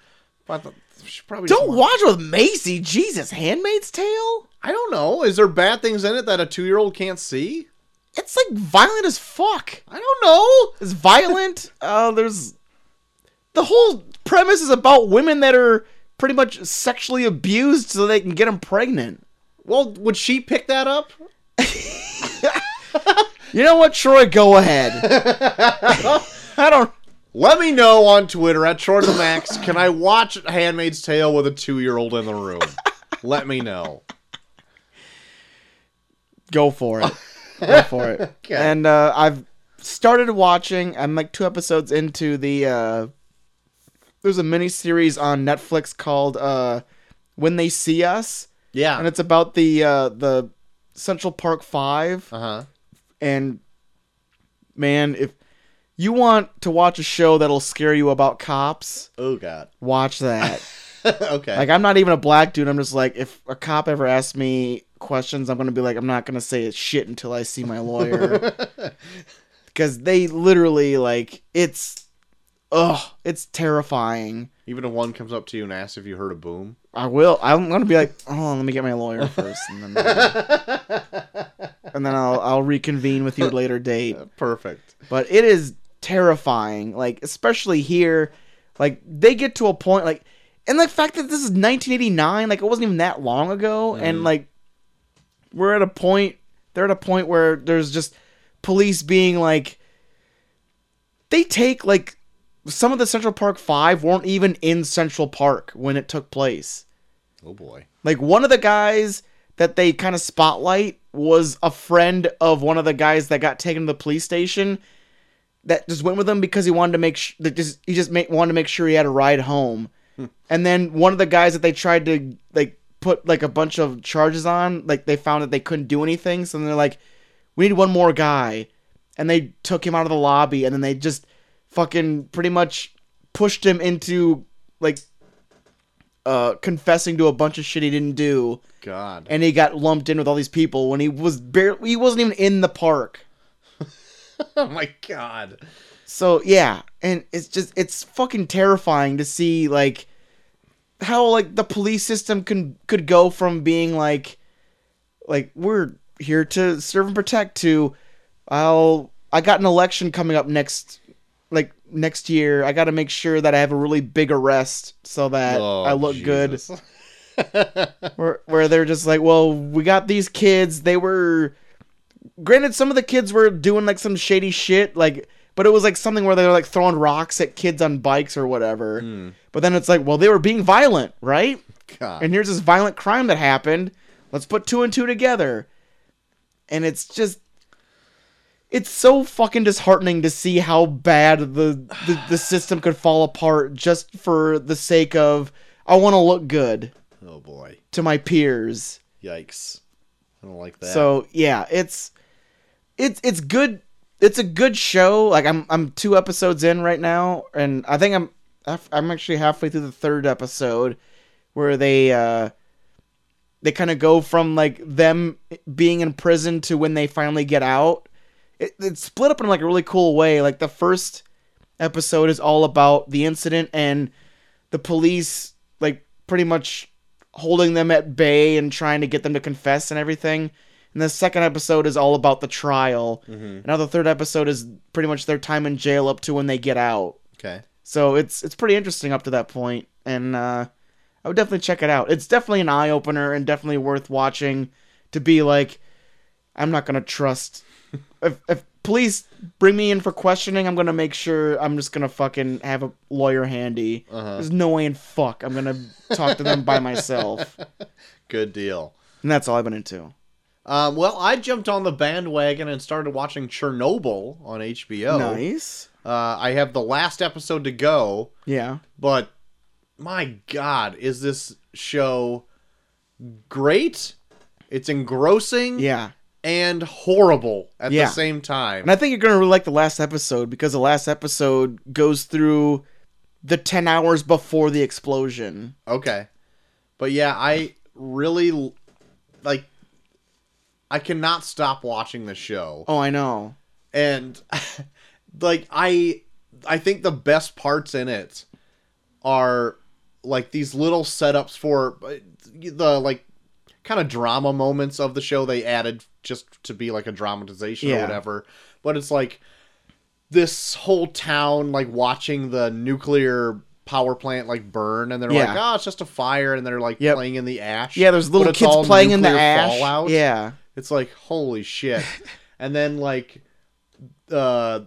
But the, she probably just
Don't
wa-
watch with Macy. Jesus, Handmaid's Tale?
I don't know. Is there bad things in it that a two year old can't see?
It's like violent as fuck.
I don't know.
It's violent. (laughs) uh, there's the whole premise is about women that are pretty much sexually abused so they can get them pregnant.
Well, would she pick that up?
You know what, Troy? Go ahead. (laughs) I don't.
Let me know on Twitter at Troy to the Max. Can I watch Handmaid's Tale with a two year old in the room? Let me
(laughs)
know.
(laughs) Go for it. (laughs) Go for it. And uh, I've started watching. I'm like two episodes into the. Uh, there's a mini series on Netflix called uh, "When They See Us,"
Yeah.
and it's about the uh, the Central Park Five.
uh huh.
And man, if you want to watch a show that'll scare you about cops,
Oh God. (laughs)
watch that.
okay.
like I'm not even a black dude. I'm just like if a cop ever asks me questions, I'm gonna be like I'm not gonna say shit until I see my lawyer. Because they literally like it's
Ugh, it's terrifying.
Even if one comes up to you and asks if you heard a boom.
I will. I'm gonna be like, oh, let me get my lawyer first, and then and then I'll I'll reconvene with you at a later date.
Perfect.
But it is terrifying, like especially here, like they get to a point like, and the fact that this is 1989, like it wasn't even that long ago, and like we're at a point, they're at a point where there's just police being like, they take like some of the Central Park Five weren't even in Central Park when it took place.
Oh boy.
Like one of the guys that they kind of spotlight was a friend of one of the guys that got taken to the police station that just went with him because he wanted to make sh- that just he just ma- wanted to make sure he had a ride home. and then one of the guys that they tried to like put like a bunch of charges on, like they found that they couldn't do anything, so then they're like we need one more guy. And they took him out of the lobby and then they just fucking pretty much pushed him into like uh confessing to a bunch of shit he didn't do (laughs)
God.
and he got lumped in with all these people when he was barely he wasn't even in the park.
oh my God.
So yeah, and it's just it's fucking terrifying to see like how like the police system can could go from being like like we're here to serve and protect to I'll I got an election coming up next like next year. I got to make sure that I have a really big arrest so that
Oh,
I look good.
Jesus. (laughs)
where where they're just like, well, we got these kids. They were, granted, some of the kids were doing like some shady shit, like, but it was like something where they were like throwing rocks at kids on bikes or whatever. But then it's like, well, they were being violent, right?
God.
And here's this violent crime that happened. Let's put two and two together. And it's just it's so fucking disheartening to see how bad the the, the system could fall apart just for the sake of I want to look good
oh boy.
to my peers.
Yikes. I don't like that.
So yeah, it's it's it's good. It's a good show. Like I'm I'm two episodes in right now, and I think I'm half- I'm actually halfway through the third episode where they uh they kind of go from like them being in prison to when they finally get out. It, it's split up in like a really cool way. Like the first episode is all about the incident and the police like pretty much holding them at bay and trying to get them to confess and everything. And the second episode is all about the trial. And now the third episode is pretty much their time in jail up to when they get out.
okay.
So it's it's pretty interesting up to that point, and uh, I would definitely check it out. It's definitely an eye opener and definitely worth watching. To be like, I'm not gonna trust. (laughs) if if police bring me in for questioning, I'm gonna make sure I'm just gonna fucking have a lawyer handy. There's no way in fuck I'm gonna talk to them by myself.
Good deal.
And that's all I've been into.
Um, well, I jumped on the bandwagon and started watching Chernobyl on HBO.
Nice.
Uh, I have the last episode to go,
Yeah.
but my God, is this show great? It's engrossing
Yeah.
and horrible at
Yeah.
the same time.
And I think you're gonna really like the last episode because the last episode goes through the ten hours before the explosion.
Okay. But yeah, I really l- like I cannot stop watching the show.
Oh, I know.
And (laughs) like I I think the best parts in it are like these little setups for uh, the like kind of drama moments of the show they added just to be like a dramatization or
Yeah.
whatever. But it's like this whole town like watching the nuclear power plant like burn and they're
Yeah.
like, oh, it's just a fire and they're like
Yep.
playing in the ash.
Yeah, there's
But
little
it's all
kids playing in the
nuclear
ash.
fallout.
Yeah,
It's like
(laughs)
holy shit. and then like uh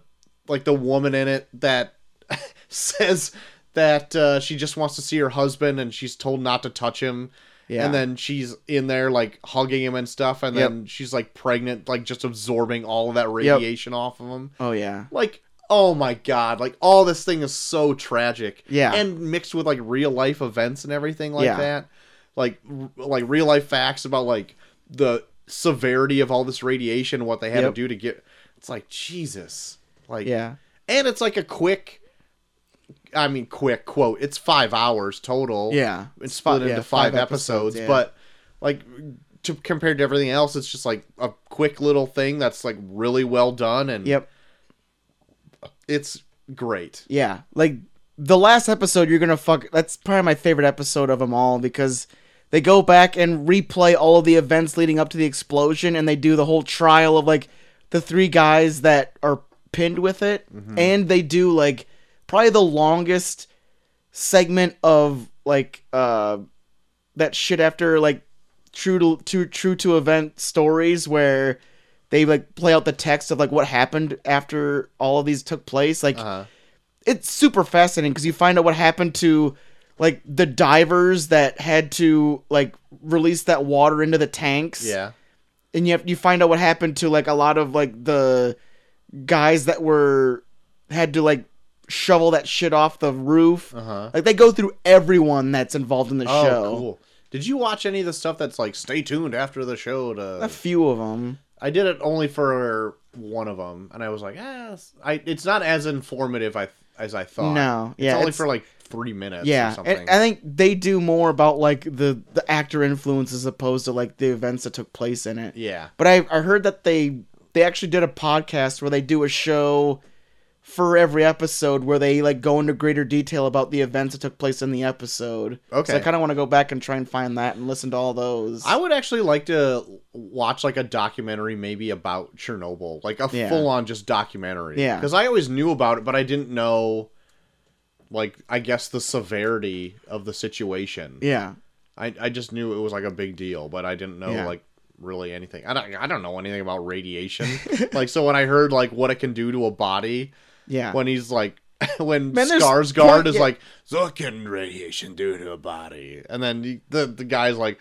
like the woman in it that (laughs) says that uh, she just wants to see her husband and she's told not to touch him.
Yeah.
And then she's in there like hugging him and stuff and
Yep.
then she's like pregnant like just absorbing all of that radiation off of him.
Oh yeah.
Like oh my god, like all this thing is so tragic.
Yeah.
And mixed with like real life events and everything like
Yeah.
that. Like r- like real life facts about like the severity of all this radiation what they had
Yep.
to do to get it's like Jesus. Like
Yeah.
and it's like a quick i mean quick quote it's five hours total
Yeah.
it's split
Fi- yeah,
into five,
five
episodes,
episodes, yeah.
but like to compared to everything else it's just like a quick little thing that's like really well done and
Yep.
it's great.
Yeah, like the last episode, you're gonna fuck. That's probably my favorite episode of them all because they go back and replay all of the events leading up to the explosion, and they do the whole trial of like the three guys that are pinned with it,
Mm-hmm.
and they do like probably the longest segment of like uh that shit after like true to, to true to event stories where they like play out the text of like what happened after all of these took place like
Uh,
it's super fascinating because you find out what happened to like the divers that had to like release that water into the tanks
yeah.
and you have, you find out what happened to like a lot of like the guys that were had to like shovel that shit off the roof
Uh-huh.
like they go through everyone that's involved in the
Oh,
show
cool. Did you watch any of the stuff that's like stay tuned after the show
a
to
few of them
I did it only for one of them and I was like, "Ah, it's- I it's not as informative I as I thought."
No,
It's
yeah,
only
it's-
for like 3 minutes or
yeah
something.
and i think they do more about like the the actor influence as opposed to like the events that took place in it
yeah.
But I I heard that they they actually did a podcast where they do a show for every episode where they like go into greater detail about the events that took place in the episode.
Okay.
So I kind of want to go back and try and find that and listen to all those.
I would actually like to watch like a documentary maybe about Chernobyl, like a
Yeah.
full on just documentary.
Yeah.
Because I always knew about it, but I didn't know, like, I guess the severity of the situation.
yeah.
I, I just knew it was like a big deal, but I didn't know
Yeah.
like really anything. I don't I don't know anything about
(laughs)
radiation. like so when I heard like what it can do to a body
Yeah.
when he's like (laughs) when
Man, there's
Skarsgård
plen-
is
yeah.
like so what can radiation do to a body? And then he, the the guy's like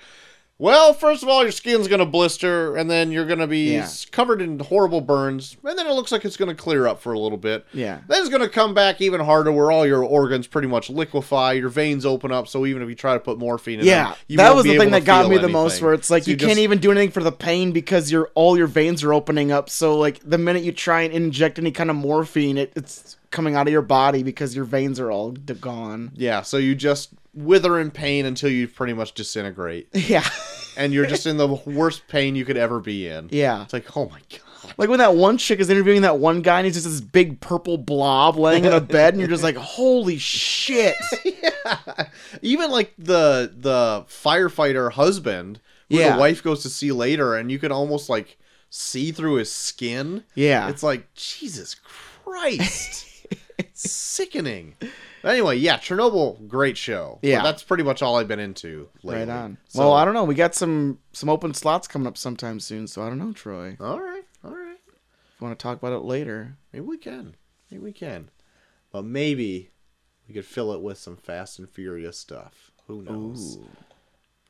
well, first of all, your skin's gonna blister, and then you're gonna be
Yeah.
s- covered in horrible burns, and then it looks like it's gonna clear up for a little bit.
Yeah.
Then it's going to come back even harder where all your organs pretty much liquefy, your veins open up, so even if you try to put morphine in
Yeah,
them, you
that
won't
was
be
the
able
thing
to
that got
feel
me the
anything.
most. Where it's like
So
you, can't
just-
even do anything for the pain because your all your veins are opening up. So like the minute you try and inject any kind of morphine, it, it's coming out of your body because your veins are all d- gone.
Yeah, so you just wither in pain until you pretty much disintegrate.
(laughs) Yeah,
and you're just in the worst pain you could ever be in.
yeah.
It's like, oh my God.
Like when that one chick is interviewing that one guy and he's just this big purple blob laying in a bed and you're just like, holy shit.
Even like the the firefighter husband, who
Yeah.
the wife goes to see later, and you can almost like see through his skin.
Yeah.
It's like, Jesus
(laughs)
Christ. Sickening. But anyway, yeah, Chernobyl, great show. But
Yeah.
that's pretty much all I've been into lately.
right on.
So-
well, I don't know. We got some some open slots coming up sometime soon, so I don't know, Troy. If
All right, all right.
you want to talk about it later.
Maybe we can. Maybe we can. But maybe we could fill it with some Fast and Furious stuff. Who knows?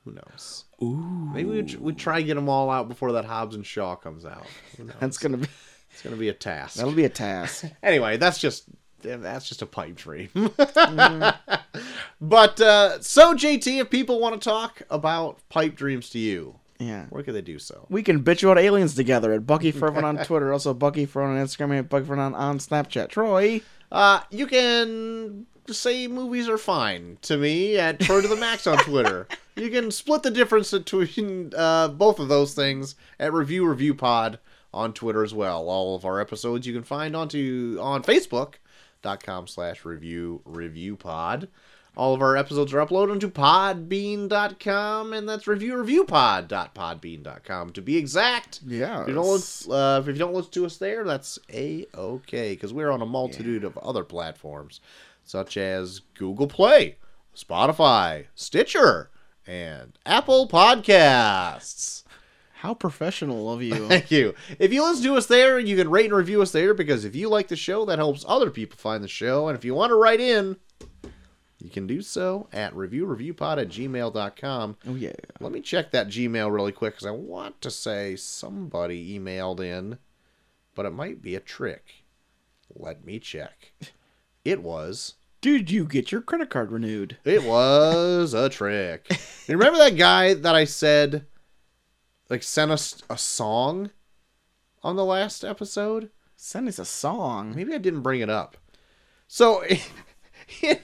Who knows? Ooh. Maybe we we try to get them all out before that Hobbs and Shaw comes out. Who knows?
That's gonna be
it's gonna be a task.
that'll be a task.
anyway, that's just that's just a pipe dream.
Mm.
(laughs) But uh, so JT, if people want to talk about pipe dreams to you,
(laughs) Yeah.
where could they do so?
We can bitch about aliens together
(laughs)
at Bucky Fervin on Twitter, also Bucky Fervin on Instagram, and Bucky Fervin on, on Snapchat. Troy.
Uh, you can say movies are fine to me at Troy to the Max on Twitter. you can split the difference between uh, both of those things at Review Review Pod on Twitter as well. All of our episodes you can find onto on Facebook.com slash Review Review Pod. All of our episodes are uploaded onto podbean.com, and that's reviewreviewpod.podbean.com to be exact.
Yeah.
If you don't, uh, if you don't listen to us there, that's a okay because we're on a multitude of other platforms, such as Google Play, Spotify, Stitcher, and Apple Podcasts.
How professional of
(laughs)
you.
Thank you. If you listen to us there, you can rate and review us there because if you like the show, that helps other people find the show. And if you want to write in, you can do so at reviewreviewpod at gmail.com.
oh yeah.
Let me check that Gmail really quick because I want to say somebody emailed in, but it might be a trick. Let me check. It was.
Did you get your credit card renewed?
It was a trick. And remember that guy that I said, like, sent us a song on the last episode?
Send us a song.
Maybe I didn't bring it up. So, (laughs) in,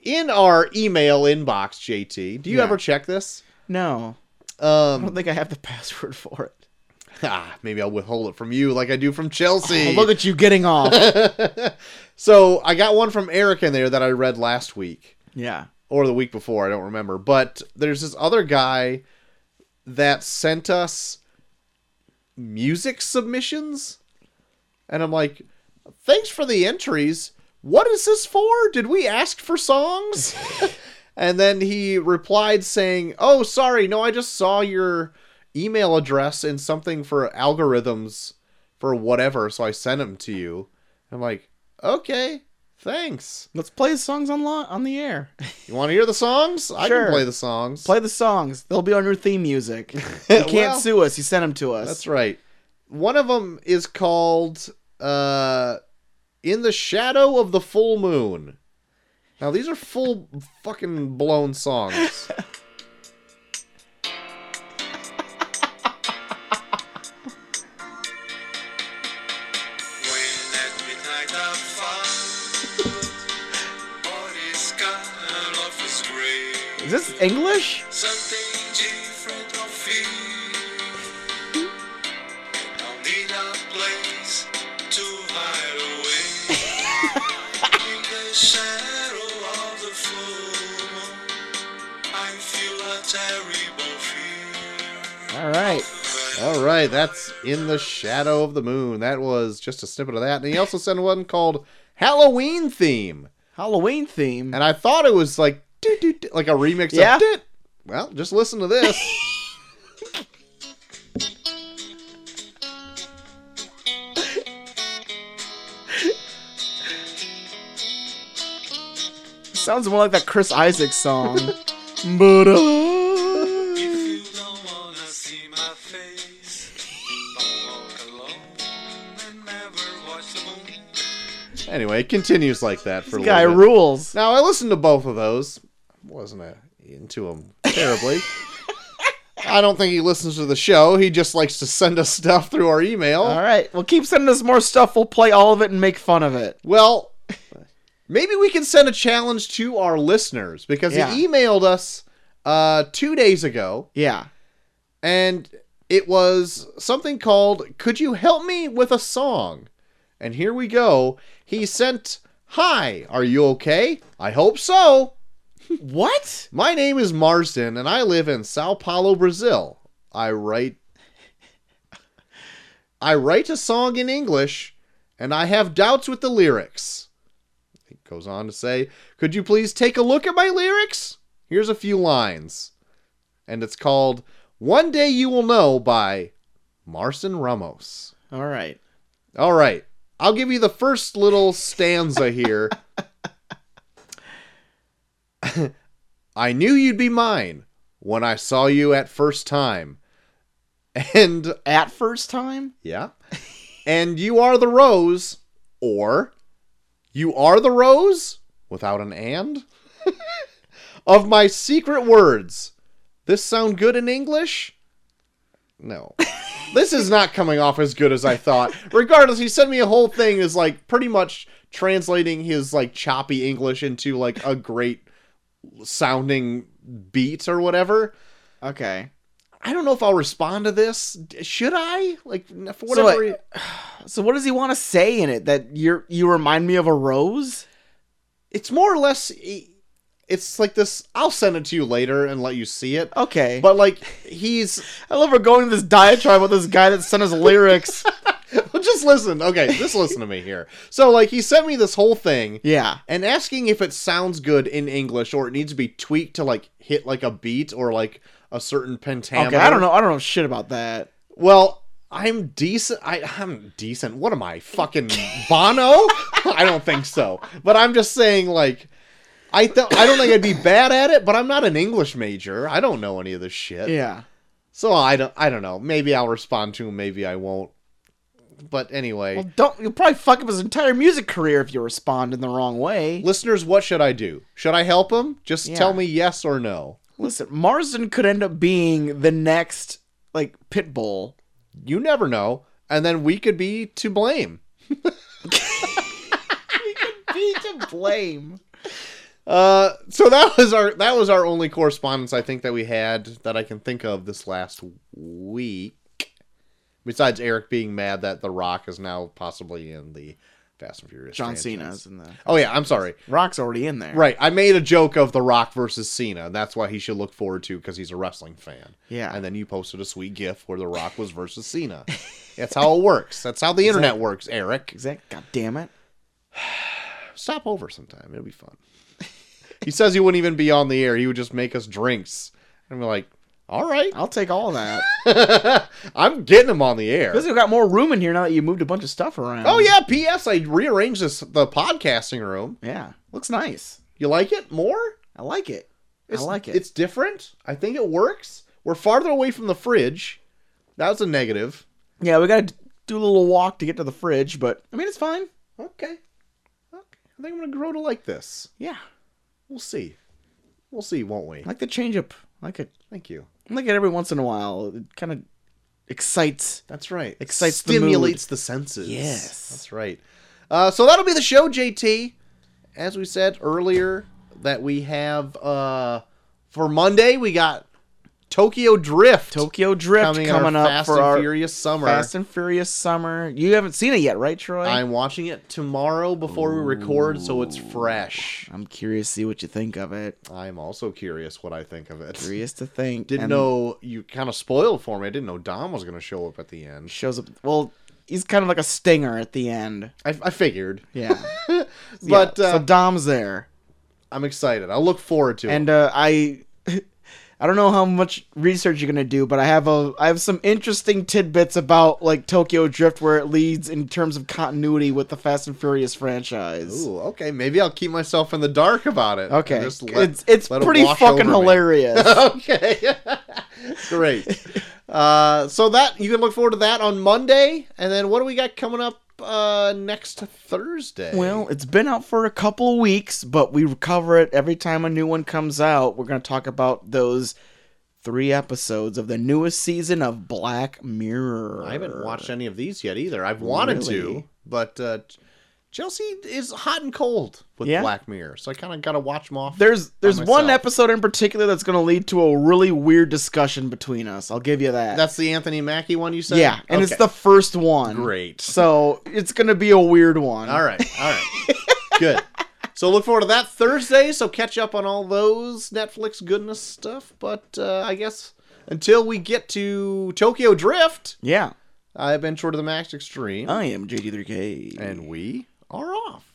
in our email inbox, JT, do you
Yeah.
ever check this?
No, I
Um,
(laughs) don't think I have the password for it.
(laughs) ah, maybe I'll withhold it from you like I do from
(laughs)
Chelsea.
Oh, look at you getting off.
so I got one from Eric in there that I read last week
yeah.
or the week before, I don't remember. But there's this other guy that sent us music submissions. And I'm like, thanks for the entries. What is this for? Did we ask for songs? and then he replied saying, Oh, sorry, no, I just saw your email address in something for algorithms for whatever, so I sent them to you. I'm like, okay, thanks.
Let's play his songs on lo- on the
(laughs)
air.
You want to hear the songs? I
Sure.
can play the songs.
Play the songs. They'll be on your theme
(laughs)
music. You can't
Well-
sue us. You sent them to us.
That's right. One of them is called uh, "In the Shadow of the Full Moon." Now these are full fucking blown
(laughs)
songs.
When at midnight I find body scan of his grave,
Is this English?
something different of feel. I'll need a place to hide away in the shadow of the full moon. I feel a terrible fear.
All right.
All right, that's "In the Shadow of the Moon." That was just a snippet of that, and he also sent one called "Halloween Theme,"
Halloween theme.
and I thought it was like doo, doo, doo, like a remix
Yeah.
of it. Well, just listen
(laughs)
to this.
Sounds more like that Chris Isaac song. but, uh,
If you don't wanna see my face, don't walk alone and never watch the moon.
anyway, it continues like that for
this
a little
guy
bit.
rules.
Now I listened to both of those. Wasn't uh, into them
(laughs)
terribly. I don't think he listens to the show. He just likes to send us stuff through our email.
All right. Well, keep sending us more stuff. We'll play all of it and make fun of it.
Well, maybe we can send a challenge to our listeners because
Yeah.
he emailed us uh, two days ago,
Yeah.
and it was something called "Could you help me with a song?" And here we go. He sent, "Hi, are you okay? I hope so."
What?
My name is Marsden, and I live in Sao Paulo, Brazil. I write. I write a song in English, and I have doubts with the lyrics. It goes on to say, "Could you please take a look at my lyrics? Here's a few lines." And it's called "One Day You Will Know" by Marsden Ramos.
All right.
All right, I'll give you the first little stanza here. (laughs) I knew you'd be mine when I saw you at first time. And
At first time?
yeah. And you are the rose or you are the rose without an and (laughs) of my secret words. This sound good in English? No. this is not coming off as good as I thought. Regardless, he sent me a whole thing is like pretty much translating his like choppy English into like a great sounding beat or whatever.
Okay.
I don't know if I'll respond to this. D- Should I? Like n- for
So
whatever.
I-
rea-
So what does he want to say in it? That you're you remind me of a rose?
it's more or less. e- It's like this. I'll send it to you later and let you see it.
Okay.
But like he's (laughs)
I love her going to this diatribe with this guy that sent us
(laughs)
lyrics.
just listen. Okay, just listen to me here. So like he sent me this whole thing
yeah.
and asking if it sounds good in English or it needs to be tweaked to like hit like a beat or like a certain
Okay.
pentameter.
I don't know. I don't know shit about that.
Well, I'm decent. I, I'm decent. What am I, fucking Bono? I don't think so. But I'm just saying, like, I th- I don't think I'd be bad at it. But I'm not an English major. I don't know any of this shit.
Yeah.
So I don't. I don't know. Maybe I'll respond to him. Maybe I won't. But anyway,
Well, don't you'll probably fuck up his entire music career if you respond in the wrong way.
listeners, what should I do? Should I help him? Just
Yeah.
tell me yes or no.
Listen, Marsden could end up being the next like Pitbull.
You never know. And then we could be to blame.
Be to blame.
Uh, so that (laughs) was our that was our only correspondence I think that we had that I can think of this last week. Besides Eric being mad that The Rock is now possibly in the Fast and Furious.
John
franchise.
Cena's in the
Oh yeah, I'm sorry.
Rock's already in there.
Right, I made a joke of The Rock versus Cena. That's why he should look forward to because he's a wrestling fan.
Yeah.
and then you posted a sweet GIF where The Rock was versus Cena. That's how it works. That's how the internet works, Eric.
Exact. God damn it.
Stop over sometime. It'll be fun. he says he wouldn't even be on the air. He would just make us drinks, and we're like, "All right, (laughs)
I'll take all that.
I'm getting him on the air."
Because we've got more room in here now that you moved a bunch of stuff around.
Oh yeah. P.S. I rearranged this the podcasting room.
Yeah. Looks nice.
You like it more?
I like it.
It's-
I like it.
It's different. I think it works. We're farther away from the fridge. That was a negative.
yeah, we gotta d- do a little walk to get to the fridge, but I mean it's fine.
Okay. Okay. I think I'm gonna grow to like this.
Yeah.
We'll see. We'll see, won't we?
I like the change up. I like it.
Thank you.
I like it every once in a while. It kind of excites.
That's right.
Excites the
stimulates the, senses.
Yes.
That's right. Uh, so that'll be the show, JT. As we said earlier, that we have uh, for Monday we got Tokyo Drift
Tokyo Drift
coming,
coming,
our
up
Fast
for
and
our
Furious summer.
Fast and Furious summer. You haven't seen it yet, right, Troy?
I'm watching it tomorrow before we record, so it's fresh.
I'm curious to see what you think of it.
I'm also curious what I think of it.
Curious to think.
(laughs) Didn't
and
know you kind of spoiled for me. I didn't know Dom was going to show up at the end.
Shows up. Well, he's kind of like a stinger at the end.
I, I figured,
Yeah.
(laughs) but
Yeah,
uh,
so Dom's there,
I'm excited. I'll look forward to
and
it.
uh, I, (laughs) I don't know how much research you're gonna do, but I have a I have some interesting tidbits about like Tokyo Drift where it leads in terms of continuity with the Fast and Furious franchise.
Ooh, okay. Maybe I'll keep myself in the dark about it. and
Okay,
just let-
it's it's
let it
pretty
wash
fucking
over me. (laughs)
hilarious.
okay, (laughs) great. Uh, so that you can look forward to that on Monday, and then what do we got coming up uh, next Thursday?
Well, it's been out for a couple weeks, but we cover it every time a new one comes out. We're going to talk about those three episodes of the newest season of Black Mirror.
I haven't watched any of these yet either. I've wanted to,
uh, Really?
but uh, Chelsea is hot and cold with
Yeah.
Black Mirror, so I kind of got to watch them off.
There's there's
by
one
myself.
episode in particular that's going to lead to a really weird discussion between us. I'll give you that.
That's the Anthony Mackie one you said.
yeah, and it's
Okay.
the first one.
Great.
So it's going to be a weird one.
all right, all right, good. So look forward to that Thursday. So catch up on all those Netflix goodness stuff. But uh, I guess until we get to Tokyo Drift,
Yeah.
I've been short of the max extreme,
I am JD3K.
and we are off.